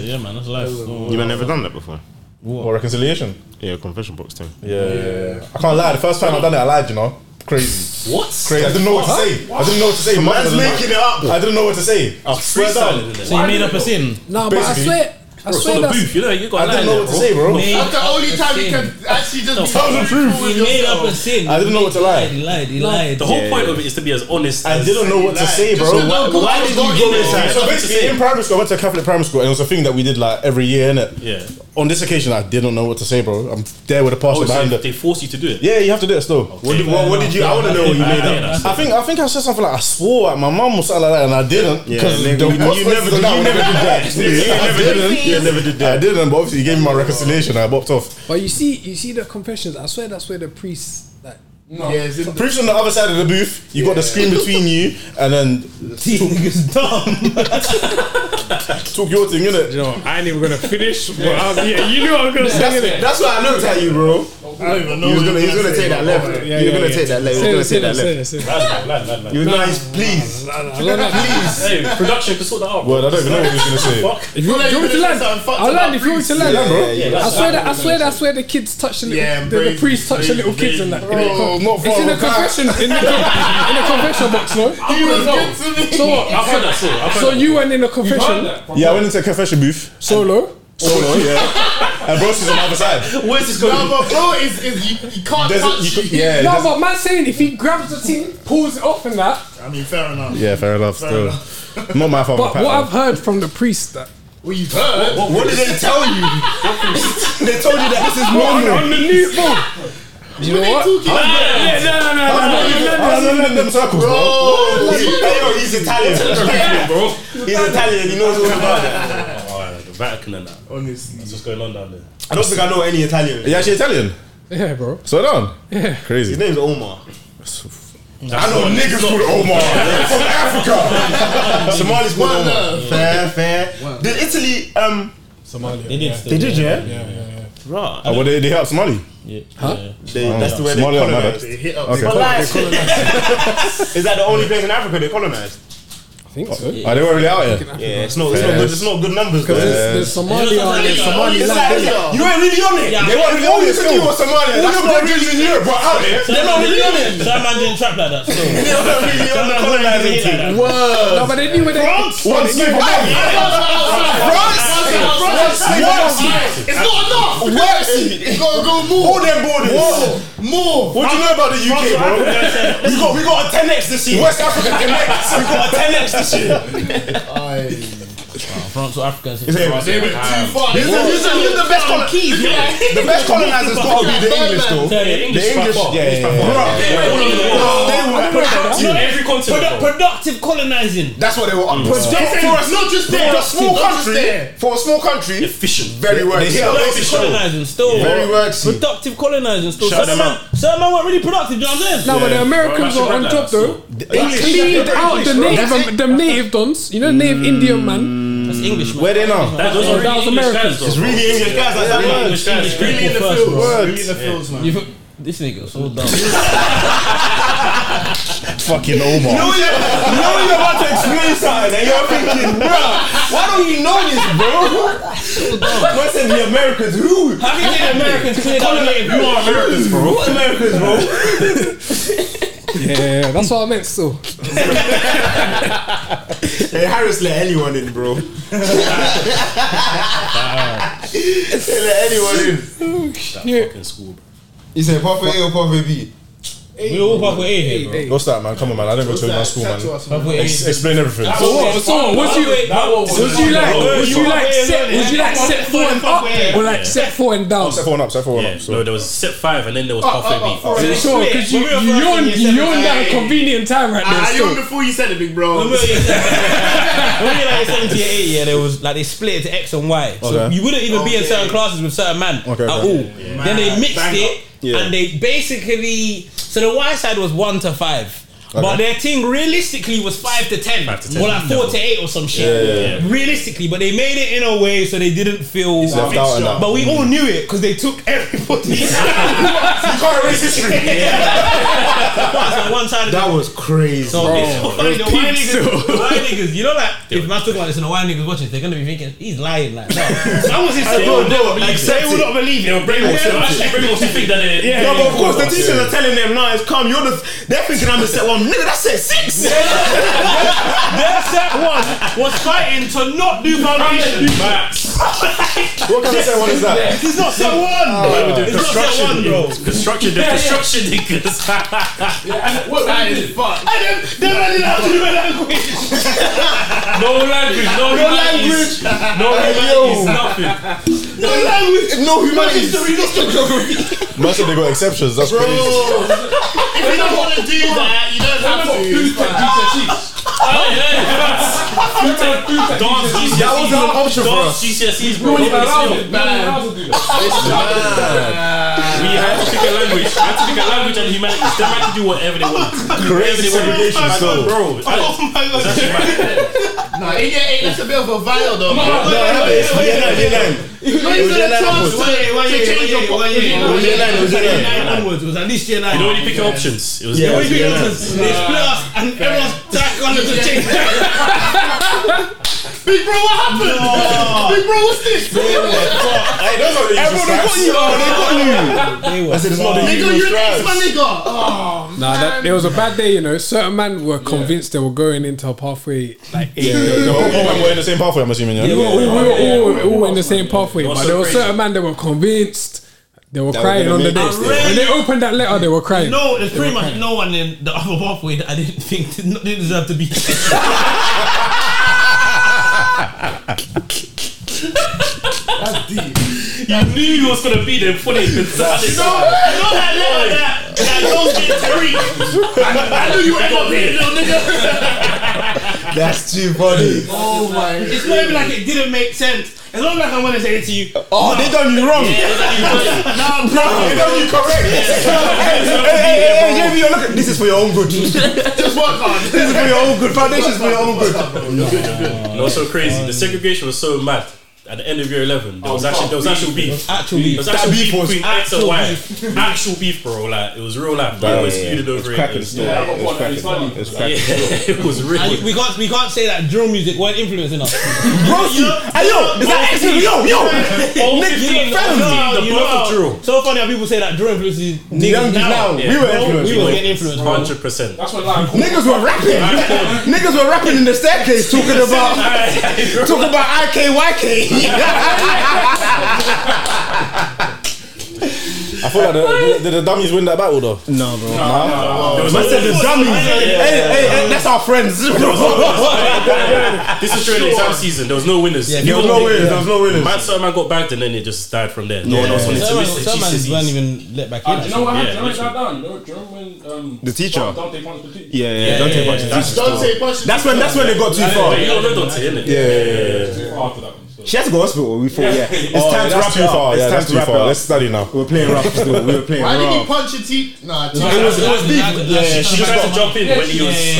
S7: yeah, man, that's life. No,
S5: You man never done that before.
S21: What? reconciliation?
S5: Yeah, confession box thing.
S21: Yeah, yeah, yeah. I can't lie. The first time I done it, I lied. You know, crazy.
S6: What?
S21: Crazy. I didn't know what to
S5: Huh?
S21: say. I didn't know what to say.
S5: So
S21: Mother
S5: man's
S21: didn't know.
S5: making it up.
S21: I didn't know what to say. I swear down.
S7: So you made up a sin?
S4: No, but I
S21: Basically.
S4: swear, I
S21: Bro, it's
S4: swear
S21: on the
S4: that's-
S21: booth, you know, you
S4: I
S21: gotta
S4: didn't
S21: lie
S4: know
S21: there,
S4: what to
S21: bro.
S4: say,
S5: Oh.
S4: bro.
S7: Made
S27: That's the
S7: up
S27: only
S7: a
S27: time you
S7: sin.
S27: can actually just be
S7: Tell the
S27: truthful
S7: truth.
S27: with
S7: He made
S27: yourself.
S7: up a sin.
S21: I didn't know what to lie.
S7: He lied. He lied.
S6: The whole point of it is to be as honest.
S21: I
S6: as-
S21: didn't know what to
S6: Like,
S21: say,
S6: just
S21: bro.
S6: to know who was going in there.
S21: So basically, in primary school, I went to a Catholic primary school, and it was a thing that we did like every year, innit?
S6: Yeah.
S21: On this occasion, I didn't know what to say, bro. I'm there with a pastor
S6: Oh, so
S21: behind it.
S6: they force you to do it.
S21: Yeah, you have to do it still. What, did, what, what did you? I want to know what you
S6: I-
S21: made
S6: I-
S21: up. I think I think I said something like I swore at my mum or something like that, and I didn't
S5: Yeah,
S21: because
S5: nigga, you- you
S21: consequences
S5: never-
S21: of that
S5: you
S21: would
S5: never
S21: have been
S5: did
S21: bad.
S5: that. You
S21: I
S5: never did-
S21: didn't.
S5: you never did that.
S21: I didn't, but obviously you gave me my reconciliation. I bopped off.
S4: But you see, you see the confessions. I swear that's where the priests like. No.
S27: Yeah, it's in the-
S21: Preach on the other side of the booth. You got the screen between you, and then
S7: these niggas dumb.
S21: took your thing, innit?
S4: You know, what, I ain't even gonna finish. But I was, yeah, you knew I was gonna say
S5: That's,
S4: it.
S5: that's what I looked at you, bro.
S27: I don't even know.
S5: He was
S27: what you
S5: gonna, he was
S27: were
S5: gonna take that left.
S4: Yeah,
S5: he was
S4: yeah,
S5: gonna
S4: yeah.
S5: take that left. He was
S4: Say
S5: gonna
S4: it,
S5: take that
S4: say it,
S5: left.
S4: say it, say
S5: You was nice, please.
S4: it.
S6: Hey, production can sort that out.
S21: Well, I don't even know what he was gonna say.
S6: Fuck.
S4: If you want, if you want me to land, I'll land. If you want me to land,
S21: Yeah, bro.
S4: bro. I swear that I swear that's where the kids touch the little,
S27: Yeah,
S4: the, the
S27: brave-
S4: priests touch the
S27: brave-
S4: little kids and that.
S21: Bro, not
S4: It's
S21: far
S4: in the
S21: off that.
S4: confession, in the, in the confession box, no.
S27: He was good to me.
S4: So what?
S6: I've heard that too. I've heard
S4: So
S6: that.
S4: you went in a
S6: heard
S4: confession
S6: that?
S21: Yeah, I went into a confession booth.
S4: solo.
S21: Solo, yeah. And bro, she's on the other side.
S6: Where's this going?
S27: No, but bro, is is you, you can't
S21: There's a-
S27: touch.
S21: you could- yeah,
S4: no,
S21: there's-
S4: but man saying if he grabs the team, pulls it off and that.
S27: I mean, fair enough.
S21: Yeah, fair enough. Still, not my fault.
S4: But what I've heard from the priest that
S27: Well, you've heard.
S5: What, what did they tell you? they told you that this is
S4: on, on
S5: normal.
S4: the new phone. You know what? Yeah, no, no, no, no, no, no, no,
S21: I was in them circles, bro.
S5: Bro, he, hey, yo, Oh, he's Italian.
S6: bro.
S5: He's Italian. He knows all about that.
S6: Alright, Oh, the Vatican and that.
S27: Honestly.
S6: That's what's going on down there.
S5: I don't think I know any Italian.
S21: You actually Italian?
S4: Yeah, bro.
S21: Slow down.
S4: Yeah.
S21: Crazy.
S5: His name's Omar.
S21: I know niggas called Omar from Africa. Somalis called
S27: Well,
S21: Omar.
S27: no.
S5: Fair, fair. Did Italy? Um,
S4: Somalia.
S7: They did.
S4: Yeah.
S7: still,
S5: they did, yeah.
S4: Yeah, yeah, yeah.
S5: Right.
S21: Oh, well, they, they help Somali.
S7: Yeah. yeah.
S5: They, that's the way they
S21: Somalia,
S5: colonized.
S27: They hit up.
S21: Okay.
S27: They
S5: But
S27: call-
S5: like, is that the only place in Africa they colonized?
S21: I
S4: think so.
S5: Are they really out here?
S4: Fucking
S5: Yeah, it's not, it's not good. It's not good numbers.
S4: Because
S5: though.
S4: there's- there's Somalia, there's Somali
S5: It's
S4: land,
S5: like,
S4: innit?
S5: You ain't really on it.
S4: Yeah,
S5: they
S4: yeah,
S5: weren't really
S4: all
S5: on
S4: you
S5: it.
S4: can do
S5: still.
S4: was Somalia.
S5: All
S4: That's
S5: them
S4: not
S5: countries in Europe, but out here, they're not really on it.
S7: That man didn't trap like that. So.
S5: Whoa.
S4: No, but they knew where they
S5: France. France.
S4: They knew where they-
S27: It's not enough.
S5: Mercy.
S27: Go, go, move.
S5: All them borders.
S27: Whoa.
S5: More. What do you know about the UK, bro? we got we got a 10x this year. West Africa connects. We got a 10x this year.
S7: France or Africans.
S5: They went too far. He's
S7: They
S5: the-
S7: went
S5: he's the-
S7: too
S5: he's the best colon-
S7: far.
S5: The best colonizer's got to be the English, though.
S7: Yeah,
S5: The
S7: English
S5: English,
S7: fuck up.
S5: yeah, yeah,
S7: English fuck
S5: yeah.
S7: up. Yeah, all over the world.
S5: They were
S7: Not
S5: productive.
S7: productive.
S5: Every continent,
S7: Produ-
S5: bro.
S7: Productive colonizing.
S5: That's what they were.
S7: Mm.
S5: For,
S7: Productive.
S5: for us,
S7: Not just
S5: for
S7: there.
S5: a small
S7: Not just
S5: country,
S7: there.
S5: for a small country, efficient, very well.
S7: They still like to colonizing still.
S5: very worthy.
S7: Productive colonizing still.
S5: Shout
S7: Certain
S5: them
S7: man, certain man weren't really productive, do you know what I'm saying?
S4: No, but the Americans were on top though. They
S7: English.
S4: cleaned
S7: That's
S4: out the
S7: English, bro. That's
S4: native, them native dons. You know, native Indian man.
S7: That's English.
S5: Where they now?
S4: That- those are That was really English Americans. guys, though,
S5: It's really
S7: bro.
S5: English guys. That's
S7: Yeah,
S5: that
S7: English guys.
S5: It's really in the
S7: People first,
S5: fields.
S7: bro.
S5: Really in the fields, man.
S7: You fu- This nigga so dumb.
S5: Fucking Omar. You know you're, you know you're about to explain something and you're thinking, bro, why don't you know this, bro? What's in the Americans? Who?
S7: How can you Americans clear
S5: Colonized-
S7: that
S5: You are Americans, bro. What Americans, bro?
S4: Yeah, that's what I meant. Still,
S5: Hey, Harris let anyone in, bro. they let anyone in.
S6: fucking school,
S5: He said, Papa A or Papa B?
S7: We all fuck with A here, bro.
S21: What's that, man? Come on, man. I don't go to my school, man. Ex- explain everything.
S4: So what? So what? Was you was you like was you like set was you like set four and up or like set four and down?
S21: Set four and up. Set four and up.
S6: No, there was set five and then there was
S1: Oh,
S21: Up,
S6: Puff
S21: up, up,
S6: A
S21: up.
S6: B.
S21: Yeah,
S4: Sure, because you
S21: When
S4: you
S21: we were
S4: yawned
S21: first in
S4: you
S21: year
S4: yawned at
S21: seven,
S4: a
S21: I-
S4: convenient time right there.
S7: I- I
S4: still.
S7: yawned
S27: Before you said it, big bro.
S7: When we were like 70 or 80, yeah, there was like they split it to X and Y. So
S21: Okay.
S7: you wouldn't even be in
S27: Okay.
S7: certain classes with certain man
S21: Okay,
S7: at
S21: okay.
S7: all.
S21: Yeah.
S7: Then they
S21: Mad.
S7: mixed
S21: Bang
S7: it
S21: Yeah.
S7: and they basically so the Y side was one to five. But their thing realistically was five to ten,
S6: to 10.
S7: or like four to eight or some shit.
S21: Yeah, yeah,
S7: Realistically, but they made it in a way so they didn't feel.
S21: left out and that.
S7: But we all knew it because they took everybody. you
S5: can't erase history.
S7: one side of
S5: That was crazy.
S7: so it's so funny. The white niggas, the
S5: Bro.
S7: white niggas, you know, like if man talk about this and the white niggas watching, this, they're gonna be thinking he's lying. Like, no. someone's in
S6: They will not believe
S7: like, they
S6: it.
S7: will not believe it.
S6: They will brainwash
S7: Yeah,
S6: them. Actually, brainwash you think that it-
S5: Yeah, no, but of course the teachers
S6: Yeah.
S5: are telling them, "No, it's calm." You're the. They're thinking I'm the set one. Nigga, that's set six.
S7: Their set one was fighting to not do foundation.
S21: What kind of set one is that?
S7: It's not set one.
S5: Ah,
S21: Uh,
S7: it's not set one, bro.
S6: Construction, the
S7: Yeah, yeah.
S6: construction niggas.
S27: That is fuck.
S7: And then, then I didn't have to do a language.
S6: No language, no,
S5: No
S6: humanities,
S5: language.
S6: no
S5: Hey,
S6: humanities,
S5: yo.
S6: nothing.
S5: No language. No humanities.
S21: Man said they got exceptions. That's crazy.
S27: If you don't want to do that, you don't have to. It's
S6: Oh, yeah, yeah. Dance GCSEs.
S5: That was an option for
S6: Dance
S5: us.
S6: GCSEs, bro. Look at this film. We had to pick a language. We had to pick a language and humanities. They had to do whatever they want. Whatever they want.
S21: segregation
S6: I
S21: still.
S6: know, bro. I-
S27: Oh my god. Nah, eight yeah, eight, that's a bit of a vial though. No,
S5: No, no, it's year nine, year nine.
S27: You
S5: It was year nine upwards. It was year nine. It was year nine.
S7: Nine onwards, it was at least year nine.
S6: You know when you pick your options, it was
S5: Yeah,
S7: They
S5: it
S7: only
S5: was
S7: pick
S5: year nine.
S7: options. They split us and everyone's back on the change.
S27: Big bro, what happened? Big bro, what's this?
S5: Hey, those are the usual
S21: Everyone, they got
S5: stripes.
S21: you, bro.
S7: They were
S5: I said it's not the
S27: Nigga,
S5: usual
S27: you're next, my
S5: stripes.
S27: nigga. Oh,
S4: Nah, Uh, that, it was a bad day, you know. Certain men were convinced they were going into a pathway like eight.
S21: Yeah, no, all men were in the same pathway, I'm assuming, yeah?
S4: We were, we were all, all in the same pathway,
S6: What's
S4: but
S6: so
S4: there were
S6: crazy?
S4: certain men that were convinced they were
S21: That we're
S4: crying
S21: gonna
S4: on the
S21: make
S4: day.
S21: it.
S4: When they opened that letter, they were crying.
S7: No, there's pretty much no one in the other pathway that I didn't think did not, didn't deserve to be.
S6: You knew you was gonna be there before they even started. No, you know that letter that that goes to Tariq. I knew you were gonna be there, little nigga.
S5: That's too funny.
S27: oh my
S7: It's not even like it didn't make sense. It's not like I'm gonna say it to you.
S5: Oh, they done you wrong.
S7: Nah,
S5: No, they done you correct. Hey, hey, hey, hey, JV, you're looking- This is for your own good. This
S27: Just work hard.
S5: is for your own good. Foundation's for your own good.
S6: No, so crazy. The segregation was so mad. At the end of year eleven, there was
S7: Oh,
S6: actually there was
S7: beef.
S6: actual beef.
S7: Actual beef.
S6: There was
S7: That
S6: actual
S7: beef
S6: beef
S7: was
S6: between X and
S7: actual
S6: Y.
S7: beef.
S6: Actual beef, bro. Like it was real life. We
S7: Yeah, yeah,
S6: always
S7: yeah.
S6: feuded
S7: It's
S6: over it.
S7: cracking
S6: It's-
S7: still. Yeah, I got It's one, cracking. it's funny. It's cracking.
S6: Yeah, it was real.
S7: And we can't we can't say that drill music weren't influencing us.
S5: Broski, hey, yo, is that X? Yo, yo.
S7: All
S5: Nick, you know, fam, the birth of drill.
S7: So funny how people say that drill influences
S5: Young
S7: niggas
S5: kids
S7: now.
S5: now, we were influenced.
S7: We were getting influenced. bro.
S6: Hundred percent. That's what life.
S5: Niggas were rapping. Niggas were rapping in the staircase talking about talking about IKYK.
S21: I feel like the, the, the dummies win that battle though. No, bro.
S5: There was Man no- said the dummies. Hey, hey, hey, that's our friends.
S6: This is during the exam season. There was no winners.
S5: Yeah, there was no winners, there was no winners.
S6: Man, certain man got bagged and then it just died from there. No one
S7: Yeah.
S6: else wanted to
S7: Certain-
S6: miss it.
S7: certain
S6: Jesus,
S7: man's
S6: he's-
S7: weren't even let back
S2: Uh,
S7: in.
S2: do you know what
S7: Yeah,
S2: happened? Do you know what
S7: literally.
S2: shut down? Do you do you remember when um,
S7: The teacher?
S2: Dante punched the teacher?
S21: Yeah,
S5: yeah, Dante punched the teacher. That's when- that's when they got too
S6: Yeah,
S5: far.
S6: but You don't know Dante, innit?
S5: Yeah, yeah, yeah,
S6: After that one.
S5: She had to go to hospital. We thought, yeah,
S21: Yeah.
S5: it's
S21: Oh,
S5: time to
S21: that's
S5: wrap
S21: too
S5: it up.
S21: far.
S5: It's
S21: Yeah,
S5: time
S21: that's
S5: to
S21: too
S5: wrap
S21: far.
S5: it up.
S21: Let's study now.
S5: We're playing rough still. We were playing
S27: Why did he
S5: rough.
S27: punch your teeth? Nah,
S5: No, it was- it was
S27: deep.
S5: deep. Yeah, she just got- Yeah, she- yeah, yeah, yeah. She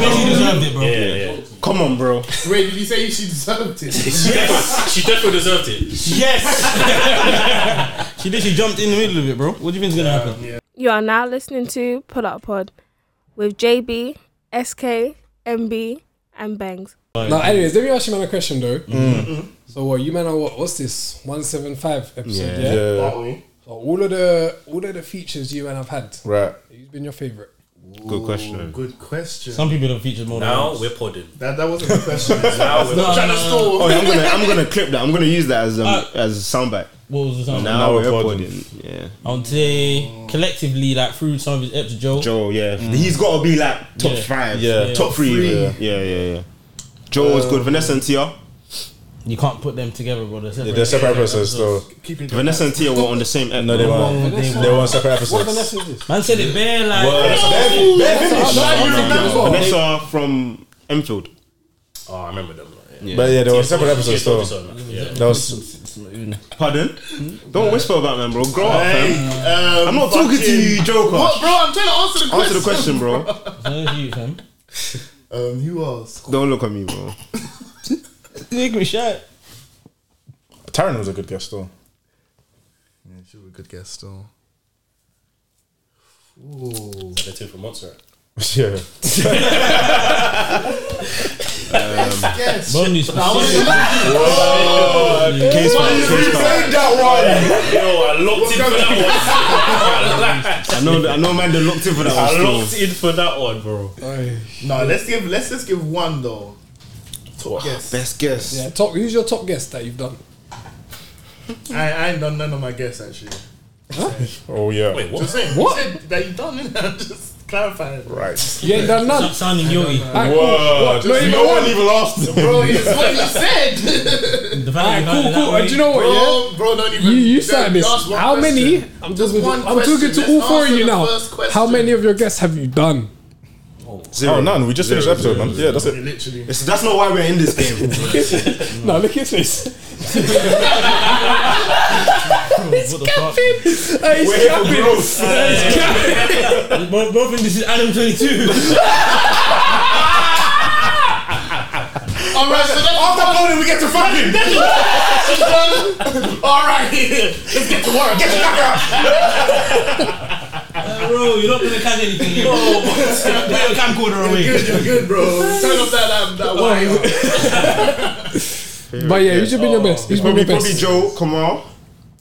S5: basically deserved it, bro.
S6: Yeah, yeah.
S5: Come on, bro.
S27: Wait, did he say she deserved it?
S6: She definitely- She definitely deserved it.
S7: Yes. she did. She jumped in the middle of it, bro. What do you think's gonna happen?
S29: You are now listening to Pull Up Pod with JB, SK, MB, and Bangs.
S4: Now, anyways, let me ask you man a question though.
S21: Mm.
S4: So, what you man are what? What's this one seven five episode?
S21: Yeah.
S4: Yeah.
S21: Yeah. That
S4: So all of the all of the features you and I've had.
S21: Right.
S4: Who's been your favorite?
S21: Good question.
S27: Good question.
S7: Some people don't feature more.
S6: Now
S7: than
S6: we're podding.
S27: That, that wasn't the question.
S6: Now we're
S7: No,
S27: Trying to
S7: no, no.
S27: stall.
S5: Oh, yeah, I'm gonna, I'm gonna clip that. I'm gonna use that as um, as a soundbite.
S7: What was the soundbite?
S5: Now,
S7: Now
S5: we're
S7: we're
S5: recording. Yeah.
S7: I would say collectively, like through some of his episodes, Joe.
S5: Joe, yeah, he's got to be like top
S7: Yeah.
S5: five,
S7: Yeah.
S5: top three.
S7: Three.
S5: Yeah, yeah, yeah. yeah. Joe was good. Vanessa and Tia.
S7: You can't put them together, bro. They're separate.
S5: Yeah, they're separate episodes,
S7: though.
S5: Vanessa and Tia were on the same episode. No,
S7: they weren't. They were on separate episodes. What
S4: Vanessa is this?
S7: Man said it bare like.
S5: Well,
S7: No!
S5: bare- bare finish.
S7: No, I remember.
S5: Vanessa from Enfield.
S6: Oh, I remember them.
S5: But yeah, there were
S6: Yeah,
S5: separate
S6: yeah,
S5: episodes
S6: yeah,
S5: though.
S6: yeah.
S5: That was. Pardon? Don't whisper about man, bro. Grow up,
S27: Hey,
S5: fam.
S27: um,
S5: I'm not talking to you,
S27: fucking-
S5: Joker.
S27: What, bro? I'm trying to answer the question.
S5: Answer the question, bro.
S27: Um, who else?
S5: Don't look at me, bro.
S7: Make me shout.
S21: Taryn was a good guest though.
S27: Yeah, she was a good guest still.
S6: Ooh. Is that the two from Monster?
S21: yeah.
S27: Yes.
S7: Bonus.
S5: Case file, case file.
S6: Yo, I locked in for that one.
S5: I know, I know, man. They looked in for that
S6: I
S5: one.
S6: locked
S5: Still.
S6: in for that one, bro.
S27: No, let's give let's just give one though. Top guess.
S5: Best guess.
S4: Yeah. Top. Who's your top guest that you've done?
S27: I, I ain't done none of my guess actually.
S21: Oh yeah.
S6: Wait,
S27: Just saying, you
S4: What?
S27: said that you done it. I'm just clarifying.
S21: Right.
S4: You ain't done none.
S7: Sounding yogi.
S4: Alright, cool. What? Not even one?
S21: asked.
S27: Bro, it's what you said.
S7: The
S4: Alright,
S7: you
S4: cool,
S7: got it
S4: cool.
S7: that
S4: And do you know what?
S27: Bro,
S4: yeah?
S27: bro, don't even-
S4: You, you
S27: don't-
S4: started this.
S27: just one
S4: How many?
S27: question.
S4: I'm just.
S27: one
S4: I'm talking
S27: question.
S4: to all
S27: Let's
S4: four of
S27: answer
S4: you
S27: the
S4: now.
S27: first question.
S4: How many of your guests have you done?
S5: Zero.
S21: Oh, none. We just
S5: Zero,
S21: finished the episode,
S5: zero,
S21: man.
S5: zero.
S21: Yeah, that's it.
S27: Literally.
S5: It's- that's not why we're in this game.
S4: No, look at this.
S7: He's capping.
S4: He's capping.
S7: He's capping. Both of this is Adam 22.
S27: Alright, so that's
S5: After voting, we get to fucking.
S27: Alright, let's get to work. Get to work.
S7: Bro, you're not gonna catch anything. No, put your camcorder away.
S27: Good, you're good, bro. Turn off that um, that wire.
S4: But yeah, who's been your best? Who's been
S5: Probably,
S4: your
S5: probably
S4: best?
S5: Joe Kamal.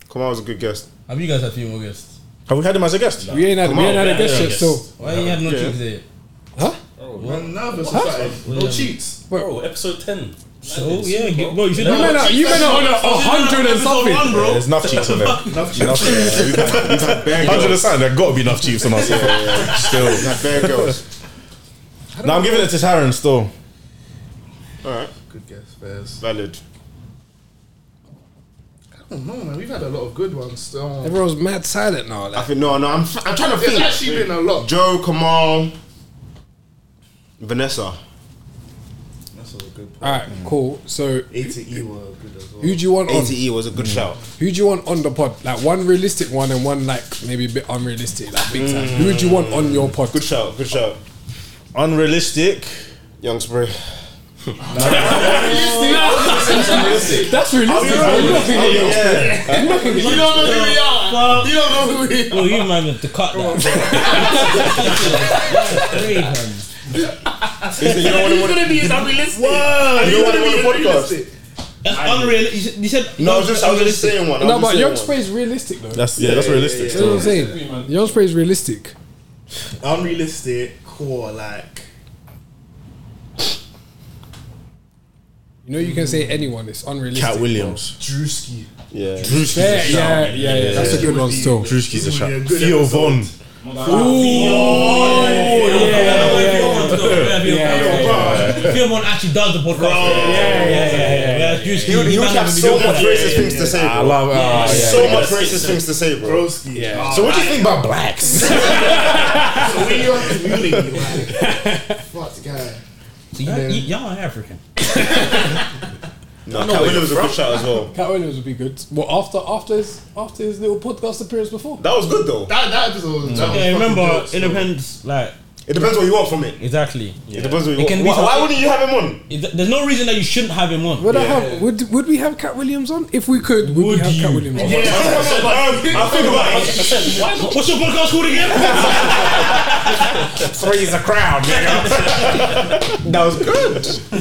S5: Kamal was a good guest.
S7: Have you guys had a few more guests?
S21: Have we had him as a guest?
S4: We ain't had we
S5: Kamal.
S4: ain't had a guest
S5: Yeah,
S4: yet.
S5: yeah.
S4: So
S7: Why you have no
S5: Yeah.
S7: cheeks there?
S27: Man, nervous.
S4: Huh?
S27: excited. No cheats.
S6: Bro, episode 10.
S7: So yeah, get- bro, you should.
S4: you men are you men are on a
S7: You should
S4: a
S7: have
S4: hundred
S7: episode
S4: and something.
S7: One, bro.
S21: There's enough cheats in there.
S27: Enough cheats.
S21: Enough cheats. We've had- we've had bare Hundred
S5: girls.
S21: percent. There got to be enough cheats on us. Still.
S5: Not bad girls.
S21: No, I'm giving it to Taryn still.
S5: All right,
S27: Good guess, Bears.
S5: valid.
S27: I don't know, Oh, man. We've had a lot of good ones. Um, So.
S4: everyone's mad silent now.
S5: I
S4: Like,
S5: think no, no. I'm f- I'm trying to
S27: There's
S5: think.
S27: actually been a lot.
S5: Joe Kamal, Vanessa.
S27: That's a good point.
S4: all right, cool. So
S27: A to E were good as well.
S4: who do you want on?
S5: ATE was a good shout.
S4: Who do you want on the pod? Like one realistic one and one like maybe a bit unrealistic, like big time. Who do you want on your pod?
S5: Good shout. Good shout.
S21: Unrealistic.
S5: Young Spray.
S4: That's realistic.
S7: I'll be
S4: You're not
S5: Oh,
S7: realistic.
S4: gonna get your- you're not gonna get your- Fuck.
S7: Yeah. You don't know who we are. You don't know who we are. Well, you man have to cut that.
S30: you don't wanna-
S7: He's gonna be unrealistic.
S30: Whoa. You don't
S7: And he's gonna
S30: wanna wanna
S7: be
S30: podcast.
S7: unrealistic. That's unrealistic. You said
S30: No, I was just- I was just saying one. I was
S4: No,
S30: just
S4: but
S30: saying
S4: your
S30: one.
S4: spray is realistic though.
S21: That's- yeah, that's realistic
S4: That's what I'm
S21: still.
S4: saying. Your spray is realistic.
S28: Unrealistic, core, like.
S4: You know, you can say anyone. It's unrealistic.
S21: Cat Williams.
S28: Drewski.
S21: Yeah.
S4: Drewski's a shout, man. That's a good one still.
S21: Drewski's a shot.
S4: Yeah, good
S21: Theo Von.
S7: Filmon actually does the podcast. Yeah, yeah, yeah. yeah, yeah. Juice,
S5: He would, he would
S7: might
S5: have
S7: even
S5: so
S7: do
S5: much
S7: that.
S5: racist things to say. Bro.
S7: I love- ah,
S5: There's
S7: yeah,
S5: so
S7: yeah.
S5: much racist things to say, bro.
S27: Ah,
S28: Yeah.
S5: So what do you think about blacks?
S28: so when you're in community, like, fuck the guy.
S7: So you,
S28: Then-
S7: you, y'all are African.
S5: No, Cat Williams was a good shot as well.
S4: Cat Williams would be good. Well, after after his after his little podcast appearance before,
S5: that was good though.
S28: That, that episode was. that was fucking
S7: Yeah, remember,
S28: dope,
S7: it
S28: so.
S7: depends. Like,
S5: it depends what you want from it.
S7: Exactly. Yeah. It
S5: depends what you want. Why- why wouldn't you have him on?
S7: there's no reason that you shouldn't have him on.
S4: would I have would would we have Cat Williams on? If we could, would, we have Cat Williams on?
S5: I think about it.
S7: Why not? What's your podcast called again?
S5: Three is a crown, nigga. that was good.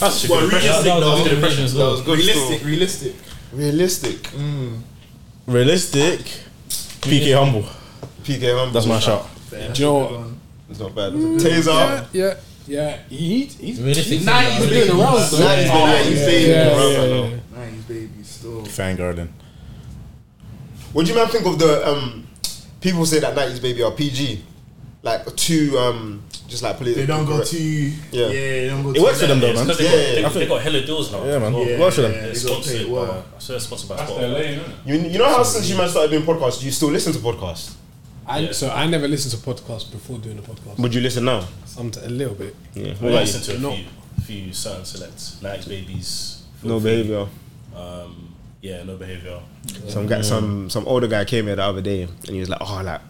S5: That's
S30: Well, realistic, that was good impression as well.
S5: Realistic,
S28: realistic.
S5: Realistic. Realistic. PK Humble. PK Humble. That's my shout.
S4: Joe.
S5: It's not bad. is it? Taser.
S4: Yeah, yeah. yeah. He, he's
S5: Realistic.
S4: he's been around.
S5: Nineties
S4: though.
S5: baby, yeah, he's staying
S4: Yeah,
S5: around
S4: yeah,
S5: for
S4: yeah.
S5: now.
S28: Nineties baby, still.
S21: Fangarden.
S5: What do you man think of the um, people say that nineties baby are PG, like too um, just like political.
S28: They don't go
S5: correct.
S28: too.
S5: Yeah.
S28: Yeah, they don't go
S5: It
S28: too
S5: works for them though,
S28: nice.
S5: man.
S6: Because they,
S5: Yeah, yeah,
S6: got, they,
S5: I
S6: they
S5: think-
S6: got hella deals now.
S5: Yeah, man.
S6: Well,
S5: Works for them. Yeah,
S6: They're
S5: they got
S6: sponsored.
S5: paid
S6: by-
S5: well.
S6: I swear, they're sponsored by
S2: That's
S6: Spotify.
S2: their lane,
S5: You, you know how since you man started doing podcasts, do you still listen to podcasts?
S4: I, So I never listened to podcasts before doing the podcast.
S5: Would you listen now?
S4: Some a little bit.
S5: Yeah.
S6: I listen to a few, few certain selects. Nights, babies.
S5: No
S6: Filthy.
S5: behavior.
S6: Um, yeah, no behavior.
S5: Some guy, some some older guy came here the other day, and he was like, "Oh, like,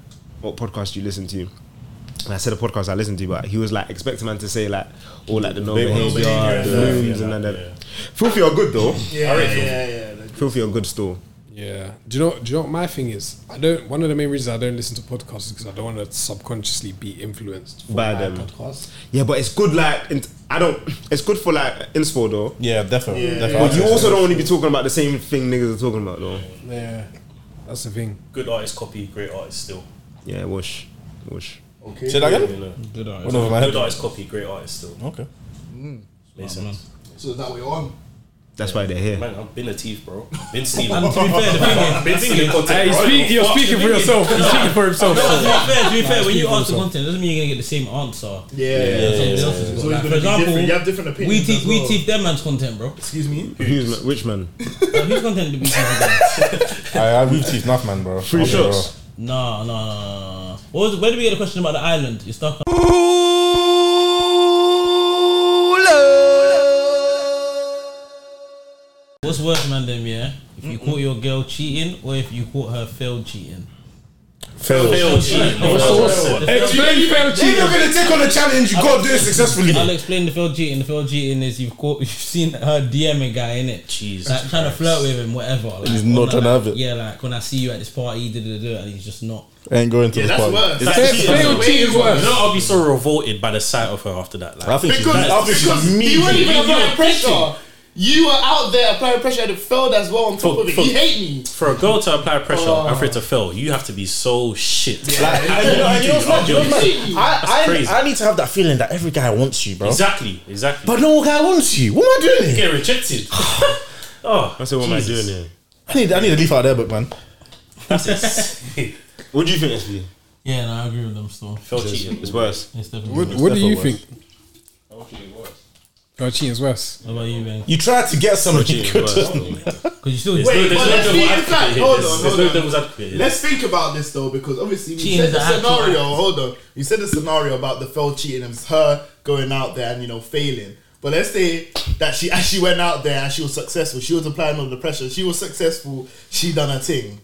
S5: what podcast do you listen to?" And I said a podcast I listen to, but he was like expecting man to say like all like the no
S6: Big ones.
S5: behavior,
S6: Yeah,
S5: the
S6: yeah,
S5: rooms,
S6: yeah,
S5: and then filthy are good though.
S28: Yeah, yeah, yeah, yeah.
S5: filthy are good still.
S4: Yeah. Do you know? Do you know what my thing is? I don't. One of the main reasons I don't listen to podcasts is because I don't want to subconsciously be influenced for
S5: by
S4: my
S5: them.
S4: podcast.
S5: Yeah, but it's good. Like in, I don't. It's good for like inspo though.
S21: Yeah, definitely.
S4: Yeah,
S5: But
S4: definitely.
S5: you also don't want to be talking about the same thing niggas are talking about though.
S4: Yeah, that's the thing.
S6: Good artist copy, great artist still.
S5: Yeah, wash, wash.
S28: Okay.
S21: Say that again?
S6: You know.
S21: Good artist.
S6: Good
S21: Went over my head.
S6: artist copy, great artist still.
S21: Okay.
S28: Mm.
S6: Makes sense.
S28: So that way on.
S5: That's why they're here.
S6: Man, I've been a thief, bro. Been stealing.
S7: And to be fair, the thing is-
S6: been stealing content.
S7: Hey, he's
S6: bro.
S7: speak- you're
S6: Fuck,
S7: speaking
S6: the
S7: for
S6: thing is-
S7: yourself. He's speaking for himself. No, to be fair, to be
S6: Nah,
S7: fair, when
S6: speak
S7: you
S6: for
S7: answer
S6: yourself.
S7: content, doesn't mean you're gonna get the same answer.
S28: Yeah, yeah,
S7: Somebody
S28: yeah, yeah,
S7: else
S28: yeah.
S7: has
S28: It's
S7: got
S28: always
S7: that.
S28: gonna
S7: For
S28: be
S7: example,
S28: different. You have different
S7: we
S28: opinions
S7: teach
S28: as
S7: we
S28: well.
S7: teach them man's content, bro.
S28: Excuse me.
S5: Who's man, which man?
S7: Whose content do we teach them?
S21: I, I we've teeth enough, man, bro.
S5: Free
S21: Okay, bro.
S5: shots.
S7: No, no, no, no. no. What was, where did we get the question about the island? You stuck on. What's worse, man, them, yeah? If you caught your girl cheating or if you caught her failed cheating?
S21: Failed.
S7: Failed cheating.
S21: What's the worst one? Explain failed cheating. If you're gonna take on a challenge, you gotta do it successfully.
S7: I'll explain the failed cheating. The failed cheating is you've caught, you've seen her DM a guy, innit? Jeez. Like trying to flirt with him, whatever. Like,
S21: he's not
S7: on
S21: trying
S7: that,
S21: to have
S7: like,
S21: it.
S7: Yeah, like when I see you at this party, da, da, da, da, and he's just not.
S21: I ain't going to
S7: Yeah,
S21: this
S7: that's
S21: party.
S7: worse.
S6: It's
S7: Fail-
S6: actually-
S7: fail
S6: it's-
S7: cheat is worse.
S6: You know, I'll be so revolted by the sight of her after that. Like,
S21: I think she's Because- mad. I think she's
S6: because
S21: mean.
S6: you
S21: You-
S6: wouldn't
S21: you
S6: even
S21: were
S6: apply pressure.
S27: You were out there applying pressure and it failed as well on top of it.
S6: for-
S27: you hate me.
S6: For a girl to apply pressure
S27: Oh.
S6: and for it to fail, you have to be so shit.
S21: Like,
S6: Like,
S21: and you know- and you know what's mad? You know what's mad?
S6: That's
S21: I,
S6: crazy.
S21: I, I need to have that feeling that every guy wants you, bro.
S6: Exactly, exactly.
S21: But no guy wants you. What am I doing?
S6: Get rejected. oh,
S5: I said, what am I
S6: Jesus.
S5: doing here?
S21: I need, I need a leaf out of their book, man.
S6: That's it.
S5: What do you think, SP?
S7: Yeah, no, I agree with them still.
S6: Failed cheating.
S5: It's worse.
S7: It's definitely
S4: What,
S7: worse.
S4: what do you think? Oh, cheating's worse.
S7: What about you, man?
S21: You try to get something
S7: Cheating's
S21: good.
S7: worse, though, Because you still
S6: Wait,
S7: still-
S6: but
S7: there's
S6: let's
S7: no
S6: be
S7: double
S6: exact.
S7: advocate here.
S6: Hold
S7: There's-
S6: on,
S7: there's
S6: hold
S7: no
S6: on.
S7: double advocate here.
S28: Let's think about this though, because obviously we
S7: Cheating
S28: said
S7: is
S28: the
S7: an actual
S28: scenario.
S7: act.
S28: Hold on, you said the scenario about the fell cheating and it's her going out there and you know failing. But let's say that she actually went out there and she was successful. She was applying all the pressure. She was successful. She done her thing.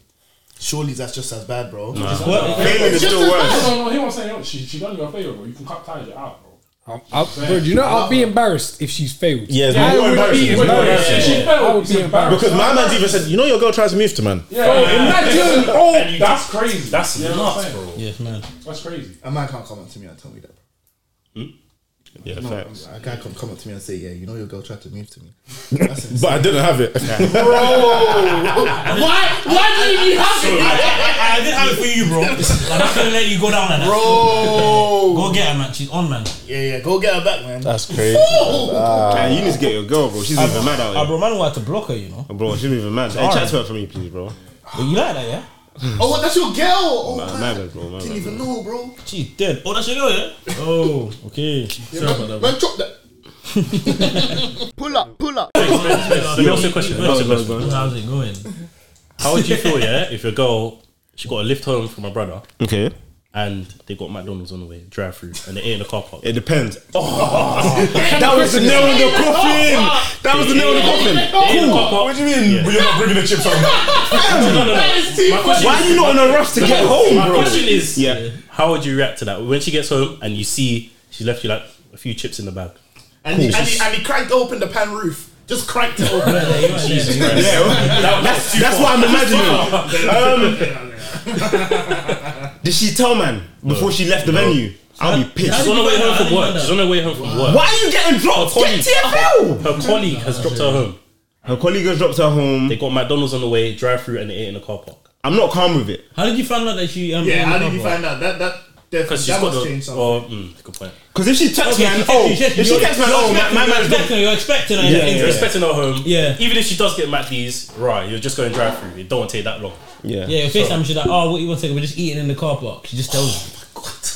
S28: Surely that's just as bad, bro.
S2: Nah. It's
S6: worse.
S28: Failing is
S2: Just
S28: still
S2: as
S28: worse.
S2: bad. No, no, he was saying, "Yo, she, she done you a favor, bro. You can cut ties it out, bro.
S4: I'll, bro, do you know I'll be embarrassed if she's failed.
S21: Yeah, it's
S4: I
S21: more
S4: would
S21: embarrassing.
S4: be
S21: It's more
S4: embarrassed.
S21: embarrassing.
S4: She failed. I would be embarrassed.
S21: Because my man's even said, you know, your girl tries to move to man.
S4: Yeah. Bro, imagine-
S6: Oh, that's crazy. That's
S2: You know what I'm
S6: nuts,
S2: saying?
S6: bro.
S7: Yes, man.
S2: That's crazy.
S1: A man can't come up to me and tell me that.
S6: Yeah,
S1: no,
S6: facts.
S1: A guy can come up to me and say, "Yeah, you know your girl tried to move to me." That's
S21: But I didn't have it.
S31: Why? Why didn't you have
S7: Sorry,
S31: it?
S7: I, I, I didn't have it for you, bro. I'm just gonna let you go down like that.
S1: Bro,
S7: go get her, man. She's on, man.
S1: Yeah, yeah. Go get her back, man.
S7: That's
S5: crazy. Ah, you need to get your girl, bro. She's even mad out
S7: Ah,
S5: here.
S7: bro, man, wanted to block her, you know.
S5: Bro, she's even mad. Hey,
S7: Alright.
S5: chat to her for me, please, bro.
S7: you like that, yeah?
S1: Oh, what, that's your girl? Oh,
S5: Mad,
S1: man.
S5: mad, bro. Mad,
S1: Didn't
S5: mad,
S1: even know, bro.
S7: She's dead. Oh, that's your girl, yeah? Oh, okay. Sorry about that.
S1: Man, chop that. pull up, pull up.
S6: Let me ask you a question. Let me ask you a question.
S7: How's it going?
S6: How would you feel, yeah, if your girl she got a lift home from her brother?
S5: Okay.
S6: And they got McDonald's on the way, drive through, and they ate in the car park.
S5: It depends.
S6: Oh,
S5: That was the nail in the coffin. That was the nail in the coffin.
S6: Cool.
S21: What do you mean you're not bringing the chips home?
S6: No, no, no. My question
S5: Why
S6: is-
S5: are you not in a rush to get home,
S6: My
S5: bro?
S6: question is,
S5: Yeah.
S6: how would you react to that when she gets home and you see she left you like a few chips in the bag?
S1: And, he, and, he, and he cranked open the pan roof. Just cranked it open.
S6: Jesus Christ. That-
S5: That's, that's what I'm imagining. Um, did she tell man before she left the venue? I'll be pissed.
S6: She's on her way home from work. She's on her way home from work.
S5: Why are you getting dropped? Get TFL!
S6: Her colleague has dropped her home.
S5: Her colleague has dropped her home.
S6: They got McDonald's on the way, drive through, and they ate in the car park.
S5: I'm not calm with it.
S7: How did you find out that she? Um,
S1: yeah,
S7: on
S1: how
S7: the
S1: did you
S7: cover?
S1: find out? That that definitely
S6: Because she's
S1: that
S6: got
S1: must
S6: the.
S1: change something.
S6: Oh, mm, good point.
S5: Because if she texts me,
S7: Okay,
S5: and,
S7: she
S5: oh,
S7: texts you,
S5: if she
S7: you're-
S5: texts me, and,
S7: you're
S5: oh, my, my
S7: expecting- you're
S5: man's
S7: expecting her, you're expecting her.
S5: Yeah, yeah,
S6: You're
S5: yeah.
S6: expecting her home.
S7: Yeah.
S6: Even if she does get MacD's, right, you're just going drive through. It don't take that long.
S5: Yeah.
S7: Yeah, FaceTime, she's like, oh, what you want to take? We're just eating in the car park. She just tells you.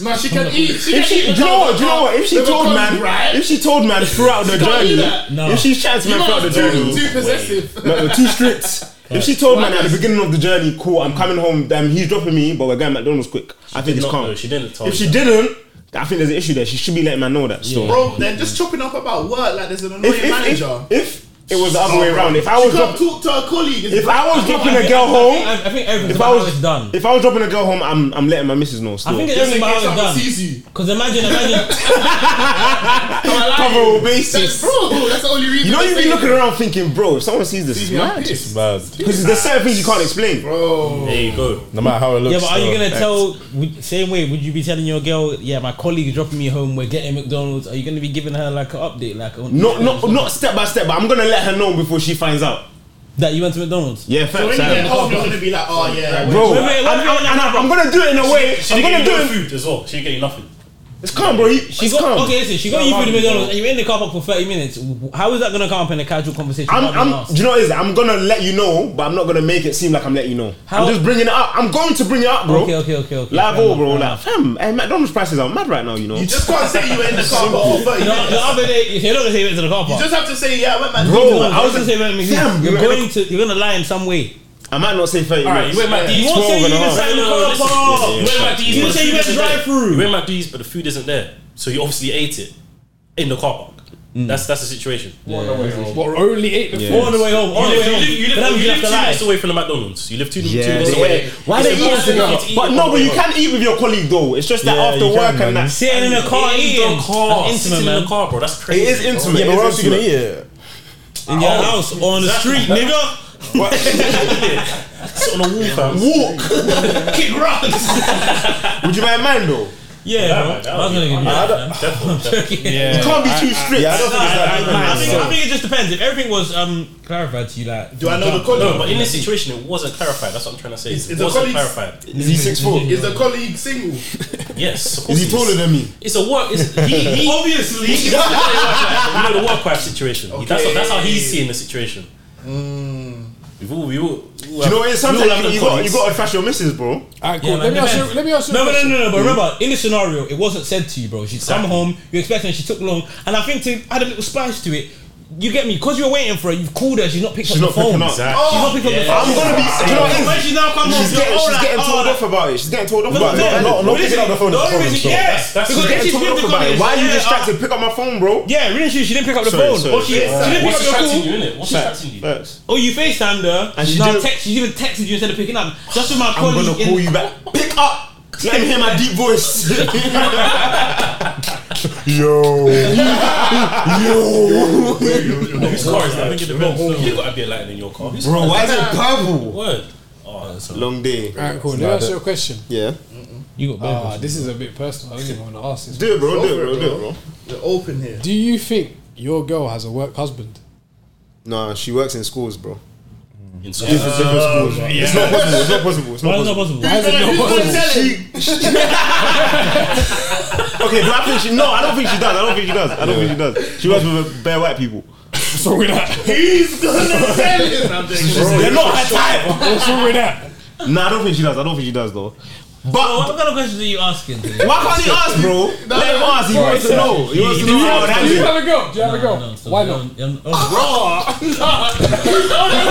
S1: No, she can eat. She
S5: If
S1: can
S5: she,
S1: eat
S5: do you know what? Do you know what? If she
S1: Never
S5: told
S1: come
S5: man,
S1: right.
S5: if she told man throughout the
S1: She can't do
S5: journey,
S1: that. No.
S5: if she shouts
S1: You
S5: man
S1: know,
S5: throughout the
S1: too-
S5: journey,
S1: too possessive.
S5: No, we're too strict. If she told man at the beginning of the journey, cool, I'm coming home. Damn, he's dropping me, but we're going McDonald's quick. I think
S6: did
S5: it's
S6: not
S5: calm.
S6: know. She didn't tell
S5: If she
S6: you that.
S5: didn't, I think there's an issue there. She should be letting man know that. Still,
S1: Bro, they're just chopping up about work like there's an annoying
S5: If- if-
S1: manager.
S5: If it was the other way around, if I
S1: She
S5: was
S1: can't
S5: dropping,
S1: talk to her colleague. it's
S5: if
S1: like-
S5: I was
S1: think-
S5: dropping
S1: I
S5: a
S1: think-
S5: girl home,
S7: I, I think everything's
S5: if I
S7: about how
S5: was
S7: it's done.
S5: if I was dropping a girl home, I'm I'm letting my missus know.
S7: I
S5: Still,
S7: think it's
S1: Just in
S7: everything about
S1: case
S7: how it's
S1: someone
S7: done.
S1: sees you.
S7: Because imagine, imagine.
S5: cover all bases.
S1: Bro, that's the only reason.
S5: You know,
S1: they
S5: you've
S1: say
S5: been
S1: it.
S5: looking around thinking, bro, if someone sees this,
S1: Sees
S5: it's
S1: me, I'm
S5: mad.
S1: pissed.
S5: Because there's certain things you can't explain.
S1: Bro.
S6: There you go.
S21: No matter how it looks.
S7: yeah, but are you
S21: though.
S7: gonna tell? Would, same way, would you be telling your girl? Yeah, my colleague is dropping me home. We're getting McDonald's. Are you gonna be giving her like an update, like on,
S5: Not, not, not step by step, but I'm gonna let her know before she finds out.
S7: that you went to McDonald's?
S5: Yeah,
S1: So
S5: facts.
S1: when you
S5: Sam.
S1: get home, you're gonna be like, oh yeah.
S5: Bro,
S7: Wait, wait, wait,
S5: I'm,
S7: wait,
S5: I'm-
S7: wait,
S5: and I'm- I'm gonna do it in a way.
S6: She
S5: I'm
S6: didn't
S5: gonna
S6: get
S5: do
S6: you no
S5: it.
S6: food as well. She didn't get you nothing.
S5: It's calm, bro. You-
S7: She
S5: It's
S7: got,
S5: calm.
S7: okay, listen. She got you through the McDonald's, and you're in the car park for thirty minutes. How is that gonna come up in a casual conversation?
S5: I'm,
S7: about the
S5: I'm,
S7: last?
S5: do you know what it is? I'm gonna let you know, but I'm not gonna make it seem like I'm letting you know.
S7: How-
S5: I'm just bringing it up. I'm going to bring it up, bro.
S7: Okay, okay, okay, okay.
S5: Live
S7: Fair
S5: all,
S7: enough,
S5: bro.
S7: fair
S5: Like, fam, hey, McDonald's prices are mad right now, you know.
S1: You just can't say you were in the car park for 30
S7: The, the
S1: minutes.
S7: other day, you're not gonna say you went to the car
S1: You
S7: park.
S1: just have to say, yeah, I went man.
S5: Bro, I
S7: I was
S5: was
S7: gonna say went to
S5: Damn,
S7: You're
S5: we were
S7: going to, you're gonna lie in some way.
S5: I might not say 30
S6: Alright, you went
S5: minutes.
S6: MacD's.
S7: You won't say
S5: 12
S7: you
S5: and a
S7: even
S5: half.
S7: sat in the
S6: No, no, no,
S7: car park.
S6: listen. You went MacD's,
S7: You
S6: but
S7: say you
S6: the food
S7: went
S6: isn't there.
S7: drive through.
S6: You went MacD's, but the food isn't there. So you obviously ate it in the car park. That's that's the situation.
S4: But only ate the
S5: Yeah.
S4: food.
S7: On the way home, on
S6: You
S7: the way
S6: live, you
S7: home.
S6: live, you
S7: But that means you
S6: live, you live
S7: have
S6: two
S7: to
S6: minutes
S7: lie.
S6: away from the McDonald's. You live two, two
S5: Yeah,
S6: minutes
S5: yeah.
S6: away.
S5: Why they
S6: It's
S5: eating
S6: impossible
S5: together?
S6: to eat
S5: But no,
S6: on the
S5: but
S6: way
S5: you
S6: home.
S5: can eat with your colleague though. It's just that
S21: Yeah,
S5: after
S21: you
S5: work
S21: can,
S5: and
S21: man.
S5: that.
S7: Sitting in a car
S6: Eating
S7: eating.
S6: the car.
S7: That's intimate,
S6: Sitting in
S7: man.
S6: the car, bro. That's
S5: It
S6: crazy.
S5: is intimate.
S21: Yeah,
S5: it
S21: but where
S5: is
S21: else you gonna
S5: intimate.
S21: eat it?
S7: In your house, on the street, nigga.
S6: Sit on a wall, fam.
S5: Walk.
S7: Kick rocks.
S5: Would you mind mine though?
S7: Yeah, bro. I was gonna give you that. man.
S5: You can't be too strict.
S21: Yeah, I don't
S7: No,
S21: think it's that
S7: I,
S21: deep,
S7: I, I,
S21: man.
S7: think, I think it just depends. If everything was um, clarified to you, like,
S1: Do I know the
S6: No,
S1: colleague?
S6: but in this situation, it wasn't clarified. That's what I'm trying to say.
S1: Is- is
S6: it
S1: the
S6: wasn't
S1: colleagues-
S6: clarified.
S5: Is he six four?
S1: Is the colleague single?
S6: Yes. of
S5: Is he
S6: course it
S5: taller than me?
S6: It's a work. It's, he, he,
S7: obviously,
S6: you know the work wife situation. That's, what, that's how he's seeing the situation. We've all, we all,
S5: Do you know what it is?
S6: we all have
S5: Sometimes you,
S6: the
S5: you, got, you
S6: colleagues.
S5: got to trash your missus, bro.
S4: Alright, cool.
S7: Yeah,
S4: let,
S7: man,
S4: me ask you,
S7: depends.
S4: let me ask you. a
S7: No, but no,
S4: question.
S7: no, no. But remember, in this scenario, it wasn't said to you, bro. She'd come home, you expecting her, she took long, and I think to add a little spice to it, you get me? Because you were waiting for her, you've called her, she's not picked
S5: She's
S7: up
S5: not
S7: the phone.
S5: picking up.
S6: Exactly.
S7: She's not picked up the
S6: Yeah.
S5: I'm
S7: phone.
S5: gonna be. Do you know what it is?
S7: When she now comes home,
S5: She's
S7: you're
S5: getting,
S7: all
S5: she's
S7: like,
S5: getting
S7: oh,
S5: told
S7: like-
S5: off about it. She's getting told off
S7: No,
S5: about it.
S7: no,
S5: Not- not-
S7: no,
S5: Not
S7: listen,
S5: picking up the phone is
S7: the
S5: a
S7: only
S5: problem.
S7: reason-
S5: so
S7: yeah,
S5: that's- that's-
S7: because
S5: She's
S7: if
S5: getting
S7: she's
S5: told
S7: been
S5: off
S7: to
S5: about it.
S7: college,
S5: Why are you
S7: yeah, uh,
S5: distracted? Pick up my phone, bro.
S7: Yeah, really, she, she didn't pick up the
S5: Sorry,
S7: phone.
S5: sorry,
S7: or she, she
S5: sorry.
S7: didn't pick up
S6: What's
S7: your
S6: distracting you,
S7: call.
S6: innit? What's
S5: Facts,
S6: distracting you?
S5: facts.
S7: Oh, you FaceTimed her.
S5: And
S7: And
S5: she
S7: she now
S5: didn't-
S7: text, she's even texted you instead of picking up. Just with my
S5: I'm
S7: colleague
S5: gonna
S7: in-
S5: call you back. Pick up. Let him hear my deep voice.
S21: Yo. Yo.
S6: Whose car is that? You got a bit of light in your car. Whose car that? Word. Oh, that's a
S5: Long day.
S4: Alright, cool. Let me ask you a question.
S5: Yeah.
S7: You
S5: got bare
S4: Ah,
S5: questions.
S4: this is a bit personal. I don't even want to ask this.
S5: Do it, bro. Do it, bro. Do it, bro.
S4: They're open here. Do you think your girl has a work husband?
S5: Nah, she works in schools, bro.
S6: In
S5: schools, different, different schools. bro. It's not possible. It's not possible. It's not possible.
S4: Why is it not possible?
S5: Okay, but I think she. No, I don't think she does. I don't think she does. I don't think she does. She works with uh, bare white people.
S4: What's wrong with that?
S5: He's gonna
S32: tell you something.
S5: They're not her type.
S4: What's wrong with that?
S5: Nah, I don't think she does. I don't think she does though. But
S7: what kind of questions are you asking? Today?
S5: Why can't he ask, bro? Let him ask. He wants to know. He wants to know how it
S4: Do
S5: happened.
S4: you have a girl? Do you have a girl? Why not?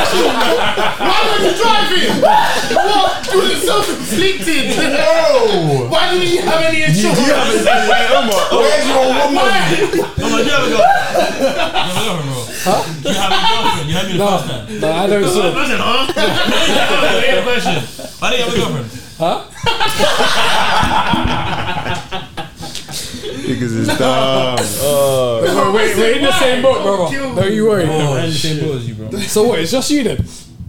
S32: Why were you driving? What? You look so conflicted. No. Why didn't you have any
S5: You- you
S32: insurance?
S5: haven't said- wait, Omar, Omar. Where's your woman?
S32: Omar, you have a
S7: You had me the first time.
S4: No, I don't see it.
S7: Imagine, huh? I have a question. Why do you have a girlfriend?
S4: Huh?
S5: Because it's dumb. Uh,
S4: Bro, wait, we're in the same boat, brother. Don't you worry.
S5: Oh, shit.
S4: So what? It's just you then.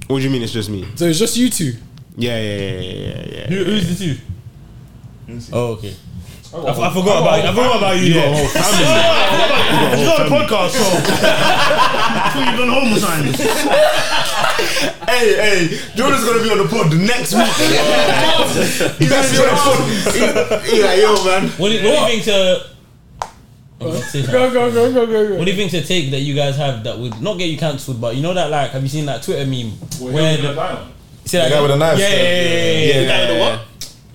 S5: What do you mean? It's just me.
S4: So it's just you two.
S5: Yeah, yeah, yeah, yeah, yeah, yeah.
S7: Who, who's the two?
S5: Oh, okay.
S7: I, f- I forgot about you. I forgot about you.
S5: You got a
S7: yeah.
S5: whole family.
S7: Oh, I forgot about you.
S5: You got a
S7: It's
S5: whole
S7: not a
S5: family.
S7: podcast, so. I thought you'd gone home or something.
S5: Hey, hey, Jordan's gonna be on the pod the next week. He's gonna be on the pod. He- he like, yo, man.
S7: What do you, what do you think to? Go
S4: go go go go go.
S7: What do you think to take that you guys have that would not get you cancelled, but you know that like have you seen that Twitter meme where
S2: him with the
S7: the
S2: knife.
S7: see
S21: The guy with the knife.
S7: Yeah, yeah, yeah, yeah, yeah,
S21: Yeah,
S7: The guy with the
S21: yeah,
S7: what?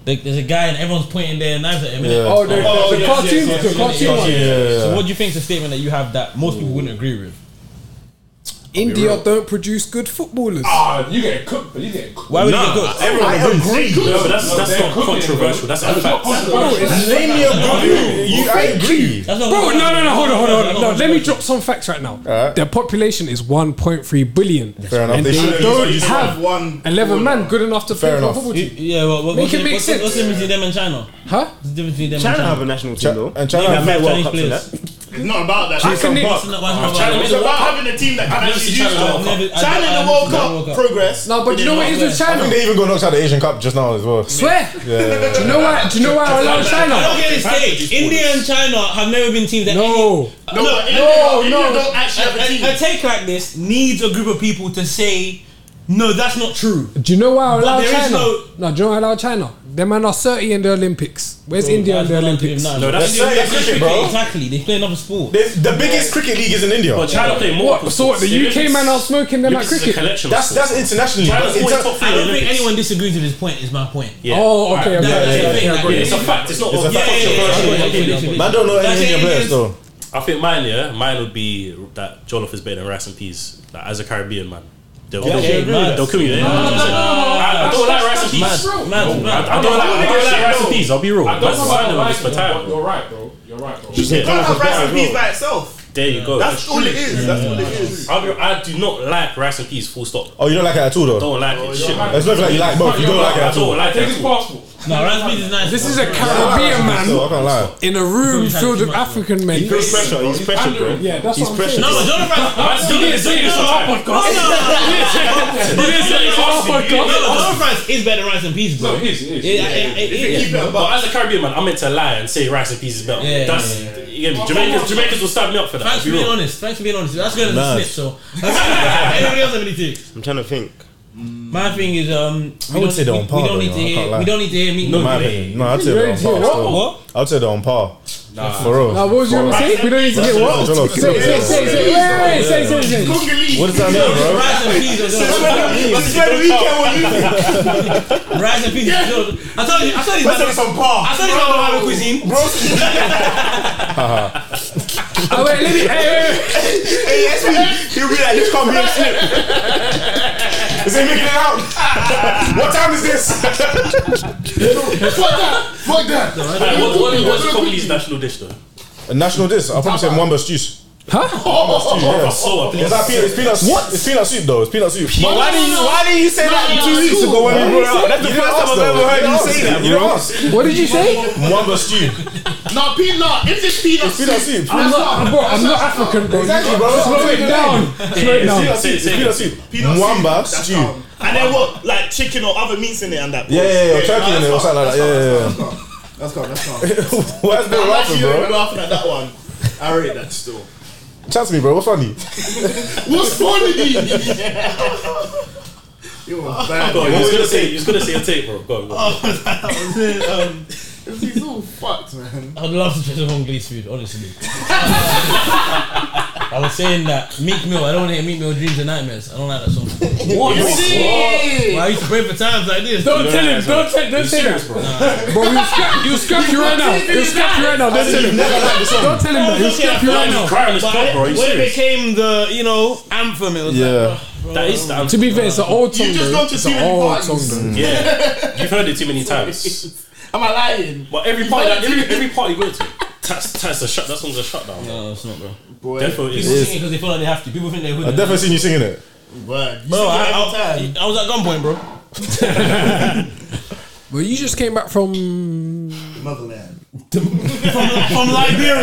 S7: The- there's a guy and everyone's pointing their knives at him. innit?
S21: Yeah. Oh, the- the- the
S7: yes, yes,
S21: cartoon-
S7: yes,
S21: the
S7: yes,
S21: cartoon
S7: yes,
S21: one.
S7: yes, yes.
S21: Yeah.
S7: So what do you think is a statement that you have that most people wouldn't agree with?
S4: India don't produce good footballers.
S2: Ah, you get cooked, but you get cooked.
S7: Why would you get cooked?
S2: I agree.
S6: No, but that's, that's not controversial. That's a fact. You- I agree.
S7: That's
S4: Bro, no,
S7: not-
S4: no, no, hold on, hold on, hold
S7: That's
S4: on.
S7: not-
S4: No, let me drop some facts right now. Their population is 1.3 billion.
S21: Fair enough.
S4: And
S21: They
S4: they,
S21: shouldn't-
S4: don't
S21: you shouldn't
S4: have
S21: have one
S4: 11 men good enough to play for a football team.
S7: Yeah, well, what,
S4: Make
S7: what's
S4: it
S7: the-
S4: make
S7: what's the- What's the
S4: sense.
S7: difference between them and China?
S4: Huh?
S7: What's the difference between them
S5: China
S7: and China?
S5: have a national team though,
S21: and China
S7: They've
S21: have
S7: had
S21: World
S7: Chinese
S21: Cups and
S7: players.
S1: It's not about that.
S7: Jason
S1: Jason
S7: Buck.
S1: Buck. It's about having a team that can actually use them. China in the World Cup progress.
S4: No, but you know what it is with
S21: I
S4: China?
S21: think they even got knocked out of the Asian Cup just now as well.
S4: Swear.
S21: Yeah.
S4: Do you know why? Do you know why I love China?
S7: I don't get this stage. India and China have never been teams that.
S4: No.
S7: Any, no,
S1: India- India don't actually have a team.
S7: a, a, a take like this needs a group of people to say, no, that's not true.
S4: Do you know why I
S7: But
S4: allow
S7: there is
S4: China?
S7: no-
S4: No, do you know why I allow China? Them man are 30 in the Olympics. Where's India in the Olympics?
S7: No,
S6: No, that's-
S7: India-
S6: that's cricket, bro.
S7: Exactly, they play another sport.
S5: The biggest cricket league is in India.
S6: But China play more.
S4: What? So what? The UK man are smoking them at cricket.
S5: That's that's internationally.
S7: I
S5: but in ter-
S7: don't think anyone disagrees with his point. Is my point.
S6: Yeah.
S4: Oh, okay,
S7: That-
S4: okay.
S7: that's
S6: yeah,
S7: the thing,
S6: yeah,
S7: like,
S6: yeah, it's a fact. It's not
S7: It's a
S6: yeah,
S7: fact.
S6: yeah, yeah,
S7: Yeah, yeah,
S6: yeah,
S7: yeah,
S6: yeah,
S7: yeah,
S6: yeah.
S7: yeah. Man don't know any That's Indian it, players, it is. though.
S6: I think mine, yeah, mine would be that Jollof is better than rice and peas. Like, as a Caribbean man, they'll
S7: Yeah,
S6: they'll-
S7: okay, mad.
S6: they'll kill you. yeah,
S7: No, no, no,
S6: 100%.
S7: no, no, no,
S6: I I don't like rice and
S7: That's-
S6: peas.
S7: that's mad,
S6: No,
S7: mad.
S6: I I don't like I don't like
S7: Shit,
S6: rice
S7: no.
S6: and peas. I'll be real.
S2: I don't
S6: Man's
S2: like
S6: finals for
S2: rice, but
S6: time.
S2: you're right, bro. You're right, bro.
S6: Just
S1: You can't
S6: Jollof
S1: have
S6: is better
S1: rice and
S6: as well.
S1: peas by itself.
S6: There you go.
S1: That's all it is. That's all it is.
S6: I'll be, I do not like rice and peas. Full stop.
S21: Oh, you don't like it at all, though.
S6: Don't like it. Shit.
S21: It's not like you like both. You don't like it at all.
S6: I don't like it
S2: Take
S6: at all.
S7: No, rice and peas is nice.
S4: This is a
S21: I
S4: Caribbean
S21: can't
S4: man
S21: lie.
S4: in a room filled with African men.
S5: He's pressure. He's pressure, bro.
S4: Yeah, that's
S5: He's
S4: what I'm
S5: pressure.
S4: saying.
S7: No, but Jonathan,
S6: Man's
S7: you didn't say this on our podcast. No, no, no, you didn't say
S6: You
S7: But
S6: didn't
S7: you
S6: say
S7: didn't
S6: it's
S7: ask
S6: our
S7: me.
S6: podcast.
S7: No, no, Jonathan Rice is better than rice and peas, bro.
S2: No, it is, it is.
S7: Yeah, yeah, yeah, yeah, yeah.
S6: But as a Caribbean man, I'm meant to lie and say rice and peas is better.
S7: Yeah,
S6: That's
S7: yeah, yeah.
S6: you get me. Jamaicans, Jamaicans will stab me up for that.
S7: Thanks
S6: I'll
S7: for
S6: be
S7: being
S6: real.
S7: honest. Thanks for being honest. That's good as a snip,
S6: Nice.
S7: so. Anybody else have any takes?
S5: I'm trying to think.
S7: My thing is, um,
S21: I
S7: we
S21: would
S7: don't-
S21: say they're
S7: we-
S21: on par,
S7: We don't
S21: though,
S7: need
S21: you
S7: to
S21: know, I can't
S7: hear.
S21: lie.
S7: We don't need to hear me.
S21: No, my opinion. No, I'd say they're on par. still.
S7: What?
S21: I'd say they're on par.
S6: Nah.
S21: For real.
S4: Now, what was you gonna say? We don't need to get what?
S21: Jollof,
S4: Say, say, say, say, say, wait, wait, say, say, say.
S21: What does that mean, bro?
S7: Rice and peas. is- Rice and peas. is- I told you. I told you.
S1: Let's have some par.
S7: I told you about Arabic cuisine. Bro,
S4: Oh, wait, let me. Hey,
S5: Hey, yes, we. He'll be like, you come here and slip. Is he making it out? what time is this?
S32: Fuck that! Fuck that!
S6: Alright, what- what- What's Congolese national dish though?
S21: A national dish. I'll probably say Mwamba's juice.
S6: Oh,
S21: yeah.
S6: sour, please.
S21: Is that pe- it's peanut, what? It's peanut soup though. It's peanut soup.
S5: But why did you why did you say that two weeks ago when we brought it up? That's the first time I've ever heard you say that,
S21: You
S5: bro.
S21: know
S4: wait. What did you say?
S21: Mwamba stew.
S27: No, peanut. If it's peanut
S21: It's peanut soup.
S27: That's
S21: I'm not-
S27: not-
S21: bro, I'm
S27: that's
S21: not African, bro.
S27: Exactly, bro.
S21: Slow
S27: That's
S21: it
S27: what
S21: down.
S27: I'm doing.
S21: Slow it down.
S27: Peanut soup,
S21: It's peanut soup.
S27: Peanut
S21: Mwamba
S27: soup. That's
S21: stew.
S27: calm.
S1: And then what? Like chicken or other meats in it and that.
S21: Yeah, yeah,
S1: no,
S21: yeah. Turkey in
S1: that's
S21: it or something like that. Yeah, yeah,
S1: That's gone, that's gone.
S21: yeah. Why is Bill
S1: I'm
S21: laughing,
S1: actually
S21: bro?
S1: laughing at that one. I rate that still.
S21: Chance me, bro. What's funny?
S1: What's funny? you are bad.
S6: Go
S1: bro.
S6: on, Oh, you was gonna say, you was gonna say a tape, bro. Go on, go on.
S1: that was it. Um, he's all fucked, man.
S7: I'd love to try some Hongolese food, honestly. I was saying that Meek Mill, I don't want to hear Meek Mill dreams and nightmares. I don't like that song. Oh,
S4: What? You see?
S7: Well, I used to pray for times like this.
S4: Don't tell him, don't tell- don't say that. Bro, he'll scrap, he'll scrap you right now. He'll scrap you right now. Don't tell him. Don't tell him. that. He'll scrap you right now.
S7: When it became the, you know, anthem, it was
S21: Yeah.
S7: like,
S6: That is
S4: To be fair, it's an old song. though. It's an old song, though.
S6: Yeah, you've heard it too many times.
S27: Am I lying?
S6: But every party, that, every, every party you go to, that's that's a shut. That song's a shutdown. No,
S7: oh, it's not, bro.
S6: Boy, Definitely
S7: People
S6: is.
S7: sing it because they feel like they have to. People think they would.
S21: I've definitely seen you singing it.
S7: Bro,
S4: sing it
S7: I,
S4: every
S7: I, I was at gunpoint, bro.
S4: Well, you just came back from
S1: motherland.
S7: From Liberia.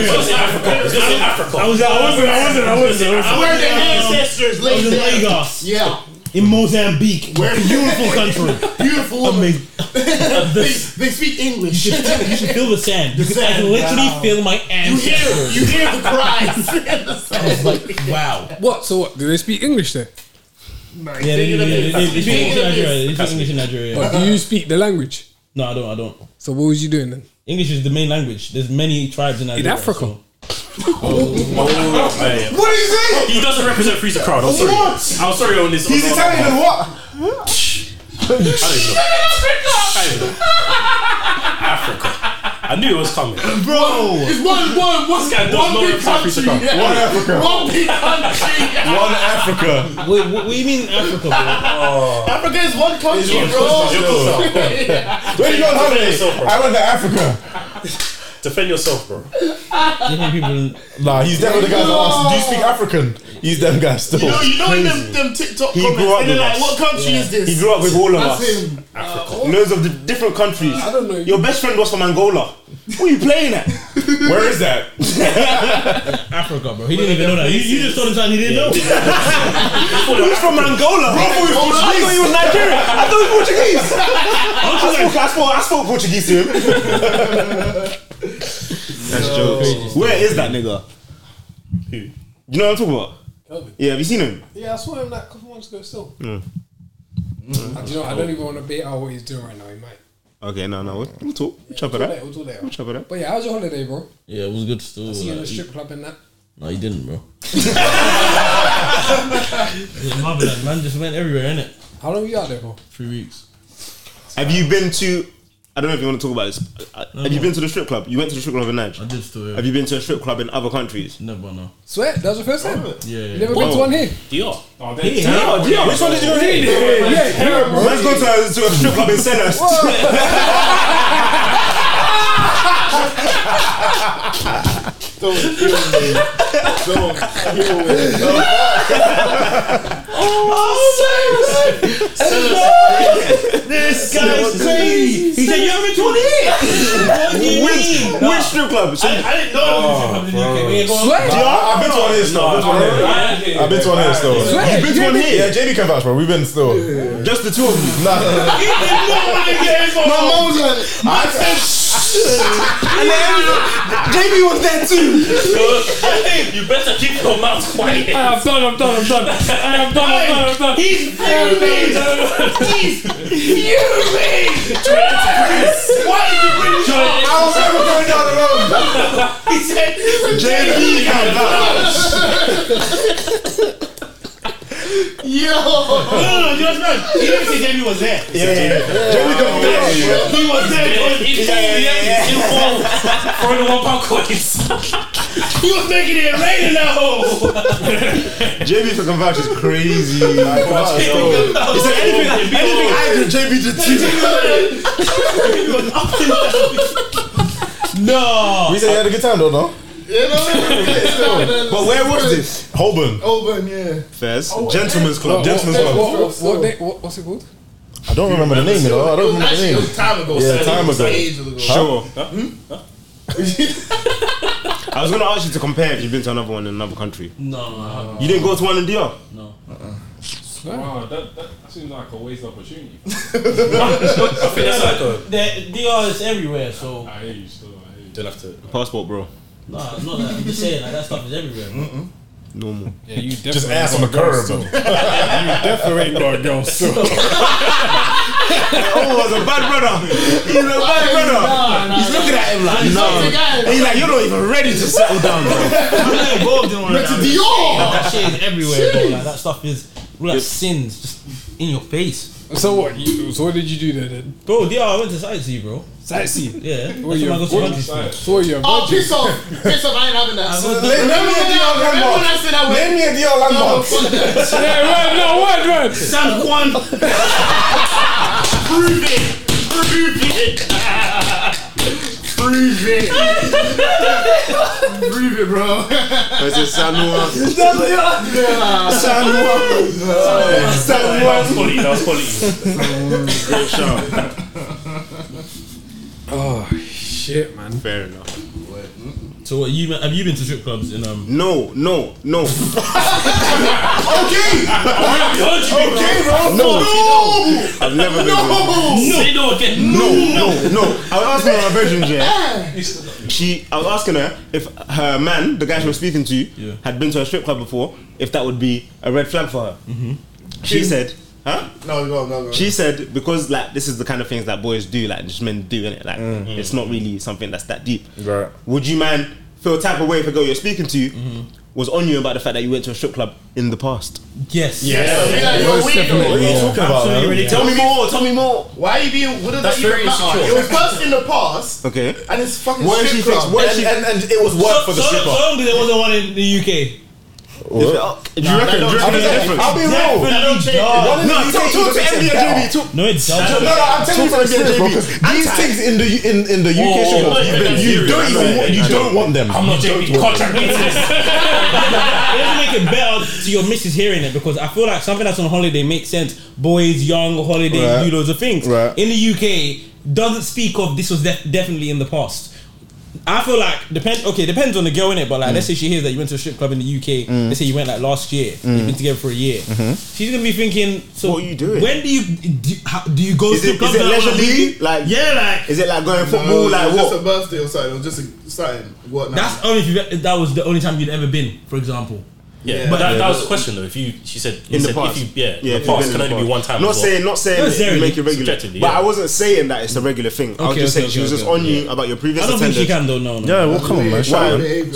S27: It's just Africa. It's just Africa.
S7: I was, I wasn't, I wasn't, I wasn't. I wasn't.
S27: Where the
S7: Um,
S27: ancestors
S7: I was in
S27: laid down.
S7: Lagos.
S27: Yeah.
S7: In Mozambique.
S27: Where-
S7: Beautiful country.
S27: Beautiful.
S7: Amazing.
S27: they, they speak English.
S7: You should, feel, you should feel the sand. You
S27: The
S7: can I
S27: sand,
S7: can literally
S27: wow.
S7: feel my
S27: You hear,
S7: ancestors.
S27: you hear the cries. in the sand.
S7: wow.
S4: What? So what? Do they speak English there?
S7: Yeah, they, they, they, they, they speak English in Nigeria. They speak English in Nigeria.
S4: Or do you speak the language?
S7: No, I don't. I don't.
S4: So what was you doing then?
S7: English is the main language. There's many tribes in Nigeria.
S4: Africa?
S7: so-
S6: What
S7: is it?
S6: He doesn't represent Freezer Crowd. I'm sorry.
S7: What?
S6: I'm sorry on this.
S7: He's
S6: on-
S7: Italian,
S6: I don't even know. I don't even know. Africa. I knew it was coming.
S27: Bro, it's one, one, what's
S6: This guy
S27: that?
S6: does
S27: One
S6: not
S27: big
S6: represent
S27: country.
S6: Freezer Crowd.
S27: yeah.
S6: One Africa.
S27: One big country.
S6: One Africa.
S7: Wait, what, what do you mean Africa, bro?
S27: Africa is one country,
S6: It's
S27: bro.
S6: one country, bro.
S27: Yeah.
S6: Where you going on holiday? I went
S21: to Africa.
S6: Defend yourself, bro.
S21: Nah, he's definitely the guy that asked, do you speak African? He's them guy still.
S27: You know, you know in them, them TikTok
S21: He
S27: comments,
S21: grew up
S27: and they're
S21: with
S27: like, "What
S21: us.
S27: country
S21: Yeah.
S27: is this?"
S5: He grew up with all of
S27: That's
S5: us.
S27: Him.
S5: Loads of the different countries.
S27: I don't know.
S5: Your best friend was from Angola. What are you playing at? Where is that?
S7: Africa, bro. He didn't even know that. You, you just told him something he didn't know.
S5: Who's from Angola?
S7: Bro, he was
S5: I thought he was
S7: Portuguese.
S5: Nigerian. I thought he was Portuguese. I spoke, I, spoke,
S7: I
S5: I spoke Portuguese to him. That's jokes. Where is that nigga? Who? You know what I'm talking about? Yeah, have you seen him?
S4: Yeah, I saw him like a couple months ago still.
S5: No.
S4: And Mm. do you know, what? I don't even want to bait out what he's doing right now. He might.
S5: Okay, no, no, we'll, we'll talk. We'll chop it
S4: later,
S5: out.
S4: we'll do later.
S5: We'll chop it out.
S4: But yeah, how's your holiday, bro?
S7: Yeah, it was good still.
S4: See you in the
S7: like,
S4: strip club and that.
S7: No, you didn't, bro. Motherland, man, just went everywhere, innit?
S4: How long were you out there for?
S7: Three weeks.
S5: Have you been to? I don't know if you want to talk about this. Uh, Have you been to the strip club? You went to the strip club in Nigeria. I
S7: did still.
S5: Have you been to a strip club in other countries?
S7: Never, no.
S4: Swear, that was your first time.
S7: Yeah.
S4: You never been to one here.
S6: Dior. Oh,
S5: Dior, Dior. Which one did you go to?
S4: Yeah, yeah, yeah, bro.
S5: Let's go to a, to a strip club in Selhurst.
S27: Don't kill me. Don't kill me.
S7: Oh, I'm serious. This guy's crazy. He said, You haven't been to one here? What do you mean?
S5: Which strip club? So-
S7: I, I didn't
S21: Oh,
S7: know there was a strip club in the UK. We ain't going-
S21: Yeah, I've been to one here still. I've been to one here. I've been to one here still.
S5: Swear, You've been to one JB? here?
S21: Yeah, JB can vouch, bro. We've been still.
S5: Just the two of you.
S21: Nah, nah, nah.
S5: My mom was like, I said, and then JB was there too.
S6: you better keep your mouth quiet.
S27: I'm
S4: done, I'm done, I'm done. I'm
S27: done, I'm done, I'm done. He's fuming. He's fuming. Why did you bring this up?
S5: I was never going down the road.
S27: He said,
S5: JB can
S27: Yo. No, no, no, you understand? He didn't say JB was there.
S5: Yeah, yeah, yeah. JB come
S27: He was there. He was there. He was
S6: For the one pound coins.
S27: He was making it rain in that hole.
S5: JB for vouch is crazy. Like,
S27: Vouch is
S5: bro.
S27: dope.
S5: He said anything,
S27: It'd be
S5: anything
S27: all-
S5: I did, JB did too.
S7: No.
S21: We said you had a good time though, no?
S5: But where was this?
S21: Holborn.
S1: Auburn, yeah.
S5: Fairs.
S7: Oh,
S5: Gentlemen's Club.
S21: What-
S5: Gentlemen's
S21: what-
S5: Club.
S4: What, what, what, day- what, what's it called?
S21: I don't remember the name, you know. I don't remember the name.
S1: It was time ago.
S21: Yeah,
S1: son.
S21: time
S1: It was
S21: ago.
S1: ages ago.
S21: Sure.
S1: Huh? Hmm?
S5: I was gonna ask you to compare if you've been to another one in another country.
S7: No, no, I haven't.
S5: You didn't go to one in DR.
S7: No.
S2: Wow, that, that seems like a waste of opportunity.
S7: The DR is everywhere, so.
S2: I hear you still. I hear you.
S6: Don't have to.
S5: Passport, bro. Oh,
S7: Nah, it's not that. I'm just saying, like, that stuff is everywhere. bro.
S5: Normal.
S7: Yeah, you
S5: Just
S7: definitely
S5: ass on the
S7: got a girl
S5: curb,
S7: still.
S5: bro.
S4: definitely ain't got a girl still.
S5: Oh, was a bad brother. He's a bad brother. He's looking at him like,
S27: He's
S5: no.
S27: not the guy.
S5: He's like, you're not even ready to settle down, bro.
S7: I'm not involved in one of
S5: Not to
S7: that.
S5: Dior.
S7: That shit is everywhere, bro. Like,
S4: Jeez.
S7: that stuff is all that sins just in your face.
S4: So what? You, so what did you do there then?
S7: Bro, yeah, I went to sightsee, bro.
S4: Sightsee?
S7: Yeah. That's
S4: What you
S7: when I go to
S4: what-
S7: countries, bro.
S4: So what you a
S1: Oh,
S4: virgin?
S1: piss off. Piss off, I ain't having that.
S7: So,
S1: Remember
S4: name me a
S1: when
S4: DR
S1: I- Remember when I said I went?
S4: Name me a
S1: No,
S4: DR landmark.
S1: fuck that.
S4: Yeah, right, no, word, word.
S7: San Juan.
S27: Prove it. Prove it. Prove it. Prove it, bro.
S5: It's a San Juan.
S27: San Juan.
S5: San Juan. San
S6: That was
S5: Juan.
S6: quality. That was quality.
S5: Great shout.
S4: Oh shit, man.
S5: Fair enough.
S7: So what you have you been to strip clubs in um
S5: No, no, no. okay.
S27: Okay,
S5: bro. No.
S27: No.
S5: I've never been.
S27: No. Say no again.
S5: No. No. No. I was asking her bedroom yeah. She. I was asking her if her man, the guy she was speaking to, had been to a strip club before. If that would be a red flag for her. She said, huh?
S1: go on, go on, go on.
S5: She said because like this is the kind of things that boys do, like just men do, innit? Like it's not really something that's that deep. Mm-hmm. Right. Mm-hmm. Would you man feel type of way if a girl you're speaking to was on you about the fact that you went to a strip club in the past?
S7: Yes.
S5: Yes.
S1: Yeah, you're
S5: Most
S1: weird,
S5: definitely. What are
S1: though.
S5: you talking about,
S1: Absolutely,
S5: man?
S1: really.
S5: Tell me more. Tell me more.
S1: Why are you being? What does
S5: That's
S1: that even
S5: very
S1: matter?
S5: secure.
S1: It was first in the past,
S5: Okay.
S1: and it's fucking
S5: What if
S1: strip
S5: she
S1: club.
S5: thinks- what if she-
S1: and, and, and it was
S5: What
S1: work
S5: for
S1: for
S5: the
S1: the
S7: so,
S1: strip
S5: stripper?
S7: so long as there wasn't one in the UK.
S5: If- oh, Do you reckon? Do you reckon there's a difference?
S7: I'll be real.
S5: No,
S7: No,
S5: talk talk to NBA JB. Talk
S7: No, it's
S5: No, no, I'm telling you from
S21: Talk to the
S5: experience,
S21: JB.
S5: bro, 'cause
S21: These things in the in in the UK
S5: Whoa,
S21: show,
S5: whoa, whoa,
S21: you,
S5: whoa,
S21: don't-
S5: whoa, whoa, whoa,
S21: you don't even
S5: whoa,
S21: want, you
S5: whoa,
S21: don't want them.
S6: I'm not
S21: You don't
S6: JB.
S21: want
S6: Contract me
S21: them.
S6: to this.
S7: Let's make it better to your missus hearing it because I feel like something that's on holiday makes sense. Boys, young, holiday,
S21: Right.
S7: do loads of things.
S21: Right.
S7: In the UK, doesn't speak of this was def- definitely in the past. I feel like depend okay depends on the girl in it,
S5: Mm.
S7: but like let's say she hears that you went to a strip club in the UK.
S21: Mm.
S7: Let's say you went like last year.
S5: Mm.
S7: You've been together for a year.
S5: Mm-hmm.
S7: She's gonna be thinking. So what are you doing? When do you do? you- How, do you go
S5: Is
S7: to
S5: it,
S7: clubs?
S5: is it
S7: now on a
S5: leisurely?
S7: weekend?
S5: Like
S7: yeah, like
S5: is it like going
S1: No,
S5: football?
S1: it
S5: like
S1: was
S5: what?
S1: just a birthday or something. It was just a, something. What now?
S7: that's only if you, that was the only time you'd ever been, for example.
S6: Yeah, but that, that was the question though. If you, she said, you
S5: In the
S6: said
S5: past,
S6: if you, yeah,
S5: Yeah,
S6: the
S5: if you've
S6: past
S5: been
S6: can
S5: in the
S6: only be
S5: past.
S6: one time.
S5: Not
S6: as well.
S5: saying, not saying that you make it regular. But
S6: Subjectively,
S5: I
S6: yeah.
S5: wasn't saying that it's a regular thing. I was
S7: Okay,
S5: just
S7: okay,
S5: saying she was
S7: okay,
S5: just
S7: okay,
S5: on you about your previous.
S7: I don't think
S5: attendance.
S7: she can though. No, no.
S5: oh,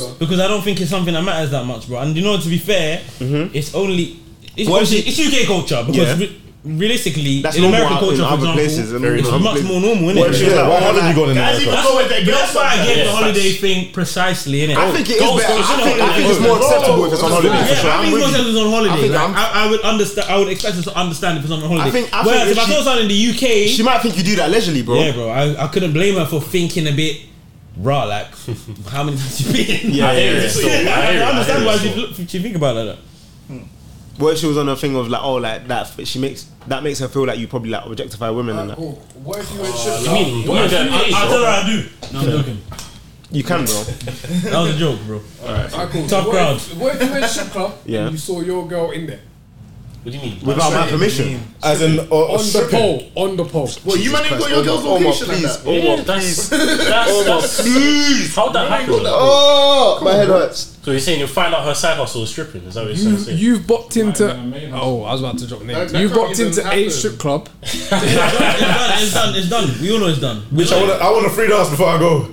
S5: Why?
S7: Because I don't think it's something that matters that much, bro. And you know, to be fair, it's only it's,
S5: Mm-hmm. Well,
S7: obviously- it's UK culture because
S5: Yeah.
S7: re- realistically,
S5: That's
S7: in
S5: normal
S7: American
S5: out
S7: culture,
S5: in
S7: for
S5: other
S7: example,
S5: places, in
S7: it's
S5: other
S7: much
S5: places.
S7: more normal,
S5: Well,
S7: innit?
S5: she was like, why haven't you gone in Guys, America? even go with their
S7: But That's why I
S5: Yeah,
S7: get the
S5: facts.
S7: holiday thing precisely, innit?
S5: I think it is
S7: Girls
S5: better. I
S7: goes on
S5: think- I
S7: holiday.
S5: think it's more acceptable if it's on holiday, for sure. I'm with
S7: Yeah, I think it's more
S5: you.
S7: acceptable if
S5: I
S7: it's on holiday.
S5: think
S7: Like,
S5: I'm-
S7: I I would understand. I would expect us to understand if it's on holiday.
S5: I think. I
S7: Whereas
S5: think
S7: if I saw something in the UK,
S5: she might think you do that leisurely, bro.
S7: yeah, bro. I, I couldn't blame her for thinking a bit, raw. Like, how many times you been?
S5: Yeah, I hear it
S7: Yeah,
S5: still. I hear it, I
S7: I understand
S5: hear it
S7: why
S5: still.
S7: she, look- she think about it like that.
S5: What if she was on a thing of like, oh, like that? She makes that makes her feel like you probably like objectify women and that.
S4: What if you went
S6: You mean? What
S7: I- I- I tell her Ah, I
S6: do.
S7: No, I'm joking.
S5: You can, bro.
S7: That was a joke, bro.
S4: Alright, cool.
S7: Tough
S4: what
S7: crowd.
S4: If, what if you went strip club
S5: Yeah.
S4: and you saw your girl in there?
S6: What do you mean?
S5: Without my permission.
S21: As in, or,
S5: Oh,
S4: on the pole. On the pole.
S1: Well, you man ain't got your girl's location like that.
S6: Yeah, that's, that's, that's,
S5: please.
S6: How'd that happen?
S5: Oh, my head hurts.
S6: So you're saying you'll find out her side hustle is stripping? Is that what you're
S4: You,
S6: saying?
S4: you've bopped into. Oh, I was about to drop
S6: That-
S4: names.
S6: that
S4: You've
S6: can't
S4: bopped
S6: even
S4: into
S6: happen.
S4: a strip club.
S7: It's done. It's done. We all know it's done.
S21: Which I want, I want a free dance before I go.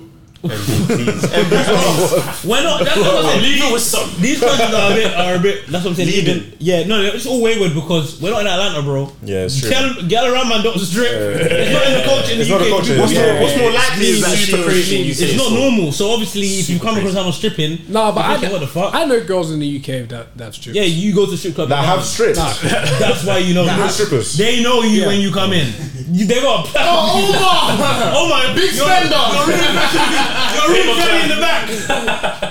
S7: We're not. That's what I'm saying.
S6: Leave it with some.
S7: These countries are a bit. Are a bit. That's what I'm saying. Even. Yeah. No. no, It's all wayward because we're not in Atlanta, bro.
S21: Yeah, it's true.
S7: Girl, girl around man don't strip. It's not in the culture. In the
S21: It's
S7: UK.
S21: not a culture.
S7: What's,
S21: Yeah.
S7: more, what's more
S21: Yeah.
S7: likely
S21: It's
S7: is that
S21: super
S7: it's
S21: crazy in
S7: It's
S21: UK,
S7: not
S21: so-
S7: normal. So obviously, if you come across someone stripping,
S4: Nah, but
S7: you're thinking,
S4: I,
S7: what the fuck?
S4: I know girls in the UK that that strip.
S7: Yeah, you go to strip club
S4: That have strips.
S7: Nah, that's why you know
S4: That
S7: them.
S4: have strippers.
S7: They know you
S4: Yeah.
S7: when you come in. You, they got a
S1: Oh, Omar!
S7: oh my
S1: Big spender!
S7: Your room in the back.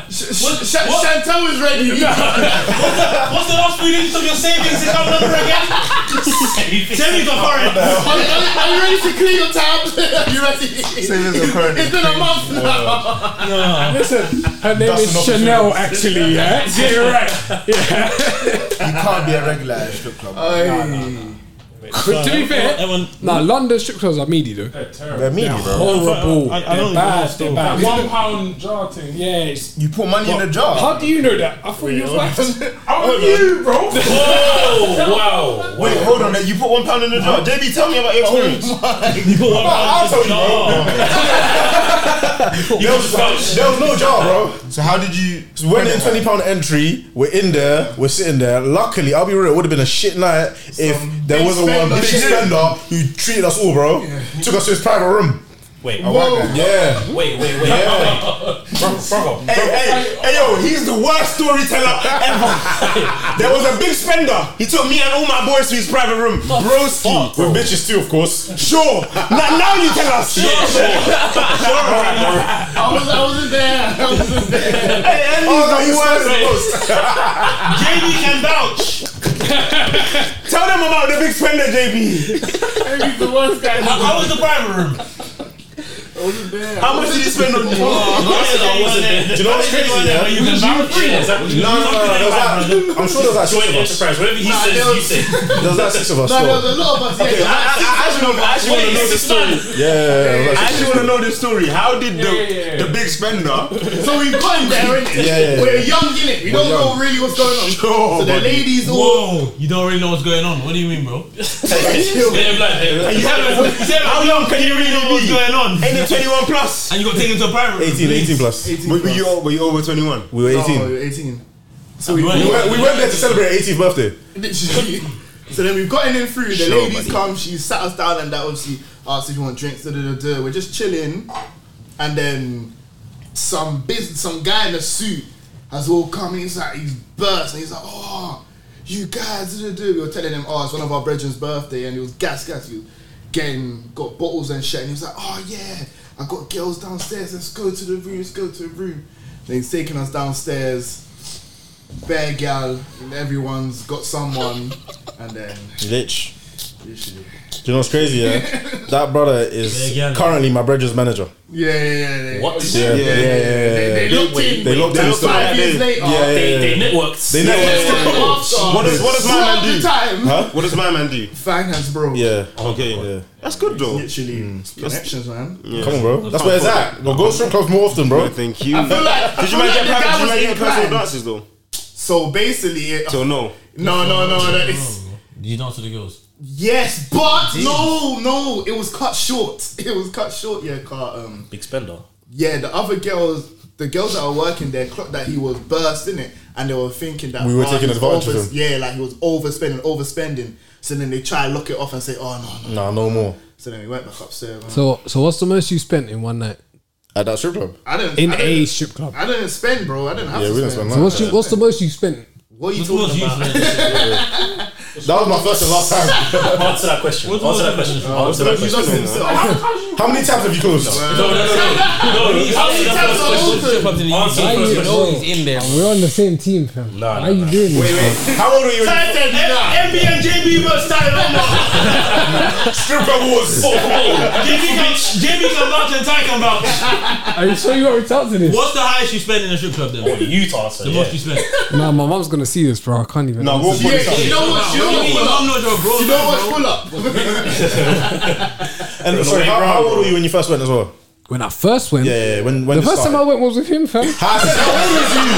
S1: Sh- sh- Ch- Chantel is ready.
S30: what's, the, what's the last three digits of your savings account number again? Savings or current?
S1: Are, you- are you- are you ready to clear your tabs? Are you ready?
S21: Savings and current.
S1: It's been a month now.
S4: Listen, her name
S21: That's
S4: is
S21: an
S4: Chanel, actually,
S21: opportunity.
S4: yeah? Yeah, you're right. Yeah.
S33: You can't be a regular at a strip club.
S4: Aye.
S33: No, no, no.
S4: But to be fair, nah, London strip clubs are meaty though. They're
S33: They're meaty, bro.
S4: Horrible.
S33: I- I- I don't
S4: they're
S33: even know
S4: bad.
S33: still.
S4: They're bad.
S33: That one
S4: pound jar thing. Yes.
S33: You put money in a jar.
S4: How do you know that? I thought you were like,
S33: How are you, bro?
S6: Whoa, wow.
S33: Wait, hold on. You put one pound in the jar. JB, tell me about your experience.
S6: You
S33: put one pound in the jar. there, was, there was no jar, bro.
S21: So how did you? So when in twenty pound entry, we're in there, we're sitting there. Luckily, I'll be real, it would have been a shit night if there
S33: big
S21: wasn't one
S33: spender.
S21: big
S33: Big
S21: spender who treated us all, bro. Took us to his private room.
S6: Wait,
S21: yeah.
S6: Wait, wait, wait. Bravo,
S33: Hey, hey, hey, yo, he's the worst storyteller ever. there was a big spender. He took me and all my boys to his private room. Broski.
S21: With bitches too, of course.
S33: Sure. now, now you tell us. Sure.
S1: I was, I wasn't there. I wasn't there.
S30: JB can vouch.
S33: Tell them about the big spender, JB.
S1: He's the worst guy.
S30: How, how was the private room?
S1: I wasn't there.
S33: How much did he spend on
S6: Oh,
S33: you? Do you know what's crazy? yeah?
S6: You can vouch for it, is that what you-
S21: No, no, no, no, there was like- I'm sure there's like
S6: Joint enterprise,
S21: six of us.
S6: whatever he
S21: Nah,
S6: says,
S21: there
S6: you
S21: was-
S6: say.
S21: There's like six of us.
S1: No,
S21: still.
S1: there was a lot of us.
S33: Okay,
S1: yeah.
S33: I, I, I actually want to I actually wanna know this story.
S21: Yeah, yeah, yeah,
S33: I
S21: like
S33: actually
S21: six-
S33: want to know this story. How did the, the big spender
S1: So we've gone there,
S33: Yeah,
S1: innit?
S33: yeah, yeah.
S1: We're young, innit? We
S33: We're
S1: don't
S33: young.
S1: know really what's going on.
S33: Sure,
S1: so the
S33: buddy.
S1: ladies
S7: Whoa,
S1: all.
S7: you don't really know what's going on. What do you mean, bro?
S33: You haven't- How young can you really be?
S7: What's going on?
S33: Ain't it 21 plus?
S7: And you got taken to a private room.
S21: 18, 18 plus.
S33: Were, were, you, were you over 21?
S21: We were
S1: No,
S21: 18.
S1: we're 18. Oh, So
S21: we,
S1: we
S21: went, we went there to celebrate 18th birthday.
S1: Literally. so then we've gotten in through. The
S21: Sure,
S1: ladies
S21: buddy.
S1: come. She sat us down and that obviously asked if you want drinks. Da, da, da, da. We're just chilling, and then some biz- some guy in a suit has all come in. He's like, he's burst and he's like, oh, you guys. Da, da, da. We were telling him, oh, it's one of our brethren's birthday, and he was gas gas. He was getting got bottles and shit, and he was like, oh yeah, I got girls downstairs. Let's go to the room. Let's go to the room. Then he's taking us downstairs bare gal, and everyone's got someone, and then
S21: Lich.
S1: literally.
S21: Do you know what's crazy? Yeah, that brother is
S1: Yeah, yeah.
S21: currently my brother's manager.
S1: Yeah, yeah, yeah. yeah.
S6: What?
S21: Yeah, yeah, yeah. yeah,
S1: They, they looked in.
S21: They looked in.
S1: That was
S21: still.
S1: five years later.
S21: Yeah, yeah, yeah.
S6: They networked.
S21: They networked.
S1: After.
S33: What does, what does my
S1: Throughout
S33: man
S1: the
S33: do?
S1: time.
S21: Huh?
S33: What does my man do?
S1: Finance, bro.
S21: Yeah.
S6: Oh,
S21: Mm.
S33: Okay,
S21: Yeah.
S33: that's good though.
S1: Literally, connections, man.
S33: Yeah.
S21: Come on, bro. That's
S33: fine.
S21: where it's at. Go go strip clubs more often, bro.
S33: Thank you.
S1: I feel like- I
S33: did you
S1: feel
S33: man
S1: like
S33: get
S1: the guy
S33: private? Did you
S1: was
S33: man get
S1: in
S33: personal
S1: plan.
S33: dances though?
S1: So basically, it,
S33: So no.
S1: no, no, no, no.
S21: Mm.
S1: It's,
S7: You dance with the girls.
S1: yes, but no, no. It was cut short. It was cut short. Yeah, car. Um,
S6: Big spender.
S1: yeah. The other girls, the girls that were working there, clocked that he was burst in it, and they were thinking that
S21: We were
S1: oh, he
S21: taking
S1: was
S21: advantage of
S1: over-
S21: him.
S1: Yeah, like he was overspending, overspending. So then they try and lock it off and say, oh no, no.
S21: Nah, no more.
S1: So then we went back upstairs. man.
S4: So, so what's the most you spent in one night?
S21: At that strip club.
S1: I didn't
S4: In
S1: I
S4: a
S1: didn't,
S4: strip club.
S1: I didn't spend, bro. I didn't have
S21: Yeah,
S1: to
S21: we didn't
S1: spend.
S21: spend
S4: So what's, you, what's the most you spent?
S1: What are you talking about?
S21: That was my first and last time.
S6: Answer that question. Answer that question. Answer that
S1: Just
S6: question.
S1: himself.
S21: How many times have you closed?
S6: No, no, no, no. No, he's
S1: How many
S6: answering
S1: times
S6: that first
S1: are
S6: question.
S1: open?
S6: Answer the first question.
S7: he's in there.
S4: We're on the same team, fam.
S6: Nah,
S4: Why
S6: nah,
S4: are you doing this?
S21: How old are you?
S30: I said, M- MB and JB were starting on my.
S21: Strip club wars.
S6: Oh, oh.
S30: JB can, JB can vouch and Ty can vouch.
S4: Are you sure you won't retort to this?
S7: What's the highest you spend in a strip club
S6: Well,
S7: then?
S6: you to answer.
S7: The
S6: yeah.
S7: most you spent.
S4: Nah, my mom's gonna see this, bro. I can't even.
S21: No,
S4: answer
S21: we'll
S4: this.
S21: put
S1: Yeah, you
S21: it
S1: know what? You know
S7: What do you mean your mum
S1: what?
S7: knows you're a grown man,
S1: You know
S7: bro?
S1: what? Pull up.
S21: up. And sorry, how, how old were you when you first went as well?
S4: When I first went,
S21: Yeah, yeah, yeah. When, when
S4: the
S21: this
S4: first time I
S21: started.
S4: went was with him, fam.
S21: I said, how old was you?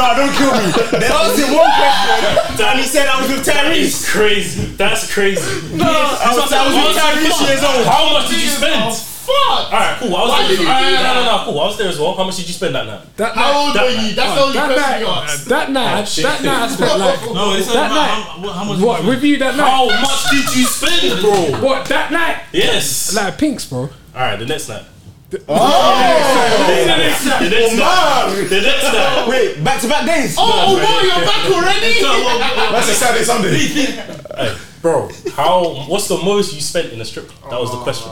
S21: nah, don't kill me. They asked him one question, and he said I was with Tyrese.
S6: That's crazy. That's crazy. No,
S21: I was- I was with Tyrese years old.
S6: How much did you spend?
S1: Fuck.
S6: Alright, cool. I was
S1: Why
S6: there.
S1: did you
S6: as well.
S1: do that?
S6: Alright, no, no, no, cool. I was there as well. How much did you spend that night?
S4: That night,
S1: How old were you? That's the only
S4: that
S1: question you
S4: night,
S1: asked.
S4: that night, that night, I spent like
S7: No, it's
S4: That
S7: not about how, how much.
S4: what with you that night?
S6: How much did you spend, bro?
S4: What that night?
S6: Yes.
S4: Like pinks, bro.
S6: Alright, the next night.
S21: Oh!
S6: The next night. The next night. The next night.
S33: Wait, back to back days.
S1: Oh, no, you're back already?
S21: That's a Saturday, Sunday.
S6: Hey, bro, how? What's the most you spent in a strip club? That was the question.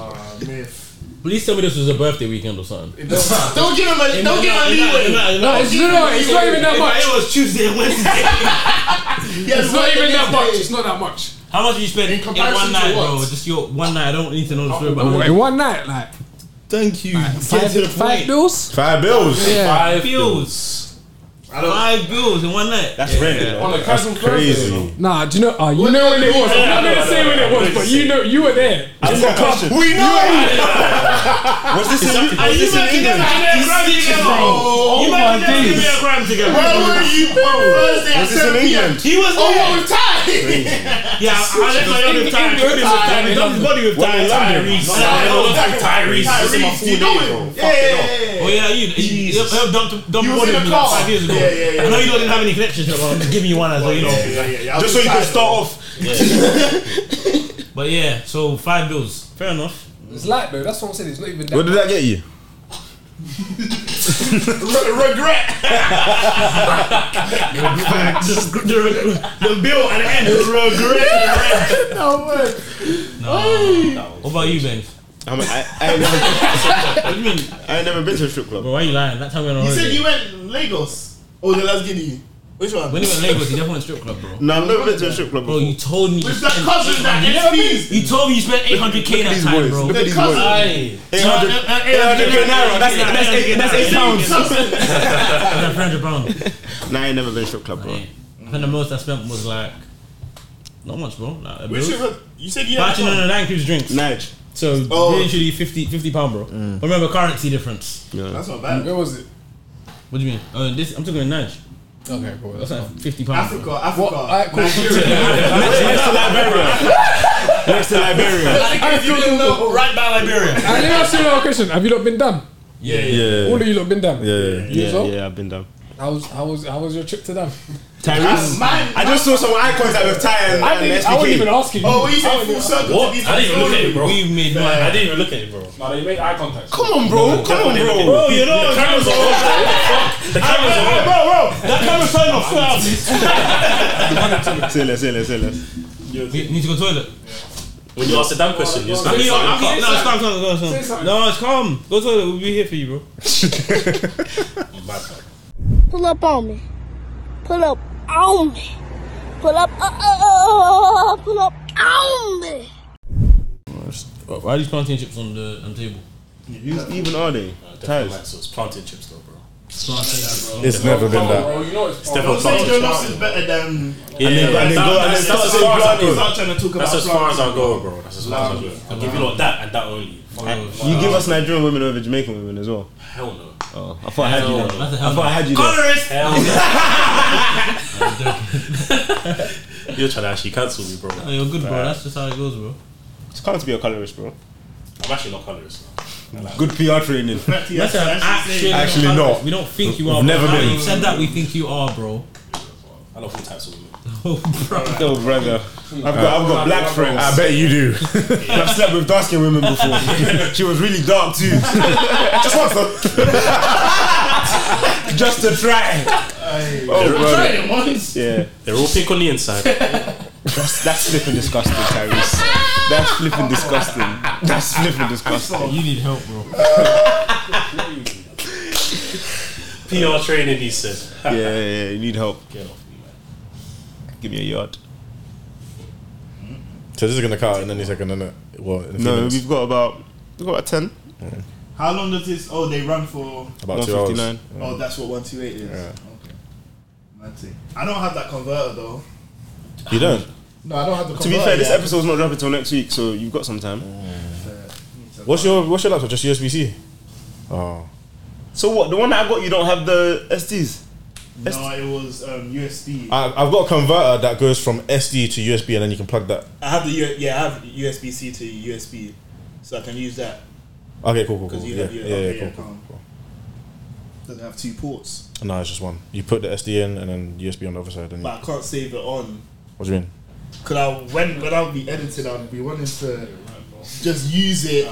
S1: Myth.
S7: Please tell me this was a birthday weekend or something.
S1: Don't give him a, don't give him a leeway.
S7: No, it's not. It's not even that much.
S1: was
S7: Tuesday and Wednesday.
S1: Yeah,
S4: it's not even that
S1: Wednesday.
S4: much. It's not that much.
S7: How much did you spend in,
S4: comparison
S7: one
S4: to
S7: night, bro?
S4: what?
S7: Just your one night. I don't need to know the
S1: Oh,
S7: story about
S4: In one night, like.
S7: Thank you.
S4: Five, five bills.
S21: Five bills.
S4: Yeah.
S1: oh.
S7: Five bills. Five bills in one night. That's
S21: rent, you know. On a That's casual Thursday, crazy. you know.
S4: Nah, do you know? Uh, you know when it was. I'm not gonna say when it was, but you know, you were there.
S21: I've got a question.
S4: We know.
S21: What's this in
S4: Are you
S21: what's this in
S4: making
S21: England?
S1: Oh, my days. Where were you on Thursday at
S21: Was this in
S1: 7 p.m.?
S21: England?
S1: He was oh,
S7: there.
S1: I was tired.
S7: Yeah, I left my young with time. Chris with time. He done his body with
S1: When
S7: time.
S1: in London.
S7: Tyrese.
S1: No, I don't like Tyrese.
S7: Tyrese. This is my
S1: Tyrese,
S7: full
S1: you know
S7: name,
S1: it.
S7: bro.
S1: Yeah,
S7: Fuck it
S1: yeah,
S7: up.
S1: yeah, yeah.
S7: Oh yeah, you. You you- you dumped dumped
S1: You was
S7: body with
S1: in the
S7: me
S1: car.
S7: like five years ago.
S1: Yeah, yeah, yeah.
S7: I know you don't have any connections, but I'm just giving you one as well. You know.
S1: I was Just so you can tired.
S7: start off. But yeah, so five bills. Fair enough.
S4: It's light though. That's what I'm saying. It's not even.
S21: What did that get you?
S7: Regret.
S30: Just the, the bill at the end. Regret.
S1: No way.
S7: What about you, Ben?
S5: I'm, I, I ain't never,
S7: what do you mean?
S5: I ain't never been to a strip club.
S7: Bro, why you lying? That time we went on
S1: You
S7: holiday.
S1: said you went Lagos. Or Oh, the last Guinea. Which one?
S7: When he went to Lagos, he definitely went to strip club, bro.
S5: No, I've never been to a strip club.
S7: Bro, you told me. you
S1: With the
S7: spent
S1: cousins that
S7: 800.
S1: never been.
S7: You told me you spent 800k
S5: Look at
S7: that
S5: these
S7: time,
S5: boys.
S7: bro.
S5: Look at these boys.
S7: Aye.
S5: 800
S7: Uh, uh,
S5: 800 naira. That's-
S7: yeah,
S5: that's eight- that's
S7: 800
S5: eight pounds.
S7: That's 300 pounds.
S5: Nah, I ain't never been to a strip club, bro.
S7: I think the most I spent was like, not much, bro. Like, a
S5: Which
S7: bill.
S5: is a- you said you had
S7: But you know,
S5: fun.
S7: no, that includes drinks.
S5: Nige.
S7: So
S5: Oh.
S7: literally 50, 50 pound, bro. But remember currency difference.
S5: Yeah.
S1: That's not bad. Where
S4: was it?
S7: What do you mean? Oh, this I'm talking Nige.
S4: Okay, cool.
S7: That's like 50 pounds.
S1: Africa, Africa.
S4: Alright, cool.
S5: Next to Liberia.
S7: Right by Liberia.
S4: And let me ask you another question. Have you not been done?
S5: Yeah, yeah.
S4: All of you lot been done.
S5: Yeah, yeah,
S4: You as well?
S5: yeah, I've been down.
S4: How was how was how was your trip to them?
S5: Tyrese? I just saw some eye contact with Ty and,
S4: I
S5: and
S4: didn't-
S5: SBK.
S4: I wouldn't even ask you.
S1: Oh, what you say? Full circle.
S6: What?
S1: to these
S6: I didn't even look at it, bro.
S7: We made
S6: Nah,
S7: money.
S6: I didn't even look at it, bro.
S2: Nah, they make eye contact.
S5: Come on, bro. Come on, bro.
S30: Bro, you know
S6: the cameras are on. What the fuck? The cameras are on.
S30: Bro, bro, that camera's turning off. Swear out.
S5: Say less, say less, say less.
S7: We need to go to the toilet.
S6: When you asked a damn question, you just
S7: I mean,
S6: said
S7: I mean,
S6: something.
S7: no, it's calm, calm, calm,
S6: Say
S7: calm.
S6: something.
S7: No, it's calm. Go to the toilet. We'll be here for you, bro.
S24: Pull up on me. Pull up on me. Pull up. Uh, uh, uh, pull up on me.
S7: Why are these plantain chips on the on the table?
S5: Who's even are they?
S6: Definitely like sauce. Plantain chips, though, bro.
S21: It's never been that.
S1: Bro, you know it's
S6: It's definitely plantain
S1: Joe
S6: chips.
S1: Loss is better than.
S6: Yeah,
S5: And then-
S6: yeah,
S5: and then
S6: that-
S5: go- and then
S6: that's- that's
S5: start
S6: as
S5: saying
S6: far as I
S5: plantain.
S6: go.
S1: I'm trying to talk
S6: That's
S1: about
S6: as far as I
S1: plantain.
S6: go, bro. That's as far as I go. I'll give you lot that and that only. Fuck.
S5: You give us Nigerian women over Jamaican women as well.
S6: Hell no.
S5: Oh, I thought I had you
S6: Hell
S5: there.
S6: no.
S5: I thought I had you there.
S7: Colorist.
S6: Hell no. You're trying to actually cancel me, bro.
S7: No, you're good, bro.
S6: Right.
S7: That's just how it goes, bro.
S5: It's can't be a colorist, bro.
S6: I'm actually not colorist.
S5: Good PR training.
S7: That's an actually,
S5: Actually not.
S7: We don't think you
S5: We've
S7: are.
S5: never
S7: bro. Now
S5: been.
S7: You've said that we think you are, bro.
S6: I love all types of women.
S7: Oh, bro.
S5: No, brother. I've got, I've got black friends.
S21: I bet you do.
S5: I've slept with dark skinned women before. she was really dark too. Just once though. Just to try. Oh,
S6: They're all-
S5: brother.
S6: Tried it once.
S5: Yeah.
S6: They're all pink on the inside.
S5: That's, that's flipping disgusting, Tyrese. That's flipping disgusting. That's flipping disgusting.
S7: You need help, bro.
S6: PR training, he said.
S5: Yeah, yeah, yeah, you need help.
S6: Get off me, man.
S5: Give me a yard.
S21: So this is gonna count in any second, innit? Well, in a few
S5: No,
S21: minutes.
S5: we've got about we've got about ten.
S1: How long does this? Oh, they run for.
S21: About two hours.
S5: 159.
S1: Oh, that's what 128 is. Okay. Mad thing. I don't have that converter though.
S5: You don't.
S1: No, I don't have the
S5: To be
S1: converter.
S5: fair, this
S1: yet.
S5: episode's not dropping till next week, so you've got some time.
S21: What's your what's your laptop? Just USB C. Oh,
S5: So what? The one that I got, you don't have the SDs.
S1: No, it was um, USB.
S21: I, I've got a converter that goes from SD to USB, and then you can plug that.
S33: I have the U- yeah, I have USB C to USB, so I can use that.
S21: Okay, cool, cool, cool.
S33: 'Cause you
S21: Yeah,
S33: have
S21: yeah,
S33: your-
S21: yeah,
S33: okay,
S21: cool,
S33: yeah,
S21: cool, cool.
S1: Doesn't have two ports,
S21: No, it's just one. You put the SD in, and then USB on the other side. And you,
S1: but I can't save it on.
S21: what do you mean?
S1: Cause I Uh, when when I'll be editing, I'll be wanting to just use it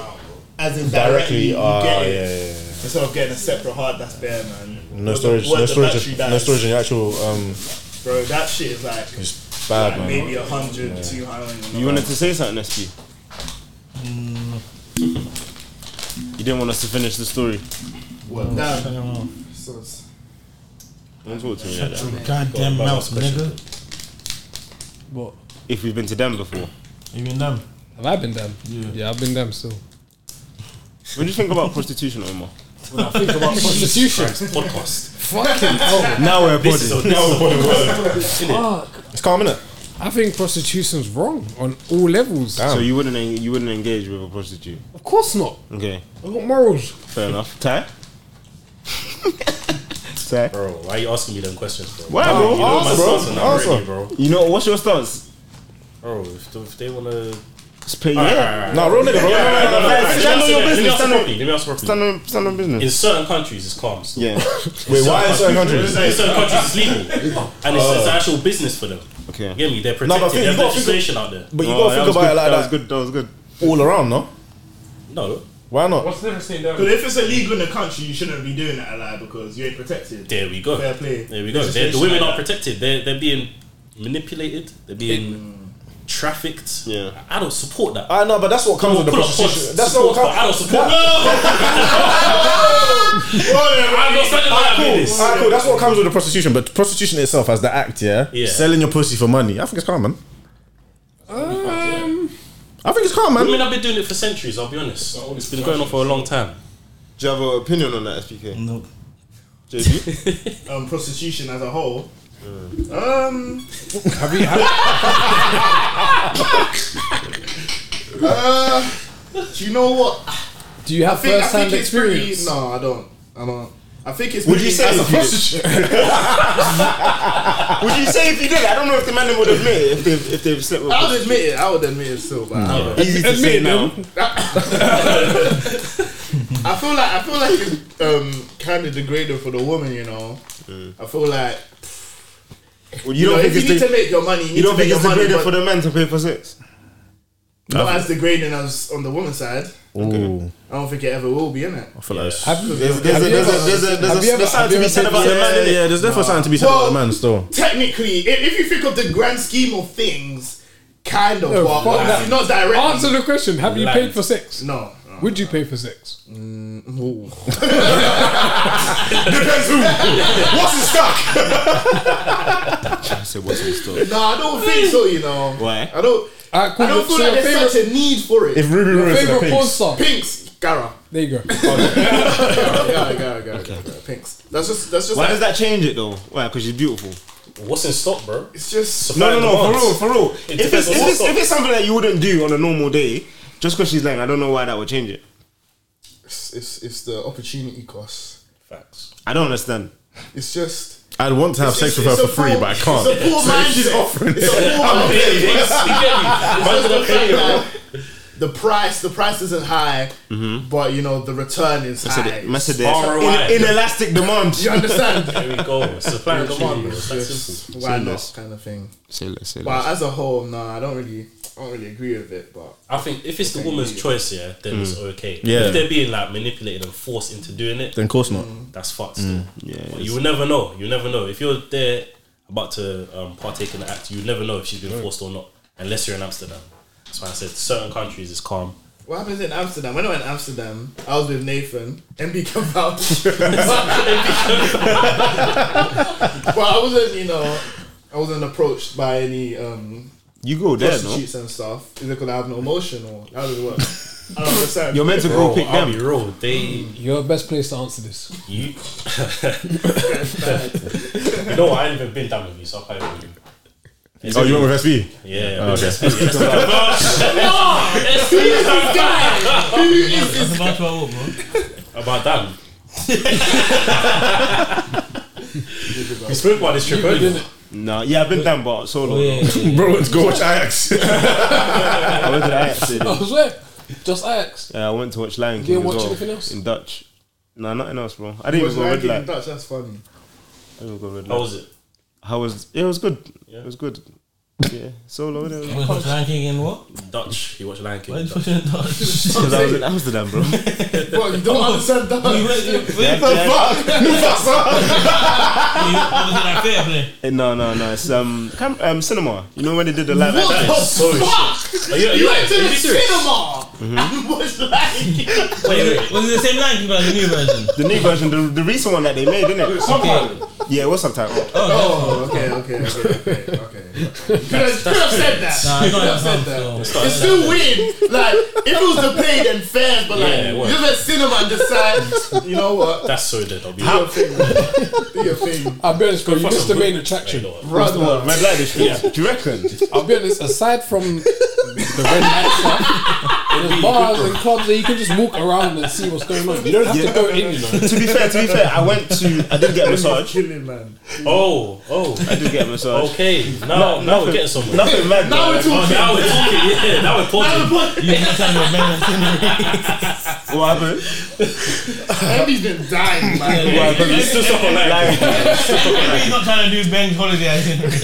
S1: as in
S21: Ah, Directly,
S1: directly, you
S21: ah,
S1: get it
S21: yeah, yeah, yeah.
S1: instead of getting a separate hard that's bare, man.
S21: No
S1: Or the-
S21: storage,
S1: or
S21: no
S1: the
S21: storage,
S1: battery dies.
S21: no storage in your actual. Um,
S1: Bro, that shit is like
S21: it's bad,
S1: like
S21: man.
S1: maybe a hundred, two hundred.
S5: You wanted to say something, SP? You didn't want us to finish the story.
S1: Well, damn. So it's-
S5: Don't talk to me
S1: Shut
S5: like
S1: your
S5: that.
S1: goddamn
S5: Go on,
S1: mouth,
S5: go on, question.
S4: What?
S5: If we've been to them before.
S4: You been them? Have I been them? Yeah. Yeah, I've been them still.
S5: What do you think about prostitution, Omar?
S4: What do I think about prostitution?
S5: Podcast.
S4: Fucking hell.
S5: Now we're a This is body. a- Now we're a body.
S4: Fuck.
S5: Innit? It's calm, innit?
S4: I think prostitution's wrong on all levels.
S5: So you wouldn't en- you wouldn't engage with a prostitute?
S4: Of course not.
S5: Okay,
S4: I got morals.
S5: fair enough. Ty? Ty?
S6: Bro, why are you asking me them questions, bro?
S5: Why, bro?
S6: You know my
S5: Answer, bro.
S6: stance and I'm
S5: Answer.
S6: ready, bro.
S5: You know, what's your stance?
S6: Bro, if, the- if they wanna.
S5: Just pay
S6: Alright,
S5: yeah.
S6: alright, alright.
S5: Nah, real nigga, bro. No, no,
S6: Yeah, alright,
S5: no, no,
S6: alright,
S5: no.
S6: alright.
S5: Stand on your
S6: Let me
S5: business,
S6: ask
S5: stand on-
S6: properly, Let me ask properly.
S5: Stand on, stand on business.
S6: In certain countries, it's calm. Still.
S5: Yeah. Wait, why in certain countries?
S6: In certain countries, it's legal, and it's, it's
S5: Oh.
S6: an actual business for them.
S5: Okay.
S6: You get me? They're
S5: No, but
S6: protected.
S5: think-
S6: There's
S5: you gotta think-
S6: legislation out there.
S21: But you
S5: Oh,
S21: gotta
S5: that
S21: think
S5: was
S21: about
S5: good,
S21: it like
S5: that
S21: that.
S5: was good. That was good.
S21: All around, no?
S6: No.
S21: Why not?
S6: What's the difference between
S27: Because if it's illegal in the country, you shouldn't be doing that, like, because you ain't protected.
S6: There we go.
S27: Fair play.
S6: There we go.
S27: Legislation
S6: They're, the women
S27: like
S6: are protected. They're they're being manipulated. They're being
S5: Mm.
S6: trafficked. Yeah. I don't support that.
S21: I know, but that's what comes with the
S6: Pull up
S21: prostitution.
S6: pods,
S21: That's not what
S6: support,
S21: comes.
S6: but I don't support. I'm not standing by
S21: Cool.
S6: this.
S21: Alright, cool. That's what comes with the prostitution, but prostitution itself as the act, yeah,
S6: Yeah.
S21: selling your pussy for money. I think it's calm, man.
S6: Um,
S21: I think it's calm, man.
S6: Women have been doing it for centuries. I'll be honest. It's been going on for a long time.
S5: Do you have an opinion on that, SPK?
S6: No.
S5: JB?
S27: um, prostitution as a whole. Um,
S4: have you?
S1: Uh, do you know what?
S4: Do you have first-hand
S1: it's pretty-
S4: experience?
S1: no, I don't. I don't. I think it's.
S5: Would
S1: pretty-
S5: you say
S1: as
S5: if you Would you say if you did? I don't know if the man would admit it if they've, if they've slept with
S1: I would admit it. I would admit it still, but I don't.
S5: Easy to say now.
S1: I feel like I feel like it's um, kind of degrading for the woman. You know, I feel like.
S5: Well,
S1: You know, if you need to make your money, you
S5: You,
S1: need
S5: don't
S1: to
S5: think
S1: make
S5: it's
S1: your money,
S5: degraded
S1: but-
S5: for the men to pay for sex?
S1: Not as degrading as on the woman's side.
S21: Ooh.
S1: I don't think it ever will be, innit?
S21: I feel like it's-
S1: Have you-
S21: there's
S1: have
S21: there's a-
S1: you
S21: there's
S1: ever-
S21: a- there's a-
S1: have
S21: there's
S1: you
S21: a-
S1: ever-
S21: there's something to be said about the man.
S1: innit?
S21: Yeah, there's
S1: Nah.
S21: definitely something to be said about
S1: Well,
S21: the man still.
S1: Technically, if, if you think of the grand scheme of things, kind of,
S4: No,
S1: but
S4: fuck
S1: obviously
S4: that.
S1: not directly.
S4: Answer the question. Have you
S1: Lies.
S4: paid for sex?
S1: No.
S4: Would you pay for sex?
S1: Depends who. What's his stock?
S5: I said, what's your story?
S1: No, I don't think so. You know,
S5: Why?
S1: I don't. I don't feel like there's such a need for it.
S21: If Ruby
S1: Your
S21: Rose is a
S1: favorite
S21: Pinks.
S1: porn star. Pinks, Gara.
S4: There you go.
S1: Gara, Gara, Gara, Gara, Pinks. That's just that's just.
S5: Why
S1: like-
S5: does that change it though? Why? Because you're beautiful.
S6: What's in stock, bro?
S1: It's just
S5: No, no, no. For real, for real.
S6: It
S5: if it's
S6: depends on
S5: if
S6: what
S5: it's,
S6: sort.
S5: if it's something that you wouldn't do on a normal day, just because she's like, I don't know why that would change it.
S1: It's, it's it's the opportunity cost.
S6: Facts.
S5: I don't understand.
S1: It's just.
S21: I'd want to have
S1: It's-
S21: sex
S1: it's-
S21: with her for
S1: it's a
S21: free,
S1: poor-
S21: but I can't.
S1: It's a poor
S21: So if she's
S1: mindset.
S21: offering
S1: It's a
S21: it,
S1: poor
S21: I'm
S1: mindset.
S21: paying.
S1: It's just
S6: Man's
S1: the
S6: gonna pay,
S1: fact
S6: bro.
S1: that The price, the price isn't high,
S5: Mm-hmm.
S1: but you know the return is
S5: I said
S1: high.
S5: it. I said
S6: ROI.
S5: it. In, inelastic demand.
S1: You understand?
S6: There we go. Supply and demand, bro. It's that
S1: Just
S6: simple.
S1: Why
S5: Say
S1: not?
S5: less.
S1: Kind of thing.
S5: Say less, say
S1: But
S5: less.
S1: as a whole, no, I don't really, I don't really agree with it. But
S6: I think if it's the
S1: Okay.
S6: woman's choice, yeah, then it's okay.
S21: Mm. Yeah.
S6: If they're being like manipulated and forced into doing it,
S21: Then of course not.
S6: That's fucked.
S21: Mm.
S6: Still.
S21: Yeah,
S6: But
S21: it's-
S6: you will never know. You will never know if you're there about to um, partake in the act. You will never know if she's been forced or not, unless you're in Amsterdam. That's why I said certain countries is calm.
S1: what happens in Amsterdam? When I went to Amsterdam, I was with Nathan. MB come out. but I wasn't, you know, I wasn't approached by any um,
S5: You go there, no?
S1: prostitutes and stuff. Is it because I have no emotion or how does it work? I don't understand.
S4: Bro,
S6: Oh, I'll Be real. They
S4: You're the best place to answer this.
S6: you. you know what? I ain't even been down with you, so I can't even.
S21: Oh, you went with SB?
S6: Yeah.
S21: Oh, okay.
S6: SB. That's the first-
S27: Who is this guy? Who is
S6: this
S7: guy?
S6: About that. we spoke about this trip earlier.
S5: No, yeah, I've been down, but so
S6: Oh,
S5: long.
S21: Bro, let's go watch Ajax.
S5: I went to the Ajax. stadium.
S4: I swear. Just Ajax.
S5: Yeah, I went to watch Lion
S4: You
S5: King.
S4: didn't
S5: as
S4: watch
S5: well,
S4: anything else?
S5: in Dutch? No, nothing else, bro. I didn't
S1: Was
S5: even go
S1: Lion
S5: red
S1: King in
S5: light.
S1: Dutch? That's funny.
S5: I didn't go red
S6: How
S5: light.
S6: was it?
S5: How was? It was good. It was good. Yeah, solo.
S7: You went to watch Lion King in what?
S6: Dutch. You watch Lion King.
S7: Why did you watch
S6: Dutch.
S7: it in Dutch?
S5: Because I was in Amsterdam, bro.
S1: Bro, you don't understand Dutch.
S7: You went- you-
S5: Yeah,
S7: you-
S5: yeah.
S7: you- was it like fair play?
S5: Eh, No, no, no. It's um, cam- um, cinema. You know when they did the live
S1: What
S5: action?
S1: the
S5: So shit.
S1: fuck?
S6: Oh,
S5: Are
S1: you
S5: you- are you
S1: went
S5: like-
S1: to
S5: are you
S1: the
S5: serious?
S1: cinema
S5: Mhm.
S1: and was like,
S7: Wait, wait, was it the same language but the new version?
S5: The new version, the, the recent one that they made, didn't it?
S7: Subtitle.
S5: Yeah, it was subtitled.
S1: Oh, okay, okay, okay, okay, okay. Could have could have said that.
S5: Nah, it's
S1: Could
S5: not
S1: have
S5: even
S1: said
S5: fun,
S1: that.
S5: so-
S1: It's still weird. Like, if it was the play, then fair, but
S6: Yeah, it
S1: like,
S6: was.
S1: you just at cinema and decide, you know what?
S6: That's so dead. I'll be
S1: Do your thing. Do your thing.
S4: I'll be honest, bro, you missed the main attraction.
S1: What's the word? Red light
S5: district. Do you reckon?
S4: I'll be honest, aside from the red light stuff, there's bars and clubs that you can just walk around and see what's going on. You don't have to
S5: Yeah.
S4: go in, you know.
S5: to be fair, to be fair, I went to. I did get a massage.
S6: Oh, oh.
S5: I did get a massage.
S6: Okay, now, now we're getting somewhere.
S5: Nothing mad.
S6: Now
S5: though.
S6: we're talking. now we're talking. Yeah, now we're talking.
S7: You're not trying to remember.
S5: What happened?
S1: Andy's been dying, man.
S7: Yeah, yeah, yeah.
S1: It's just up on
S7: He's not trying to do Ben's holiday itinerary.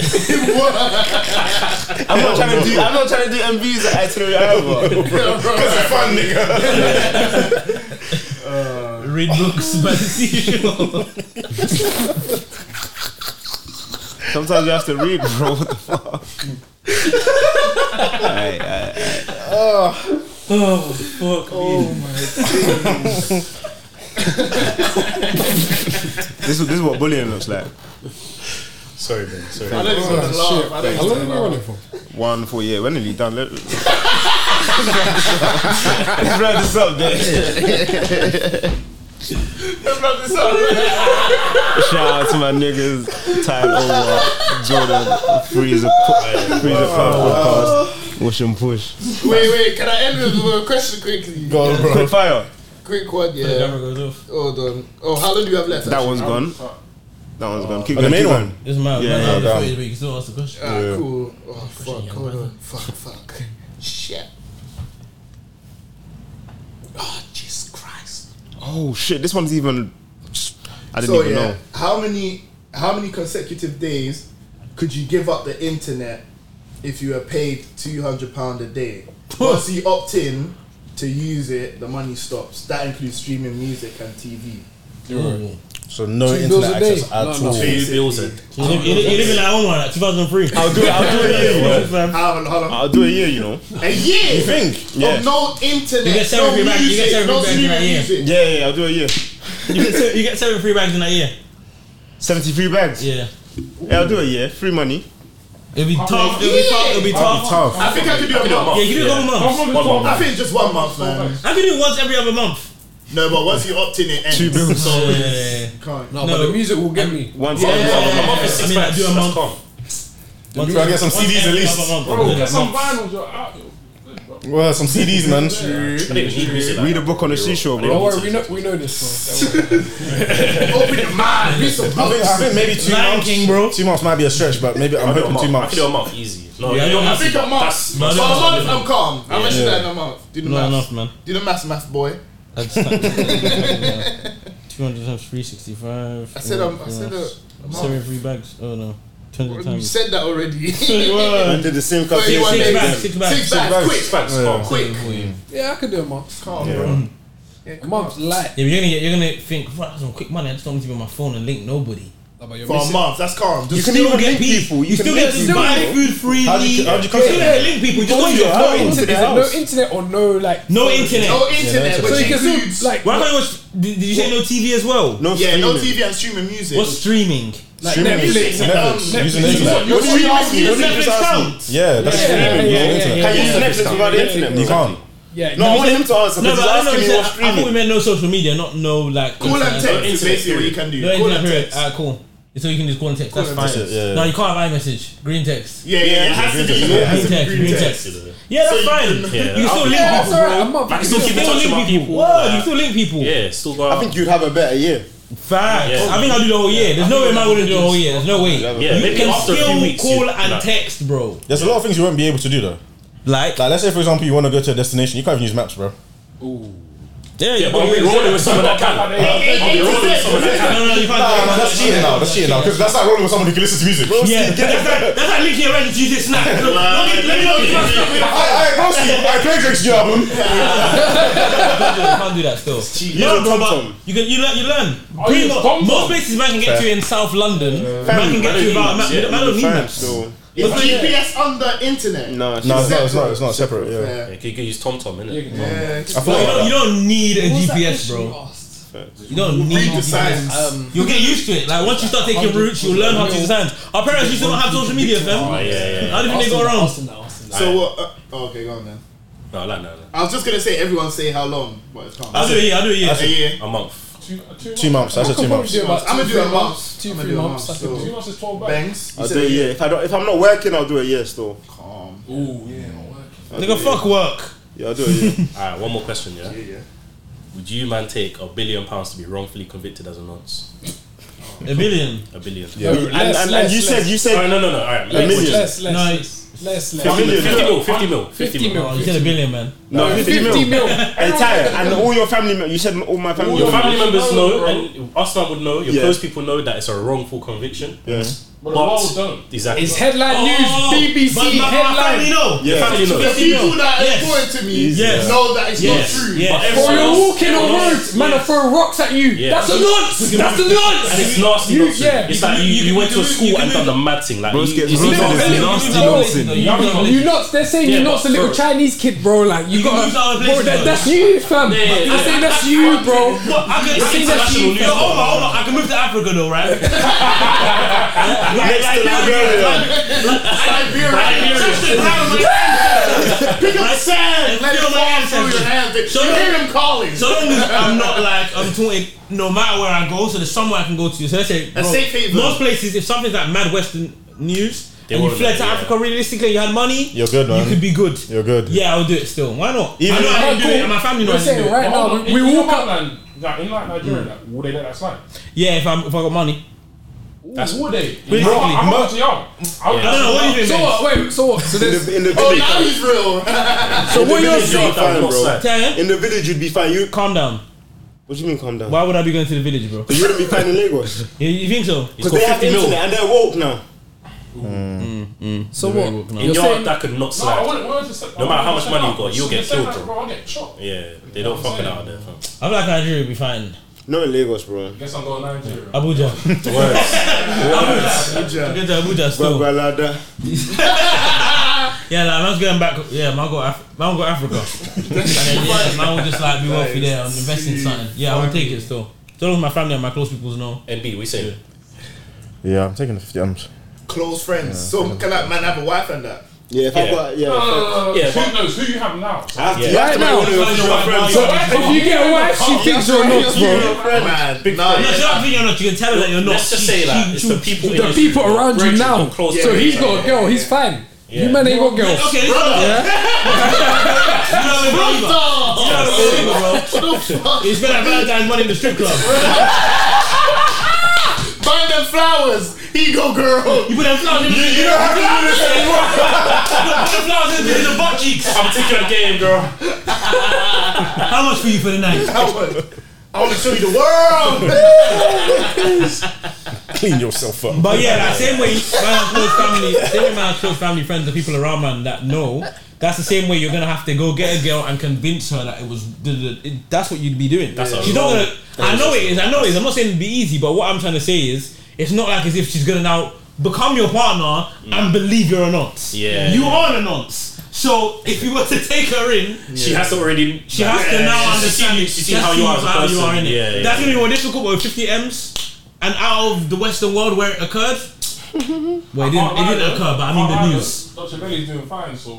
S5: I'm not trying to do. I'm not trying to do MVs at itinerary either. Because it's fun, nigga.
S7: Read books by the seashore.
S5: Sometimes you have to read, bro. What the fuck? Aye, aye, aye.
S27: Oh.
S6: Oh, fuck.
S27: Oh, my days.
S5: This is this is what bullying looks like.
S6: Sorry, man. Sorry.
S1: I don't even want to laugh. I don't even want to laugh.
S5: for? One full year. When did you done? Let- Let's wrap this up, dude.
S1: Let's wrap this up.
S5: Shout out to my niggas, Time Over, Jordan, Freezer, Freezer Fan
S21: Oh.
S5: Podcast, Wish and Push.
S1: Wait, wait, can I end with a question quickly?
S5: Go on, bro. Quick fire.
S1: Quick one,
S7: The
S1: yeah.
S7: camera goes off.
S1: Hold on. Oh, how long do you have left?
S5: That
S1: actually?
S5: one's
S1: Oh,
S5: gone.
S1: fuck.
S5: That one's gone. Keep
S21: Oh, the
S5: going,
S21: main
S5: keep
S21: one?
S5: going.
S7: It's my
S5: Yeah, yeah,
S7: yeah,
S5: damn.
S7: but you can still ask the question.
S1: Ah, cool. Oh, fuck. Hold on. Fuck, fuck. Shit. Oh, Jesus Christ.
S5: Oh shit! This one's even. I didn't
S1: so,
S5: even
S1: yeah,
S5: know.
S1: How many how many consecutive days could you give up the internet if you were paid two hundred pound a day? Once you opt in to use it, the money stops. That includes streaming music and TV.
S21: Mm. So no
S1: Two bills
S21: internet
S1: a day.
S21: access at
S1: No,
S21: all.
S1: no. Two bills a-
S7: You live, you live- you live in that own one, like 2003.
S5: I'll do it. I'll do it a year, you know.
S1: How, how long?
S5: I'll do it a year, you know.
S1: A year.
S5: Uh, You think?
S1: Of
S21: Oh,
S5: Yeah.
S1: no internet.
S7: You get
S1: no
S7: seven free bags. You get
S1: music,
S7: seven free
S1: no
S7: bags in
S1: streaming
S7: that year.
S1: music.
S5: Yeah, yeah, I'll do it a year.
S7: You get seven, you get seven free bags in that year.
S5: Seventy-three bags.
S7: Yeah.
S5: Yeah, I'll do it a year. Free money.
S7: It'll be tough. It'll be tough. It'll be tough.
S1: I think I could do a month.
S7: Yeah, you do it one month.
S1: I think just one month, man.
S7: I can do it once every other month.
S1: No, but once you opt in, it ends.
S7: Two bills.
S1: So
S7: Yeah, yeah, yeah.
S1: you can't.
S4: No, but the music will get me.
S5: Once
S4: Yeah,
S5: every
S4: yeah,
S5: other
S4: yeah,
S5: month.
S4: yeah.
S5: It's
S7: I mean, I do a
S5: six
S7: month.
S21: Maybe I'll get some CDs at least.
S2: Bro, get some vinyls. You're out.
S21: Well, some CDs, man.
S5: Read a book on the seashore,
S4: Don't
S5: bro.
S4: worry, we know, we know this, bro.
S1: Open your mind. Read some
S21: I think, I think maybe two
S4: Lion
S21: months. Two months might be a stretch, but maybe I'm
S6: I'll do a
S21: hoping two
S6: month. I
S21: months.
S6: can do a month easy. No,
S21: Yeah,
S6: you don't
S21: I
S1: I
S6: have to.
S1: think a month.
S6: That's-
S1: For a month, I'm calm. How much
S6: Yeah.
S1: is that in a month? Do the
S7: Not
S1: math.
S7: enough, man.
S1: Do the math, math boy.
S7: That's not- 200 times 365.
S1: I said, um, I said, uh, a month.
S7: 73 bags. Oh no. 200
S1: You
S7: times.
S1: said that already.
S7: Well,
S5: I did the same
S7: Six-
S5: calculation.
S7: six
S5: again.
S7: bags, six bags.
S1: Six bags, quick.
S5: Yeah.
S1: Quick.
S4: Yeah, I could do a month.
S1: Calm,
S5: Yeah.
S1: bro.
S4: A month's light.
S7: Yeah, but you're gonna get, you're gonna think, fuck, that's some quick money. I just don't need to be on my phone and link nobody.
S1: For a month, that's calm.
S7: You
S1: Just
S7: can even link people. You,
S1: can
S7: still
S1: link
S7: get to
S1: people.
S7: buy food freely.
S1: How'd you- how'd you
S7: still get to
S1: contact them?
S7: link people. Just
S1: Go
S7: on
S1: to
S7: your
S1: your
S7: phone.
S1: house.
S4: Internet, no internet or no like
S7: No internet.
S1: No internet,
S7: So
S1: which
S7: you can
S1: includes
S7: still, like, why can't you watch? Did, did you say no TV as well?
S5: No
S1: yeah, no TV and streaming music.
S7: What's streaming?
S1: Like Streaming Netflix, music. Netflix.
S7: Um,
S1: Netflix. Using internet.
S7: What
S1: What
S7: do
S1: do
S7: you
S1: you
S7: ask me?
S1: mean?
S7: Does
S1: Netflix
S7: Netflix
S1: count?
S7: count?
S21: Yeah,
S7: Yeah,
S21: that's
S7: yeah,
S21: streaming. Yeah,
S7: yeah,
S21: internet.
S7: yeah, Can you yeah. use
S5: Netflix without the internet,
S21: You
S5: bro?
S21: can't.
S4: Yeah.
S5: No, I want him to answer.
S7: No,
S5: because he's
S7: but I know
S5: asking me
S7: he said,
S5: what's
S7: I thought we
S5: streaming.
S7: meant no social media, not no like.
S1: Call and
S7: internet.
S1: text is basically what you can do.
S7: No
S1: Call
S7: internet
S1: and
S7: period.
S1: text.
S7: Ah, cool. So you can just call and text.
S1: Call
S7: That's
S1: and
S7: fine.
S1: text, yeah.
S7: No, you can't have iMessage. Green text.
S1: Yeah, yeah, it has to be- yeah, it has to be green
S7: Green
S1: text.
S7: text. Yeah,
S1: So
S7: that's
S1: you
S7: fine. You
S1: can- Yeah,
S7: can still link
S1: I'll- Yeah,
S7: people,
S1: that's
S7: bro.
S1: alright, I'm up.
S7: You
S1: I
S7: can
S1: can
S7: still
S1: still
S7: keep in
S1: keep
S7: touch
S1: in touch
S7: with
S1: with my
S7: people.
S1: people.
S7: Word, you still link people.
S6: Yeah, still go
S5: I think you'd have a better year.
S7: Facts.
S5: Yeah.
S7: I think I'll do the whole year. There's no way man wouldn't do the whole year. There's no way.
S6: Yeah,
S7: you
S6: maybe
S7: can
S6: after a few
S7: still
S6: weeks,
S7: call
S6: you-
S7: and
S6: nah.
S7: text, bro.
S21: There's a lot of things you won't be able to do though.
S7: Like,
S21: like let's say for example you want to go to a destination, you can't even use maps, bro.
S7: Yeah,
S6: yeah, but I'll be rolling with someone that can. I'll be rolling with someone that can.
S21: No, no, you can't. Nah, nah, that's cheating now. That's cheating now. Because that's like rolling with someone who can listen to music.
S7: Yeah, that's like that's like linking around to use this snack. Look,
S21: Nah.
S7: Let me let me know. if you-
S21: I, I, Broski, I play Drake's new album.
S7: You can't do that still.
S21: You
S7: No,
S21: don't
S7: bro,
S21: tom-tom.
S7: but you can you learn. You learn.
S21: I
S7: Pretty
S21: use
S7: much-
S21: tom-tom.
S7: most places man can get
S21: Fair.
S7: to in South London.
S21: Fair.
S7: Man can get to about man
S21: Yeah,
S7: man don't need
S21: fair
S7: maps.
S21: still.
S7: What's
S1: Is
S7: the-
S1: GPS on the internet?
S21: No, it's not. It's not. It's not separate. Yeah.
S6: Yeah, you can use TomTom, innit?
S1: Yeah.
S21: I
S7: you, don't,
S21: thought about
S7: you
S21: that.
S7: don't need a
S6: What was that
S7: GPS,
S6: question
S7: bro. You don't need
S6: Read the
S7: GPS.
S6: signs.
S7: Um, you'll get used to it. Like once you start taking routes, you'll learn how to use the signs. Our parents used to not have social media, fam.
S6: Oh, yeah, yeah, yeah.
S7: How do you think they go
S6: Austin,
S7: around?
S6: Austin, Austin.
S1: So what? Uh, oh, okay, go on then.
S6: No, I like that.
S1: I was just gonna say everyone say how long, but it's can't.
S6: I'll do it, yeah, I'll do it, yeah.
S1: A year.
S6: A month.
S1: Two,
S21: Two months. That's a two months.
S1: I'm gonna do a month.
S6: Two,
S1: I'm
S6: three
S1: gonna do a
S6: months,
S1: month,
S6: I think.
S1: so-
S6: Two months is 12 bags.
S1: Banks.
S5: I'll do a year. If I don't, if I'm not working, I'll do a year still. Calm.
S6: Ooh, yeah, not working.
S5: Nigga, fuck
S7: work.
S5: Yeah, I'll do a year.
S6: Alright, one more question, yeah? Yeah, yeah. Would you man take a billion pounds to be wrongfully convicted as a nonce?
S7: A billion?
S6: A billion.
S5: Yeah. And- and- and you said- you said-
S6: Alright, no, no, no. Alright,
S5: A million.
S6: let's-
S7: No, it's-
S4: Less, less.
S6: 50 mil, 50 mil, 50 mil.
S7: Oh, you said a billion, man.
S5: No, 50, mil. Entire. And all your family members. You said all my family
S6: All your
S5: members.
S6: family members know, and us now would know, your
S5: Yeah.
S6: close people know that it's a wrongful conviction.
S5: Yeah.
S6: But,
S5: But the world
S6: don't. Exactly.
S4: It's headline
S7: Oh,
S4: news, BBC
S7: but my- my
S4: headline.
S7: family know.
S6: Yeah.
S7: Yeah.
S6: Family know.
S7: The people that are Yes. important
S1: to me Yes. know that it's not Yes. true. Yes.
S6: But
S4: Or
S6: everyone
S4: you're
S6: else-
S4: walking on
S6: everyone else-
S4: roads, man, are throwing rocks at you.
S6: Yeah.
S4: That's a nonce. That's the nonce.
S6: And it's nasty
S4: You-
S6: nonsense.
S4: yeah.
S6: It's like you, you, went to a school and done the mad thing. Like, you,
S4: Bros get
S6: it's
S4: roasted as
S6: nasty,
S4: nasty
S6: nasty,
S4: You you nuts? They're saying you
S6: Yeah,
S4: nuts, a
S6: but
S4: little
S6: bro.
S4: Chinese kid, bro. Like you, got
S6: use our
S4: got, bro.
S6: places,
S4: That,
S6: though.
S4: that's you, fam.
S7: Yeah, yeah,
S4: I
S7: yeah.
S4: say that's you, bro.
S7: What? I can,
S4: You
S7: I
S4: say
S7: can,
S4: that's you,
S7: Yo, hold on,
S4: fam.
S7: hold on. I can move to Africa though, right? like, like, Pick up sand. Let my ancestors. So
S1: You
S7: long-
S1: hear them calling.
S7: So long as I'm not like I'm taunted, no matter where I go, so there's somewhere I can go to. So let's say
S1: A
S7: bro,
S1: safe haven.
S7: most places, if something's like Mad Western news.
S21: They
S7: and you
S21: won't
S7: fled
S21: let-
S7: to
S21: yeah.
S7: Africa realistically, you had money.
S21: You're good, man.
S7: You could be good.
S21: You're good.
S7: Yeah, I'll do it still. Why not?
S21: Even
S7: I know
S21: if-
S7: I can do
S21: Michael,
S7: it, and my family knows I can do it.
S2: up. Like, in like Nigeria,
S7: Mm.
S2: like, would they let that slide?
S7: Yeah, if I'm if I got money.
S2: That's would they?
S7: Basically.
S2: How- how much they are? How-
S7: I don't know, what do you think,
S4: So
S7: man?
S4: what? Wait. So what? So there's.
S5: Oh, now he's
S1: real.
S4: So
S5: In the
S4: what you're
S5: village,
S4: saying?
S5: be fine, bro.
S7: Tell him.
S5: In the village, you'd be fine. You
S7: calm down.
S5: What do you mean, calm down?
S7: Why would I be going to the village, bro?
S5: You wouldn't be fine in Lagos
S7: Yeah, you think so?
S5: because they have internet and they're woke now.
S4: So
S7: what?
S6: In Europe, that could not
S2: No, I
S6: slide.
S2: wouldn't- wouldn't just- I
S6: No matter how
S2: wouldn't just
S6: much money
S2: say
S6: you got,
S2: that.
S6: you'll get
S2: Just say
S6: killed,
S2: that,
S6: bro.
S2: I'll get shot.
S6: Yeah, they don't fucking out there, fam.
S7: I feel like Nigeria would be fine.
S5: Not in Lagos, bro.
S2: Guess I'm going to Nigeria.
S7: Abuja. Abuja. Go to Abuja still. yeah, like, man's going back. Yeah, man go, Af- man go Africa. and then, yeah, man will just like be wealthy there and invest in something. Yeah, I would take it still. So long as my family and my close peoples know.
S6: NB, we say
S21: Yeah, I'm taking the 50 amps.
S1: Close friends. so can that man have a wife and that?
S5: Yeah, if
S21: Yeah.
S5: I've got, yeah.
S2: No, no, no, no,
S5: if I-
S2: no. Uh, Who knows who you have now?
S5: I have to,
S2: Oh, Yeah.
S5: you have to
S2: Right
S5: marry
S2: now.
S5: one of your
S2: Find a
S5: your
S2: wife,
S5: friends.
S2: so if you get a wife, she thinks you're nuts, bro.
S1: Man,
S6: Big
S7: No,
S6: friend.
S7: she don't think you're not. You can tell her that you're not.
S6: Let's just
S7: She-
S6: say that
S7: she-
S6: it's the people. in
S4: The
S6: this
S4: people
S6: room,
S4: around you
S6: friends,
S4: now.
S6: close
S4: So
S6: friends,
S4: he's
S6: yeah.
S4: got a girl. He's fine.
S6: Yeah.
S4: You man ain't got girls.
S7: Okay, this brother. You spend that Valentine's money in the strip club.
S1: Buy them flowers. He go girl.
S7: You put them flowers in the
S1: You don't have to do this anymore.
S7: Put the flowers in the, in the butt cheeks.
S6: I'm taking your game, girl.
S7: How much for you for the night?
S1: I want to show you the world.
S21: Clean yourself up.
S7: But yeah, like same way man close family, same way man close family friends and people around man that know. That's the same way you're gonna have to go get a girl and convince her that it was. duh, duh, duh. It- That's what you'd be doing.
S6: That's a
S7: she's not
S6: long-
S7: gonna. I know it is. I know it is. I'm not saying it'd be easy, but what I'm trying to say is, it's not like as if she's gonna now become your partner and believe you're a nonce.
S6: Yeah.
S7: you are a nonce. So if you were to take her in,
S6: She has to already.
S7: She has to
S6: Yeah,
S7: now
S6: she's
S7: understand.
S6: seen- she's seen
S7: that's
S6: how you are as a
S7: how you
S6: person.
S7: are, innit?
S6: Yeah, yeah,
S7: That's gonna
S6: yeah.
S7: be more difficult but with 50 m's and out of the Western world where it occurred. Well, it didn't, it didn't occur, but I mean the news.
S2: Dr. Belly's doing fine, so.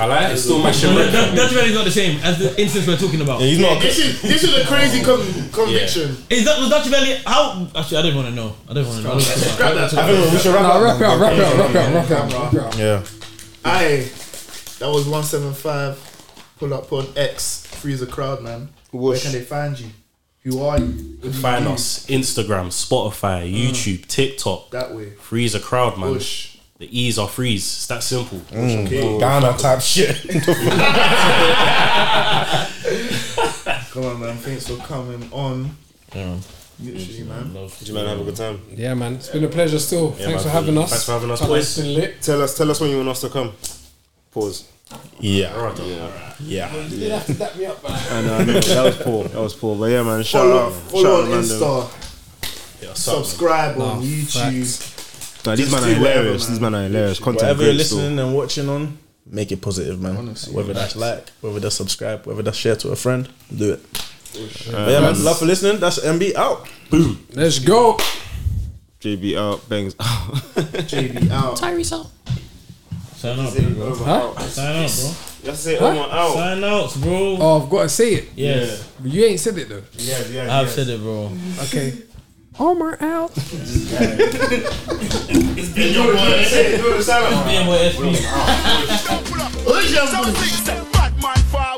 S6: I like it. It's still my shit.
S7: No, that- That's really not the same as the instance we're talking about.
S6: Yeah, he's not-
S1: this is this is a crazy con- conviction.
S7: Is that was Dutch Valley? How actually, I don't want to know. I don't want to know.
S1: Grab that.
S7: I don't wanna talk about
S1: Nah,
S7: it.
S1: wrap it up, wrap it up, wrap it up, wrap it up, wrap it up.
S21: Yeah.
S1: Aye, that was 175. Pull up on X. Freeze a crowd, man. Where
S6: Whoosh.
S1: can they find you? Who are you? What do you
S6: Find
S1: do?
S6: us
S7: Mm.
S6: Instagram, Spotify, YouTube, TikTok.
S1: That way.
S6: Freeze a crowd, man.
S1: Push.
S6: The E's are freeze. It's that simple.
S21: Mm, Ghana type shit.
S1: Come on, man. Thanks for coming on.
S7: Yeah, man.
S1: Literally, man.
S5: Did you man have a good time?
S4: Yeah, man. It's been a pleasure still.
S5: Yeah, man.
S4: Thanks for having us.
S5: Thanks for having us,
S4: Tell
S5: boys.
S4: it's been lit.
S5: Tell us, tell us when you want us to come. Pause.
S21: Yeah.
S5: Right, yeah.
S21: Yeah.
S4: You didn't have to dap me up, man.
S5: I know, I know. That was poor. That was poor. But yeah, man. Shout
S1: Follow,
S5: out. shout
S1: follow
S5: out
S1: on
S5: London.
S1: Insta.
S5: Yeah, sup, man.
S1: Subscribe on
S21: Nah,
S1: YouTube.
S5: Nah, these
S1: Just
S5: man are
S1: do whatever,
S5: hilarious.
S1: man.
S5: These man are hilarious. Content
S21: Whatever you're
S5: great still.
S21: listening and watching on, make it positive, man. whether that's like, whether that's subscribe, whether that's share to a friend, do it. But yeah, man. Love for listening. That's MB out.
S5: Boom.
S4: Let's go.
S5: JB out. Bangs out.
S1: JB out.
S7: Tyrese out. Sign out, bro.
S4: Huh?
S7: Sign out, bro.
S5: That's it.
S4: Huh?
S5: Omar out.
S7: Sign out, bro.
S4: Oh, I've got to say it.
S7: Yes.
S4: But you ain't said it though.
S7: Yeah, yeah, I've yes. said it, bro.
S4: Okay. Omar out.
S7: It's been your
S2: It's
S7: been your boy, SP.
S34: Something said, bad man forward,